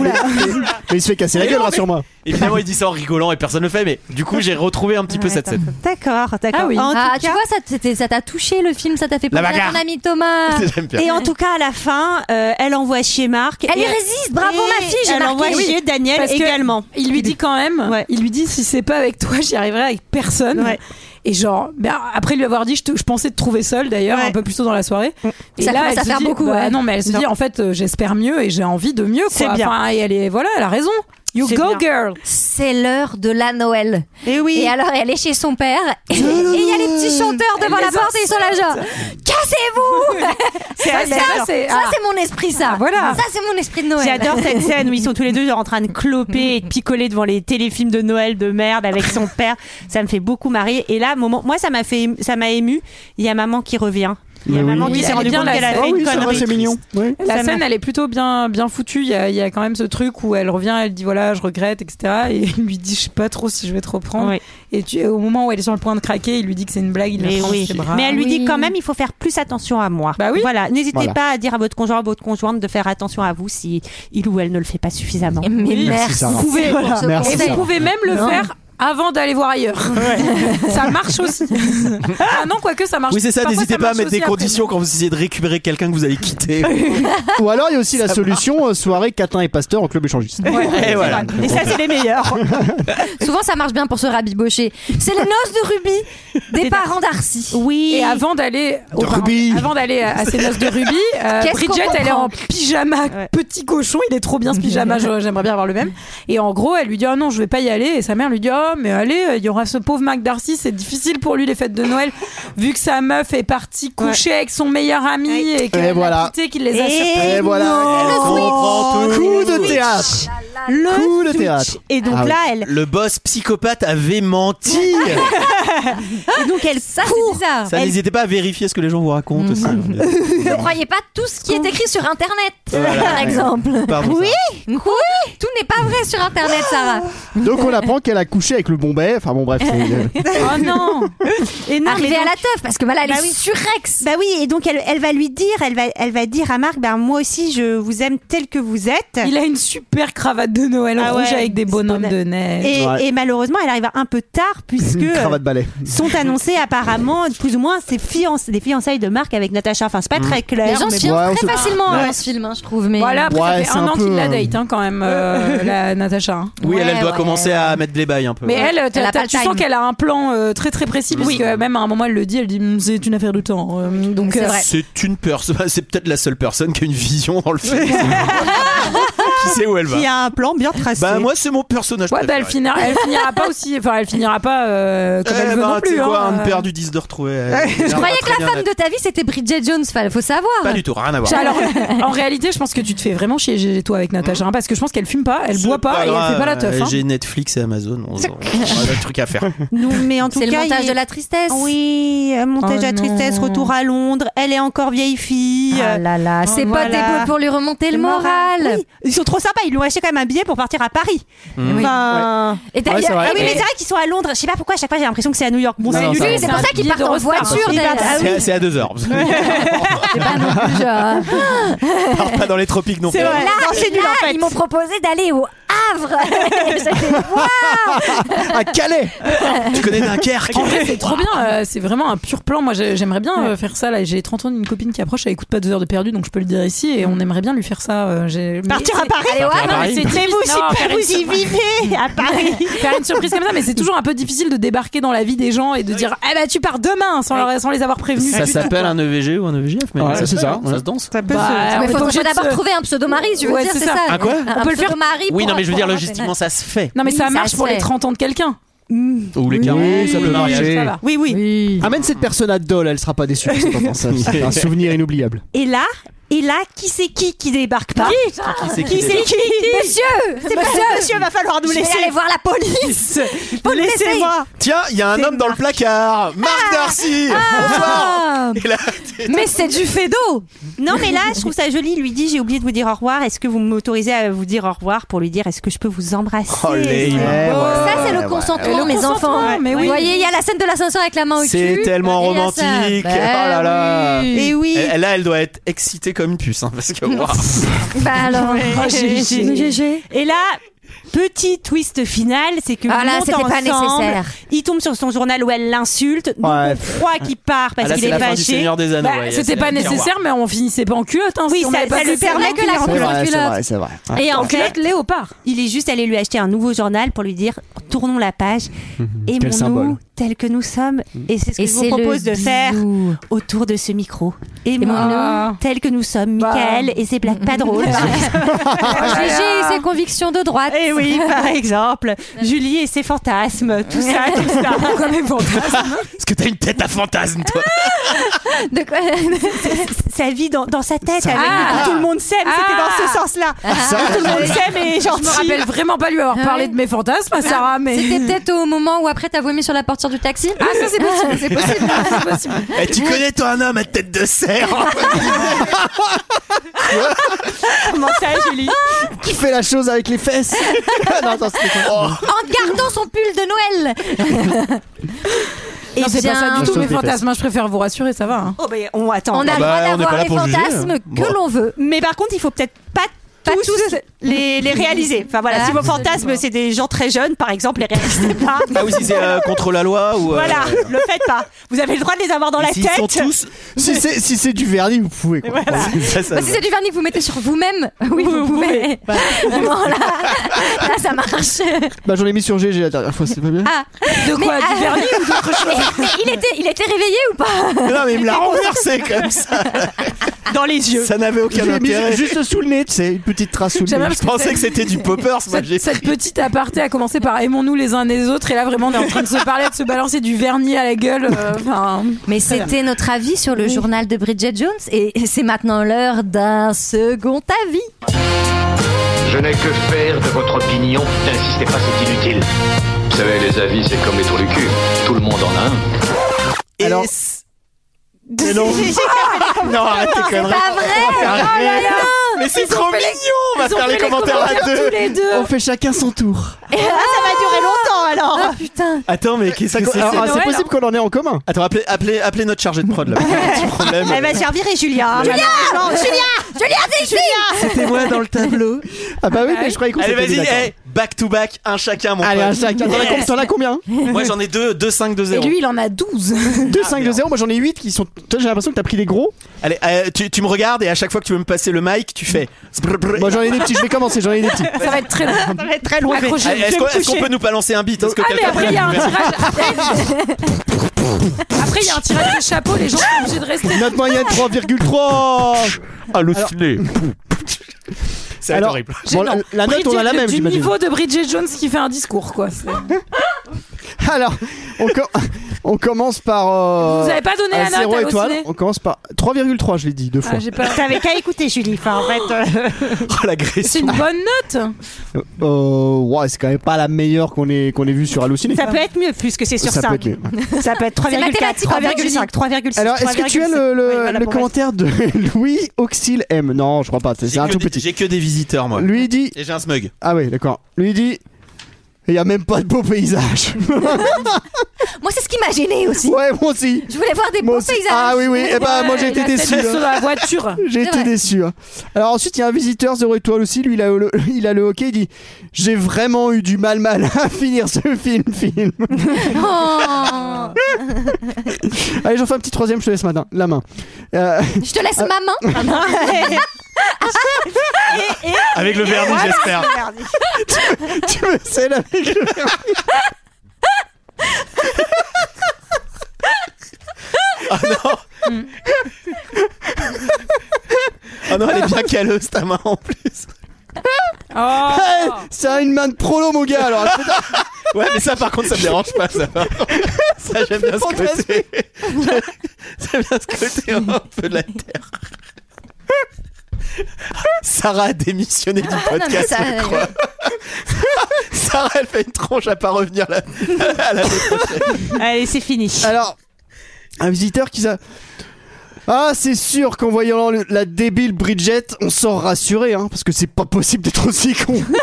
D: Mais il se fait casser la
K: Mais
D: gueule,
K: non, mais-
D: rassure-moi.
K: (laughs) Évidemment, il dit ça en rigolant et personne ne le fait, mais du coup, j'ai retrouvé un petit peu cette scène.
C: (laughs) D'accord, d'accord.
B: Ah oui.
C: En tout
B: Ah, tu vois, ça t'était- ça t'a touché le film, ça t'a fait
K: La
B: penser à ton
K: bagarre.
B: ami Thomas.
K: (laughs) J'aime bien.
C: Et en tout cas, à la fin, euh, elle envoie chier Marc.
B: Elle
C: Et-
B: y résiste, bravo, ma fille, j'ai
C: Elle
B: marqué.
C: envoie
B: Oui.
C: chier Daniel
J: Parce que
C: également.
J: Il lui dit quand même, il lui dit si c'est pas avec toi, j'y arriverai avec personne.
C: Ouais.
J: Et genre, bah, après lui avoir dit, je, te- je pensais te trouver seule d'ailleurs, un peu plus tôt dans la soirée. Et
B: Mm. Ça commence
J: elle
B: à
J: se
B: faire
J: dit,
B: beaucoup,
J: bah,
B: ouais.
J: Non, mais elle se dit, en fait, euh, j'espère mieux et j'ai envie de mieux.
B: C'est
J: quoi.
B: bien.
J: Enfin, et elle est, voilà, elle a raison. You
B: C'est
J: go,
B: bien.
J: girl.
B: C'est l'heure de la Noël.
C: Et Eh oui.
B: Et alors, elle est chez son père. Et et il y a les petits chanteurs devant
J: Elle
B: la
J: les
B: porte et ils sont là, genre Cassez-vous
C: C'est- (laughs)
B: Ça,
C: elle adore.
B: c'est ça, c'est mon esprit, ça.
J: voilà.
B: Ça, c'est mon esprit de Noël.
C: J'adore
B: (laughs)
C: cette scène où ils sont tous les deux genre en train de cloper et de picoler devant les téléfilms de Noël de merde avec son père. Ça me fait beaucoup marrer. Et là, moment, moi, ça m'a fait, ça m'a ému. Il y a maman qui revient. Il y a
J: Mais
C: maman
J: oui.
C: qui
J: Elle
C: s'est
J: est
C: rendue
J: bien,
C: compte
J: la
D: Ah
C: qu'elle a
J: scène.
C: fait
J: Oh oui,
C: une
J: ça va,
C: connerie.
J: c'est mignon. La
C: Ça
J: scène,
C: m'a-
J: elle est plutôt bien, bien foutue. Il y, a, il y a quand même ce truc où elle revient, elle dit voilà, je regrette, etc. Et il lui dit, je sais pas trop si je vais te reprendre.
C: Oui.
J: Et tu, au moment où elle est sur le point de craquer, il lui dit que c'est une blague, Oh, il la
C: Mais
J: prend dans
C: oui.
J: ses bras.
C: Mais elle lui dit quand même, il faut faire plus attention à moi. Bah oui. Voilà. N'hésitez
J: Voilà.
C: pas à dire à votre conjoint, à votre conjointe de faire attention à vous si il ou elle ne le fait pas suffisamment.
B: Mais
J: Oui.
B: merci, Sarah.
J: Vous pouvez,
B: Voilà.
J: Et
D: Eh
B: Merci,
D: ben,
J: vous
B: Sarah.
J: pouvez même le
B: Non.
J: faire avant d'aller voir ailleurs. ça marche aussi. ah non, quoique ça marche.
K: Oui, c'est ça,
J: parfois,
K: n'hésitez pas à
J: marche
K: mettre des
J: aussi après.
K: conditions quand vous essayez de récupérer quelqu'un que vous allez quitter.
D: Ou alors, il y a aussi la solution euh, soirée Catin et Pasteur en club échangiste.
K: Et voilà.
C: Et ça, c'est les meilleurs.
B: Souvent, ça marche bien pour se rabibocher. C'est les noces de Ruby des parents d'Arcy. ah, bah
C: Oui.
J: Et avant d'aller au parent- avant d'aller à à ces noces de Ruby, euh,
B: Qu'est-ce
J: Bridget
B: qu'on
J: elle est
B: comprend
J: en pyjama petit cochon, il est trop bien ce pyjama, je- j'aimerais bien avoir le même. Et en gros, elle lui dit "Ah non, je vais pas y aller" et sa mère lui dit "Oh, mais allez, il y aura ce pauvre Mac Darcy, c'est difficile pour lui les fêtes de Noël vu que sa meuf est partie coucher avec son meilleur ami et qu'elle l'a
D: voilà.
J: quitté, qu'il les a surpris.
D: euh, Et voilà.
J: Non.
D: Elle comprend tout. Coup de théâtre.
C: Le
D: Coup de
C: switch.
D: théâtre.
C: Et donc
K: Ah oui.
C: là, elle.
K: Le boss psychopathe avait menti.
C: Et donc elle
B: Ça, c'est bizarre.
K: Ça,
B: Elle-
K: n'hésitez pas à vérifier ce que les gens vous racontent aussi.
J: Mhm.
K: hein.
B: Ne croyez pas tout ce qui est écrit sur Internet,
K: Voilà,
B: par
K: ouais.
B: exemple.
K: Pardon,
B: oui, oui, tout n'est pas vrai sur Internet, Sarah.
D: Donc, on apprend qu'elle a couché avec le Bombay. Enfin, bon, bref. c'est-
J: Oh non
C: Et non,
B: Arrivée
C: mais
B: à
C: donc-
B: la teuf, parce que voilà, elle
C: Bah
B: est
C: oui.
B: surrex.
C: Bah oui, et donc elle, elle va lui dire, elle va, elle va dire à Marc, ben moi aussi je vous aime tel que vous êtes.
J: (laughs) Il a une super cravate de Noël en
C: Ah
J: rouge
C: ouais,
J: avec des
C: c'est
J: bonhommes
C: bon.
J: de neige.
C: Et,
D: Ouais.
C: et malheureusement, elle arrive un peu tard puisque
D: Une
C: euh,
D: cravate balai.
C: sont annoncées apparemment plus ou moins ses fiançailles, les fiançailles de Marc avec Natacha. Enfin,
K: Mm.
C: c'est pas très clair.
B: Les gens
C: Bah, mais
B: se
C: bon.
B: filment
D: Ouais, on
B: très
D: se-
B: facilement
D: Ouais.
B: dans ce film, hein, je trouve. Mais
J: Voilà, après,
D: Ouais,
J: ça
D: c'est
J: fait un,
D: un
J: an
D: peu,
J: qu'il la
D: euh,
J: date hein, quand même, (laughs) euh, la Natacha. hein.
K: Oui, elle, elle
B: Ouais,
K: doit
B: ouais.
K: commencer à mettre les bails un peu.
J: Mais elle, t'as-
B: Elle a pas
J: t'as-
B: le
J: tu
B: time.
J: sens qu'elle a un plan euh, très très précis, parce que même à un moment elle le dit, elle dit "Hum, c'est une affaire de temps. Euh, donc
B: C'est
J: euh,
B: vrai.
K: C'est une personne, (laughs) c'est peut-être la seule personne qui a une vision dans le film. (laughs) qui sait où elle va
C: Qui a un plan bien tracé.
K: Bah moi c'est mon personnage.
J: Ouais, bah, elle,
K: préféré.
J: finira, elle finira pas aussi, enfin elle finira pas euh, comme
K: Eh
J: elle veut
K: ben,
J: non
K: tu
J: plus.
K: sais quoi,
J: hein.
K: un père du 10 de retrouver.
B: Je croyais que la femme de ta vie c'était Bridget Jones, fa- faut savoir.
K: Pas du tout, rien à voir.
J: J'ai- Alors, en réalité, je pense que tu te fais vraiment chier, Gégé, toi, avec Natacha, hein, parce que je pense qu'elle fume pas, elle
K: Mm. C'est
J: boit pas, et elle fait pas la
K: grave, Euh,
J: teuf. hein.
K: J'ai Netflix et Amazon,
J: (laughs)
K: on, on a d'autres trucs à faire.
C: Non, mais en tout
B: C'est le
C: cas,
B: montage
C: il-
B: de la tristesse.
C: Oui, euh, montage
J: Oh
C: de la tristesse,
J: non.
C: retour à Londres. Elle est encore vieille fille.
B: Ah là là,
C: Oh,
B: c'est pas
C: voilà.
B: des boules pour lui remonter le moral.
C: Oui, Ils sont trop sympas, ils lui ont acheté quand même un billet pour partir à Paris.
K: Mm.
B: Oui.
C: Enfin,
B: Et
D: Ouais, c'est
B: d'ailleurs,
D: vrai.
C: Ah oui, mais
B: et-
C: c'est vrai qu'ils sont à Londres. Je sais pas pourquoi, à chaque fois j'ai l'impression que c'est à New York. Bon,
K: Non,
C: c'est
K: non,
C: nul.
K: ça va.
B: oui, c'est pour
J: un
B: ça qu'ils
J: billet
B: partent en
J: d'Eurostar.
B: voiture.
C: Ils
B: d'ailleurs.
C: partent- ah oui.
K: C'est à- c'est à 2 heures.
B: C'est pas non plus, genre.
K: (laughs) Part pas dans les tropiques non plus.
C: C'est vrai.
B: Là,
C: Non, c'est nul,
B: là,
C: en fait.
B: ils m'ont proposé d'aller au Havre. J'étais, waouh.
D: À Calais.
K: Tu connais Dunkerque
J: En vrai, c'est trop bien, euh, c'est vraiment un pur plan. Moi, j'ai- j'aimerais bien euh, faire ça. Là, j'ai 30 ans d'une copine qui approche, elle écoute pas deux heures de perdu, donc je peux le dire ici, et on aimerait bien lui faire ça. euh, j'ai- mais
C: Partir à
J: c'est-
C: Paris
B: Allez, au
K: Partir à
B: Havre.
K: Paris.
J: c'est
C: Mais
J: difficile.
C: vous,
J: Non,
C: c'est
J: faire
C: pas
J: une
C: vous y
J: surprise.
C: vivez à Paris.
J: faire une surprise comme ça, mais c'est toujours un peu difficile de débarquer dans la vie des gens et de dire Eh ben, tu pars demain sans, leur- sans les avoir prévenus.
K: Ça
J: du tout,
K: s'appelle
J: quoi.
K: un EVG ou un E EVGF mais
D: Ouais,
K: se
D: c'est
K: fait,
D: ça,
K: hein,
D: ouais.
K: ça se danse.
C: Ça peut
J: Bah,
C: se-
J: on
B: Mais
J: est
B: faut,
J: pas
B: faut
J: obligé de
B: d'abord
J: se-
B: trouver un pseudo-mari, tu veux
J: Ouais,
B: dire,
J: c'est
B: c'est
J: ça.
B: ça.
K: Un quoi
J: On peut le faire-
B: pseudo-mari
K: Oui,
B: pour-
K: non mais je veux
B: pour
K: dire
B: un-
K: logistiquement ça se fait.
J: Non, mais
B: Oui,
J: ça
B: ça
J: marche
B: se
J: pour
B: fait.
J: les 30 ans de quelqu'un.
K: Ou les gars,
D: ça peut marcher.
J: ça va.
C: Oui, oui.
D: Amène cette personne à Dole, elle sera pas déçue. C'est important, (laughs) ça. C'est un souvenir inoubliable.
C: Et là, et là, qui c'est qui qui débarque pas
K: c'est
C: Qui c'est qui
B: Monsieur,
C: C'est pas monsieur, va falloir nous
B: je vais
C: laisser.
B: aller voir la police. Faut le
J: Bah,
B: laisser.
C: Laissez-moi.
K: Ah. Tiens, il y a un homme dans le placard Marc Darcy Bonsoir Et là,
B: Mais c'est du d'eau
C: Non, mais là, je trouve ça joli. Il lui dit J'ai oublié de vous dire au revoir. Est-ce que vous m'autorisez à vous dire au revoir pour lui dire Est-ce que je peux vous embrasser
K: Oh,
C: (laughs)
D: Eh
K: les- ouais,
B: Ça, c'est
K: ouais,
B: le
K: ouais.
B: consentement,
K: Le
B: mes
K: consentement,
B: enfants.
K: mais oui.
B: Vous voyez, il y a la scène de l'ascenseur avec la main au cul.
K: C'est tellement
B: Et il y a ça.
K: romantique.
B: Bah
K: oh là là. Eh,
B: oui. Et oui.
K: Elle- là, elle doit être excitée comme une puce, hein, parce que. waouh. eh.
B: Bah alors,
C: Ouais.
B: oh, GG.
C: Mais GG. Et là, petit twist final, c'est que
B: Ah là,
C: ils montent
B: c'était pas
C: ensemble,
B: nécessaire.
C: Il tombe sur son journal où elle l'insulte. donc
K: Ouais.
C: on croit qu'il part parce
K: Ah là,
C: qu'il
K: c'est
C: est,
K: la fin du
C: fâché.
K: Seigneur des Anneaux,
J: Bah,
K: ouais,
J: c'était
K: c'est
J: pas
K: la-
J: nécessaire, mais on finissait pas en culotte. Hein,
C: Oui,
J: si on
C: ça-
J: avait
C: ça
J: pas
C: lui
J: fait
C: permet que la
J: en
C: C'est
J: culotte.
C: vrai, c'est vrai,
D: c'est vrai.
C: Et en
J: En culotte
C: fait,
J: léopard.
C: il est juste allé lui acheter un nouveau journal pour lui dire tournons la page, aimons-nous
J: symbole.
C: tels que nous sommes. Et c'est ce que
B: Et
C: je vous
B: c'est le
C: propose de faire
B: bisou.
C: autour de ce micro. Aimons-nous
B: Aimons-nous.
C: tels que nous sommes, Michael et ses blagues pas drôles. (laughs)
B: GG et ses convictions de droite.
C: Et Eh oui, par exemple, Julie et ses fantasmes, tout ça, tout ça.
J: Pourquoi mes fantasmes
K: Parce que t'as une tête à fantasme, toi.
B: De quoi
C: Sa vie dans, dans sa tête,
J: Ça-
C: avec
J: Ah.
C: tout le monde s'aime, c'était dans ce sens-là.
K: Ah,
B: (laughs)
C: tout le monde s'aime et est gentil.
J: Je me rappelle vraiment pas lui avoir
B: Ouais.
J: parlé de mes fantasmes, à Sarah, mais.
B: C'était peut-être au moment où après t'as vomi sur la portière du taxi.
J: Ah, ça, c'est possible, c'est possible, c'est possible.
K: Eh, tu connais, toi, un homme à tête de cerf hein.
C: Comment ça, Julie
D: Qui fait la chose avec les fesses Non, attends, c'était quoi
K: Oh.
B: En gardant son pull de (laughs) Noël.
J: Non,
B: Eh
J: c'est pas
B: bien-
J: ça
D: Je
J: du tout,
D: saute
J: mes
D: les fesses.
J: fantasmes. hein, Je préfère vous rassurer, ça va. hein.
C: Oh, ben, on attend.
B: On a
K: Ah
B: le
K: bah,
B: droit
K: on n'est
B: d'avoir
K: pas là
B: les
K: pour juger. hein.
B: fantasmes
K: Bon.
B: que l'on veut.
C: Mais par contre, il faut peut-être pas
B: Pas
C: tous,
B: tous.
C: les, les réaliser. Enfin voilà, si vos
B: Absolument.
C: fantasmes c'est des gens très jeunes, par exemple, les réalisez pas.
K: Ah oui, si c'est euh, contre la loi ou. euh,
C: Voilà, le faites pas. Vous avez le droit de les avoir dans
K: et
C: la
K: s'ils
C: tête.
K: sont tous.
D: Si c'est si c'est du vernis, vous pouvez. Quoi.
K: (laughs) Ça, ça-
B: Bah, si c'est du vernis que vous mettez sur vous-même, (laughs) oui, vous, pouvez. (laughs) Vraiment, là, là, ça marche.
D: Bah j'en ai mis sur GG la dernière fois, c'est pas bien.
B: Ah,
J: De
B: Mais,
J: quoi
B: ah,
J: Du vernis ou d'autre chose
B: (laughs) mais il était, il était réveillé ou pas
K: Non, mais il me l'a renversé comme ça.
C: Dans les yeux.
K: Ça n'avait
D: Je
K: aucun
D: l'ai mis
K: intérêt.
D: juste sous le nez, tu sais, une petite trace sous le
J: J'aime
D: nez.
J: bien
K: Je pensais que c'était du poppers, moi j'ai
J: Cette, cette
K: pris.
J: petite aparté a commencé par aimons-nous les uns les autres et là vraiment on est en train de se parler, de se balancer du vernis à la gueule. euh, Enfin,
B: Mais c'était notre avis sur le journal de Bridget Jones et c'est maintenant l'heure d'un second avis.
O: Je n'ai que faire de votre opinion. N'insistez pas, c'est inutile. Vous savez, les avis, c'est comme les trous du cul. Tout le monde en a un.
K: Alors. Mais non. Ah
C: J'ai- j'ai-
K: Non, arrête tes conneries.
B: Pas
K: On va
B: vrai
K: faire un rêve. Mais c'est trop mignon. On va
J: ils ont
K: faire
J: fait
K: les commentaires à deux.
J: tous les deux.
D: On fait chacun son tour.
C: Ah, ça va durer longtemps alors.
B: Ah putain
K: Attends, mais qu'est-ce que c'est
D: Alors,
K: c'est-
D: ah, c'est
J: Noël,
D: possible qu'on en ait en commun.
K: Attends, appelez, appelez, appelez notre chargée de prod là. Petit problème.
C: Elle va servir et Julia. Julia
B: Julia, dis
K: C'était moi dans le tableau.
D: Ah bah oui, mais je croyais qu'on
K: Allez,
D: s'était dit
K: vas-y,
D: d'accord.
K: eh, back to back, un chacun,
J: eh.
K: mon
D: Allez,
K: pote.
D: un chacun. T'en as com- T'en as combien
J: (laughs)
K: Moi j'en ai deux, 2, 5, 2, 0.
J: Et lui il en a 12.
D: 2, 5, 2, 0. Moi j'en ai 8 qui sont. Toi, j'ai l'impression que t'as pris des gros.
K: Allez, euh, tu, tu me regardes et à chaque fois que tu veux me passer le mic, tu fais.
D: Moi j'en ai des petits, je vais commencer, j'en ai des
J: (laughs)
D: petits.
J: Ça va être très long.
C: Ça va être très long.
J: Accrochez-vous.
K: Allez,
J: Je
K: Est-ce
J: vais
K: qu'on
J: me
K: est-ce qu'on
J: coucher.
K: peut nous balancer un beat Est-ce que
J: Ah mais
K: quelqu'un
J: après
K: peut
J: il y a un
K: nous faire-
J: tirage. Après il y a un tirage de chapeau, les gens sont obligés de rester.
D: Notre moyenne 3,3
K: Halluciné. (laughs) Ça va être
D: Alors-
K: horrible.
D: Bon, la,
J: Gênant.
D: la note on a la
J: Bridget-
D: même,
J: Du
D: j'imagine.
J: niveau de Bridget Jones qui fait un discours quoi. C'est-
D: Alors, on, com- (laughs) on commence par. euh,
J: Vous avez pas donné
D: à
J: la note,
D: zéro
J: à
D: étoile.
J: Rossinet
D: On commence par 3,3, je l'ai dit deux fois.
J: Ah, j'ai pas-
C: T'avais qu'à écouter Julie. Enfin, en fait, euh,
K: Oh
J: C'est
K: l'agression.
J: une bonne note.
D: Euh, ouais, c'est quand même pas la meilleure qu'on ait, qu'on ait vue sur Halluciné.
C: ça peut être mieux puisque c'est sur
D: Ça peut
C: 5.
D: être mieux.
C: ça peut être
B: C'est
C: 3,4,
B: mathématique, en fait,
C: 3,5, 3,6.
D: Alors, est-ce que tu as le,
C: 3,6.
D: le-
C: Oui, voilà,
D: le
C: pour moi.
D: commentaire de (laughs) Louis Auxil M Non, je crois pas, c'est c'est
K: J'ai
D: un
K: que
D: tout
K: des-
D: petit.
K: J'ai que des visiteurs, moi.
D: Lui dit.
K: Et j'ai un smug.
D: Ah oui, d'accord. Lui dit. Il y a même pas de
B: (laughs)
D: beau paysage. (laughs)
B: Moi, c'est ce qui m'a gêné aussi.
D: ouais, moi aussi.
B: Je voulais voir des
D: Moi
B: beaux
D: aussi.
B: paysages.
D: Ah oui, oui. Eh ben, moi j'ai
B: (laughs)
J: Ouais,
D: été
J: la tête
D: déçu.
J: de
D: hein.
J: ceux dans la voiture.
D: J'ai été
B: vrai.
D: déçu. hein. Alors ensuite, il y a un visiteur, zéro étoile aussi. Lui, il a le, (laughs) il a le hockey. Il dit J'ai vraiment eu du mal, mal à (laughs) finir ce film.
B: (laughs)
D: film.
B: Oh.
D: Allez, j'en fais un petit troisième. Je te laisse ma- la main. Euh, (laughs)
B: Je te laisse
K: Ah.
B: ma main. Ah
K: Avec le vernis, j'espère.
D: tu me scelles avec le vernis.
K: Oh non Oh non, elle est bien calleuse ta main en plus.
J: Oh.
D: Eh,
B: Ah.
D: (laughs) Ça a une main de prolo, mon gars. Alors, c'est
K: Ouais, mais ça par contre, ça me dérange pas. Ça, par contre. (laughs) ça j'aime bien ce côté. (laughs) j'aime bien ce côté un peu de la terre. (laughs) Sarah a démissionné du
B: non, mais
K: podcast,
B: ça- euh,
K: je crois. (laughs) Sarah, elle fait une tronche à pas revenir là. À la...
C: Allez, c'est fini.
D: Alors, un visiteur qui ça. Ah, c'est sûr qu'en voyant le- la débile Bridget, on sort rassuré, hein, parce que c'est pas possible d'être aussi con. (laughs)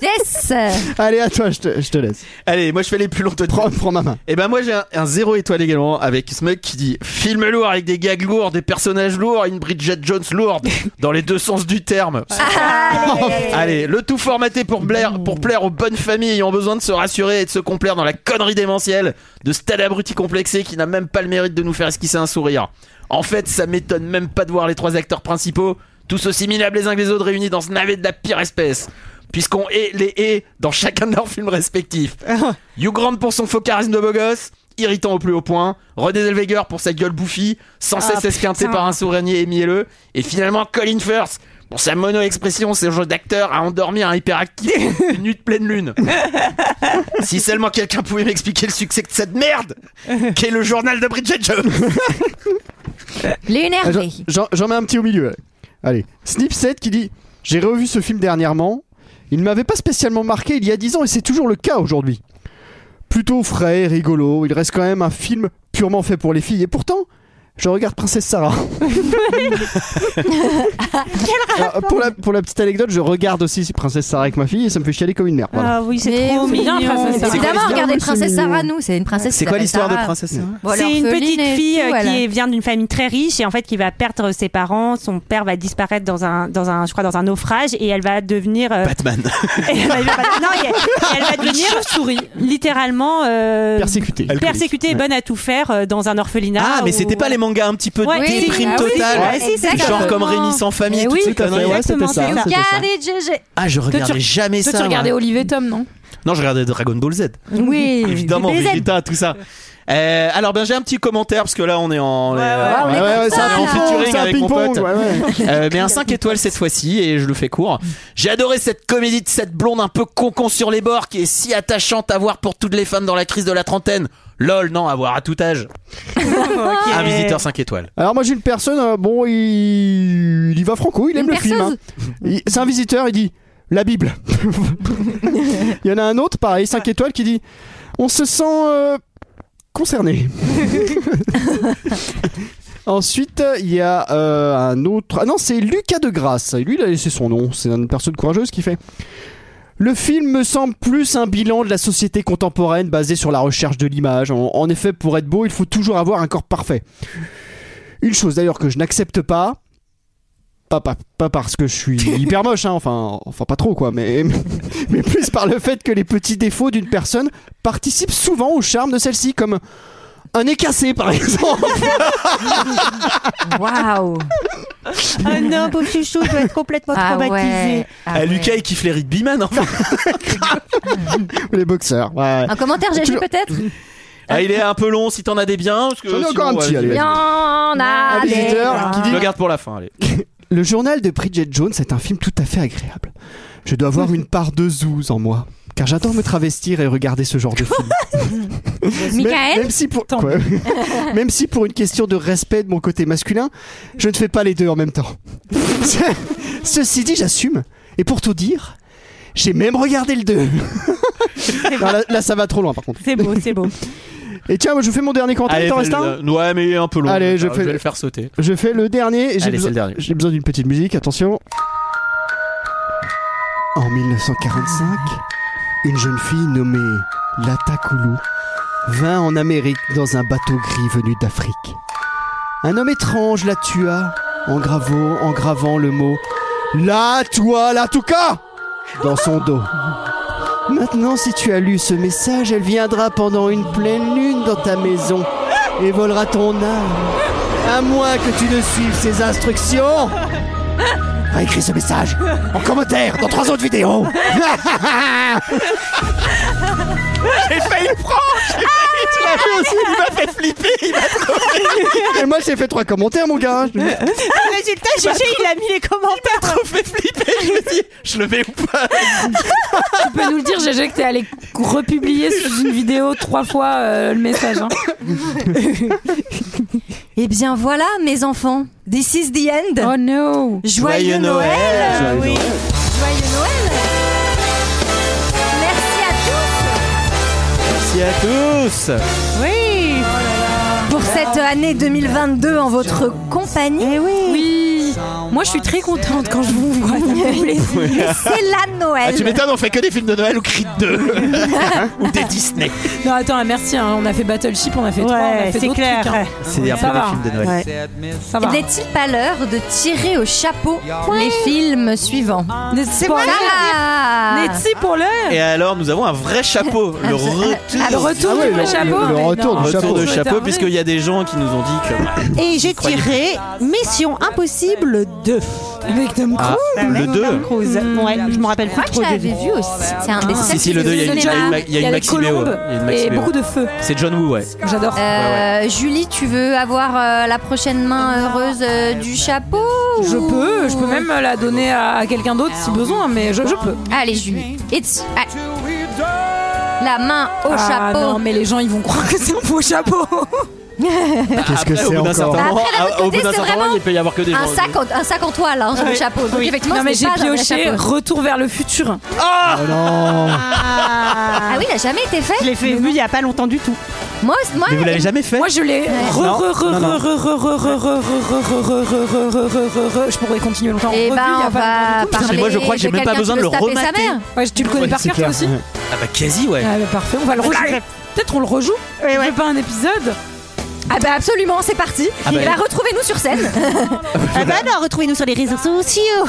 B: Yes
D: Allez, à toi, je te, je te laisse.
K: Allez, moi je fais les plus longs.
D: Prends, prends ma main.
K: Et ben moi j'ai un, un zéro étoile également avec Smug qui dit film lourd avec des gags lourds, des personnages lourds, une Bridget Jones lourde dans les deux sens du terme. (laughs) Allez, le tout formaté pour plaire, pour plaire aux bonnes familles ayant besoin de se rassurer et de se complaire dans la connerie démentielle de stade abruti complexé qui n'a même pas le mérite de nous faire esquisser un sourire. En fait, ça m'étonne même pas de voir les trois acteurs principaux, tous aussi minables les uns que les autres, réunis dans ce navet de la pire espèce. Puisqu'on est les hait dans chacun de leurs films respectifs. Hugh Grant pour son faux charisme de beau gosse, irritant au plus haut point. René Zellweger pour sa gueule bouffie, sans
E: Ah,
K: cesse esquinté
E: putain.
K: par un sourire mielleux. Et finalement, Colin Firth pour sa mono-expression, ses jeux d'acteur à endormir
C: (laughs)
K: un hyperactif une nuit de pleine lune. si seulement quelqu'un pouvait m'expliquer le succès de cette merde qu'est le journal de Bridget Jones.
B: Léonard
D: Ah, J'en- J'en j'en mets un petit au milieu. Allez. Snip7 qui dit J'ai revu ce film dernièrement. Il ne m'avait pas spécialement marqué il y a 10 ans et c'est toujours le cas aujourd'hui. Plutôt frais, rigolo, il reste quand même un film purement fait pour les filles. Et pourtant, je regarde Princesse Sarah. (laughs) Alors, Ah, pour, la, pour la petite anecdote, je regarde aussi Princesse Sarah avec ma fille et ça me fait chialer comme une merde. Voilà.
C: Ah oui, c'est
B: Mais
C: trop
B: oui.
C: mignon.
B: Princesse Sarah. Évidemment, regardez Princesse Sarah, nous, c'est une princesse. qui s'appelle Sarah. Bon, elle
C: C'est une
B: orpheline
C: petite
B: et
C: fille
B: tout,
C: euh,
B: elle a-
C: qui est- vient d'une famille très riche et en fait qui va perdre ses parents. Son père va disparaître dans un, dans un, je crois, dans un naufrage et elle va devenir euh,
K: Batman.
C: Et elle va devenir- non, et elle- et elle va devenir souris, littéralement euh,
D: Persécutée.
C: persécutée, bonne à tout faire euh, dans un orphelinat.
K: Ah, mais
C: où-
K: c'était pas les mangas un petit peu
C: oh. Ouais, si,
K: déprime
C: ah oui,
K: totale,
C: si, si, si,
K: genre comme
C: exactement.
K: Rémi sans famille,
C: Mais
K: toutes
C: oui,
K: ces
C: tout à fait,
K: conneries.
C: ouais, c'était Exactement, ça, c'est ça. c'était ça.
B: Regardez, GG.
K: Ah, je regardais jamais
J: Toi,
K: ça.
J: tu
K: moi.
J: regardais Olivier Tom, non
K: Non, je regardais Dragon Ball Z.
J: Oui,
K: Évidemment,
J: DBZ.
K: Vegeta, tout ça. Euh, alors ben j'ai un petit commentaire parce que là on est en
B: (laughs)
K: euh,
D: ouais, on est comme
K: c'est un
C: Ah.
D: ça,
K: peu en
D: là.
K: featuring
D: C'est un
K: avec mon
D: ping-pong,
K: pote.
D: ouais,
K: Euh, mais un 5 étoiles cette fois-ci et je le fais court. J'ai adoré cette comédie de cette blonde un peu concon sur les bords qui est si attachante à voir pour toutes les femmes dans la crise de la trentaine. Lol, non, à voir à tout
B: (laughs)
K: âge. Un visiteur 5 étoiles.
D: Alors moi j'ai une personne, euh, bon il... il y va franco, il aime
K: Une
D: le film. hein. Il- C'est un visiteur, il dit la Bible. il y en a un autre, pareil, 5 étoiles, qui dit on se sent euh, concerné. Ensuite, il y a euh, un autre. Ah non, c'est Lucas de Grasse. Lui, il a laissé son nom. C'est une personne courageuse qui fait. Le film me semble plus un bilan de la société contemporaine basé sur la recherche de l'image. En, en effet, pour être beau, il faut toujours avoir un corps parfait. Une chose d'ailleurs que je n'accepte pas, pas, pas, pas parce que je (laughs) suis hyper moche, hein, enfin, enfin pas trop quoi, mais, (laughs) mais plus par le fait que les petits défauts d'une personne participent souvent au charme de celle-ci, comme un nez cassé par (laughs) exemple.
B: Waouh
C: Ah non, pauvre chouchou, je dois être complètement
B: Ah
C: traumatisée.
B: ouais. Ah
K: Euh, Lucas, il kiffe les rugbyman
B: (laughs)
K: en fait.
D: les boxeurs, ouais.
B: Un commentaire, GG peut-être
K: Ah, il est un peu long si t'en as des biens. Parce que
D: J'en ai
K: sinon,
D: encore un petit,
K: vas-y,
D: allez,
K: vas-y.
B: Il y en a
D: Un visiteur qui dit-
K: Je le garde pour la fin, allez.
D: Le journal de Bridget Jones est un film tout à fait agréable. Je dois avoir une part de zouz en moi, car j'adore me travestir et regarder ce genre de film.
B: Michael
D: Même si pour Quoi (laughs) Même si pour une question de respect de mon côté masculin, je ne fais pas les deux en même temps. Ce- Ceci dit, j'assume. Et pour tout dire, j'ai même regardé le 2. là, là, ça va trop loin par contre.
C: C'est beau, c'est beau.
D: Et tiens, moi, je fais mon dernier commentaire.
K: Allez,
D: Il t'en
K: fais
D: reste
K: le-
D: un
K: euh, Ouais, mais un peu long.
D: Allez, je
K: Alors,
D: fais-
K: vais le faire sauter.
D: Je fais le dernier. J'ai
K: Allez,
D: besoin-
K: c'est le dernier.
D: J'ai besoin d'une petite musique, attention. En 1945, une jeune fille nommée Latakulu vint en Amérique dans un bateau gris venu d'Afrique. Un homme étrange la tua en gravant, en gravant le mot La toi, la touka dans son dos. Maintenant, si tu as lu ce message, elle viendra pendant une pleine lune dans ta maison et volera ton âme. À moins que tu ne suives ses instructions. Va écrire ce message en commentaire dans trois autres vidéos.
K: (laughs) J'ai failli le prendre J'ai failli te la faire aussi. Il m'a fait flipper Il m'a trouvé
D: et moi, j'ai fait trois commentaires, mon gars.
C: Le résultat,
K: Il m'a
C: GG, il a mis les commentaires.
K: trop fait flipper Je me dis, je le mets ou pas
J: Tu peux nous le dire, GG, que t'es allé republier sous une vidéo trois fois euh, le message. hein.
B: Eh bien voilà, mes enfants. This is the end.
J: Oh no.
B: Joyeux, Noël. euh,
K: Joyeux
B: Oui.
K: Noël.
B: Joyeux Noël. Merci à tous.
K: Merci à tous
C: Oui.
B: Pour cette cette année 2022 en votre compagnie.
J: oui. Moi, je suis très contente quand je vous vois.
B: C'est la Noël.
K: Ah, tu m'étonnes, on fait que des films de Noël ou Creed 2 ou des Disney.
J: Non, attends, merci. hein, on a fait Battleship, on a fait
C: Ouais,
J: trois, on a fait
C: c'est
J: d'autres
C: clair.
J: trucs. hein.
K: C'est un
J: Ça
K: peu
J: va.
K: des films de Noël.
J: Ça va.
B: N'est-il pas l'heure de tirer au chapeau les films suivants
J: N'est-il pour l'heure
B: Ah.
J: N'est-il pour l'heure
K: Et alors, nous avons un vrai chapeau, le retour,
J: Ah, le retour
K: Ah
J: du
K: ouais,
J: vrai chapeau.
K: Le
J: Mais
K: retour
D: Ah,
J: non.
K: du chapeau,
J: Retour du chapeau.
K: puisqu'il y a des gens qui nous ont dit que. bah,
C: Et j'ai
K: ils croyaient
C: tiré Mission Impossible 2.
J: Avec Tom
K: Ah, Cruise. le
C: Avec
K: 2.
C: Tom Cruise. Ouais, je me rappelle plus
B: Moi, je
C: trop du
B: l'avais vu aussi. C'est un des
K: Si,
B: seuls
K: si, le
B: films
K: deux, il y a
B: de
K: une- il y a
J: hein.
B: cinéma.
K: une ma- il y a une Maximeo. Il y a une Maximeo.
J: feu.
K: C'est John Woo, ouais.
J: J'adore.
B: Euh, Julie, tu veux avoir euh, la prochaine main heureuse euh, du chapeau
J: Je peux, je
B: euh,
J: peux même la donner à quelqu'un d'autre si besoin, mais je, je peux.
B: Allez, Julie. It's... ah. La main au
J: Ah,
B: chapeau.
J: non, mais les gens ils vont croire que c'est un faux chapeau.
K: Qu'est-ce
D: que c'est
K: Ah, Au bout d'un
D: encore
K: certain moment,
B: Après, d'un autre
K: ah, au bout
B: côté,
K: d'un
B: c'est
K: certain moment,
B: vraiment
K: il peut y avoir que des gens.
B: un, sac en, un sac en toile hein, sur le
J: Oui.
B: chapeau. Donc, effectivement,
J: non, mais
B: ce
J: j'ai
B: n'est pas un vrai
J: pioché
B: chapeau.
J: Retour vers le futur.
K: Ah Oh.
B: Ah oui, il n'a jamais été fait.
C: Je l'ai fait vu il y a pas longtemps du tout.
B: Moi, c- moi
K: Mais vous l'avez jamais fait
J: Moi je l'ai. re,
K: Non,
J: re, re,
K: non, non.
J: re, re, re, re, re, re, re, re, re, re, re, re, re. Je pourrais continuer longtemps.
B: Eh
J: Revu,
B: ben,
J: il y a
B: on
J: pas
B: va
J: longtemps.
K: Mais
B: parler
K: moi, je crois que j'ai
B: de
K: même pas
B: quelqu'un
K: besoin
B: qui
K: de
B: veut
K: le
B: se taper sa
K: remater.
B: mère.
J: Ouais, tu le connais
K: Ouais,
J: par
K: c'est
J: cœur toi
K: clair.
J: aussi.
K: Ah bah quasi, ouais.
J: Ah, bah, parfait, on va le rejouer. Peut-être on le rejoue.
C: Eh
J: On fait
C: ben,
J: pas un épisode.
B: Ah bah absolument, c'est parti.
K: Ah bah-
B: Eh ben, retrouvez-nous sur
K: (laughs)
B: scène,
C: Ah bah non, retrouvez-nous sur les réseaux sociaux.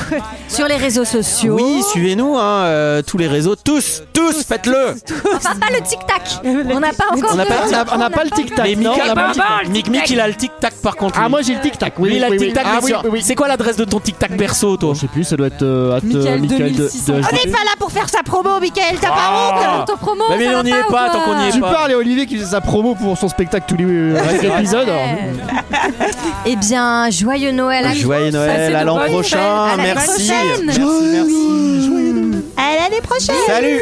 B: sur les réseaux sociaux.
K: Oui, suivez-nous, hein, euh, tous les réseaux, tous, tous, faites-le
B: Enfin, pas le tic-tac. On n'a pas encore
K: On n'a
B: (laughs) de-
K: pas, on a- on n'a pas le tic-tac.
D: Mais
K: non,
D: Mika,
K: on a pas le
J: bah,
K: tic-tac. Mick, Mick, il a le tic-tac par contre.
D: Ah,
K: lui.
D: moi j'ai le tic-tac.
K: Lui,
D: Oui,
K: il a
D: oui,
K: le
D: oui.
K: tic-tac,
D: Ah,
K: mais sur-
D: oui, oui, oui.
K: C'est quoi l'adresse de ton tic-tac berceau, toi
D: Je sais plus, ça doit être euh, at, euh,
J: Michael
D: Michael de- de-
J: 2600.
C: On n'est pas là pour faire sa promo, Michael, t'as pas honte
B: Ton promo,
K: Bah, mais
B: ça
K: on
B: va
K: n'y est
B: ou
K: pas tant
B: quoi
K: qu'on n'y est
D: Tu
K: pas.
D: parles et Olivier qui faisait sa promo pour son spectacle tous les euh, chaque épisode.
B: Ouais. Eh bien, joyeux Noël à
K: Joyeux
J: c'est
K: Noël, à
J: de
K: l'an
J: bonnes
K: prochain,
B: fêtes. À l'année
K: merci.
B: prochaine.
K: Merci, merci.
C: À l'année prochaine
K: Salut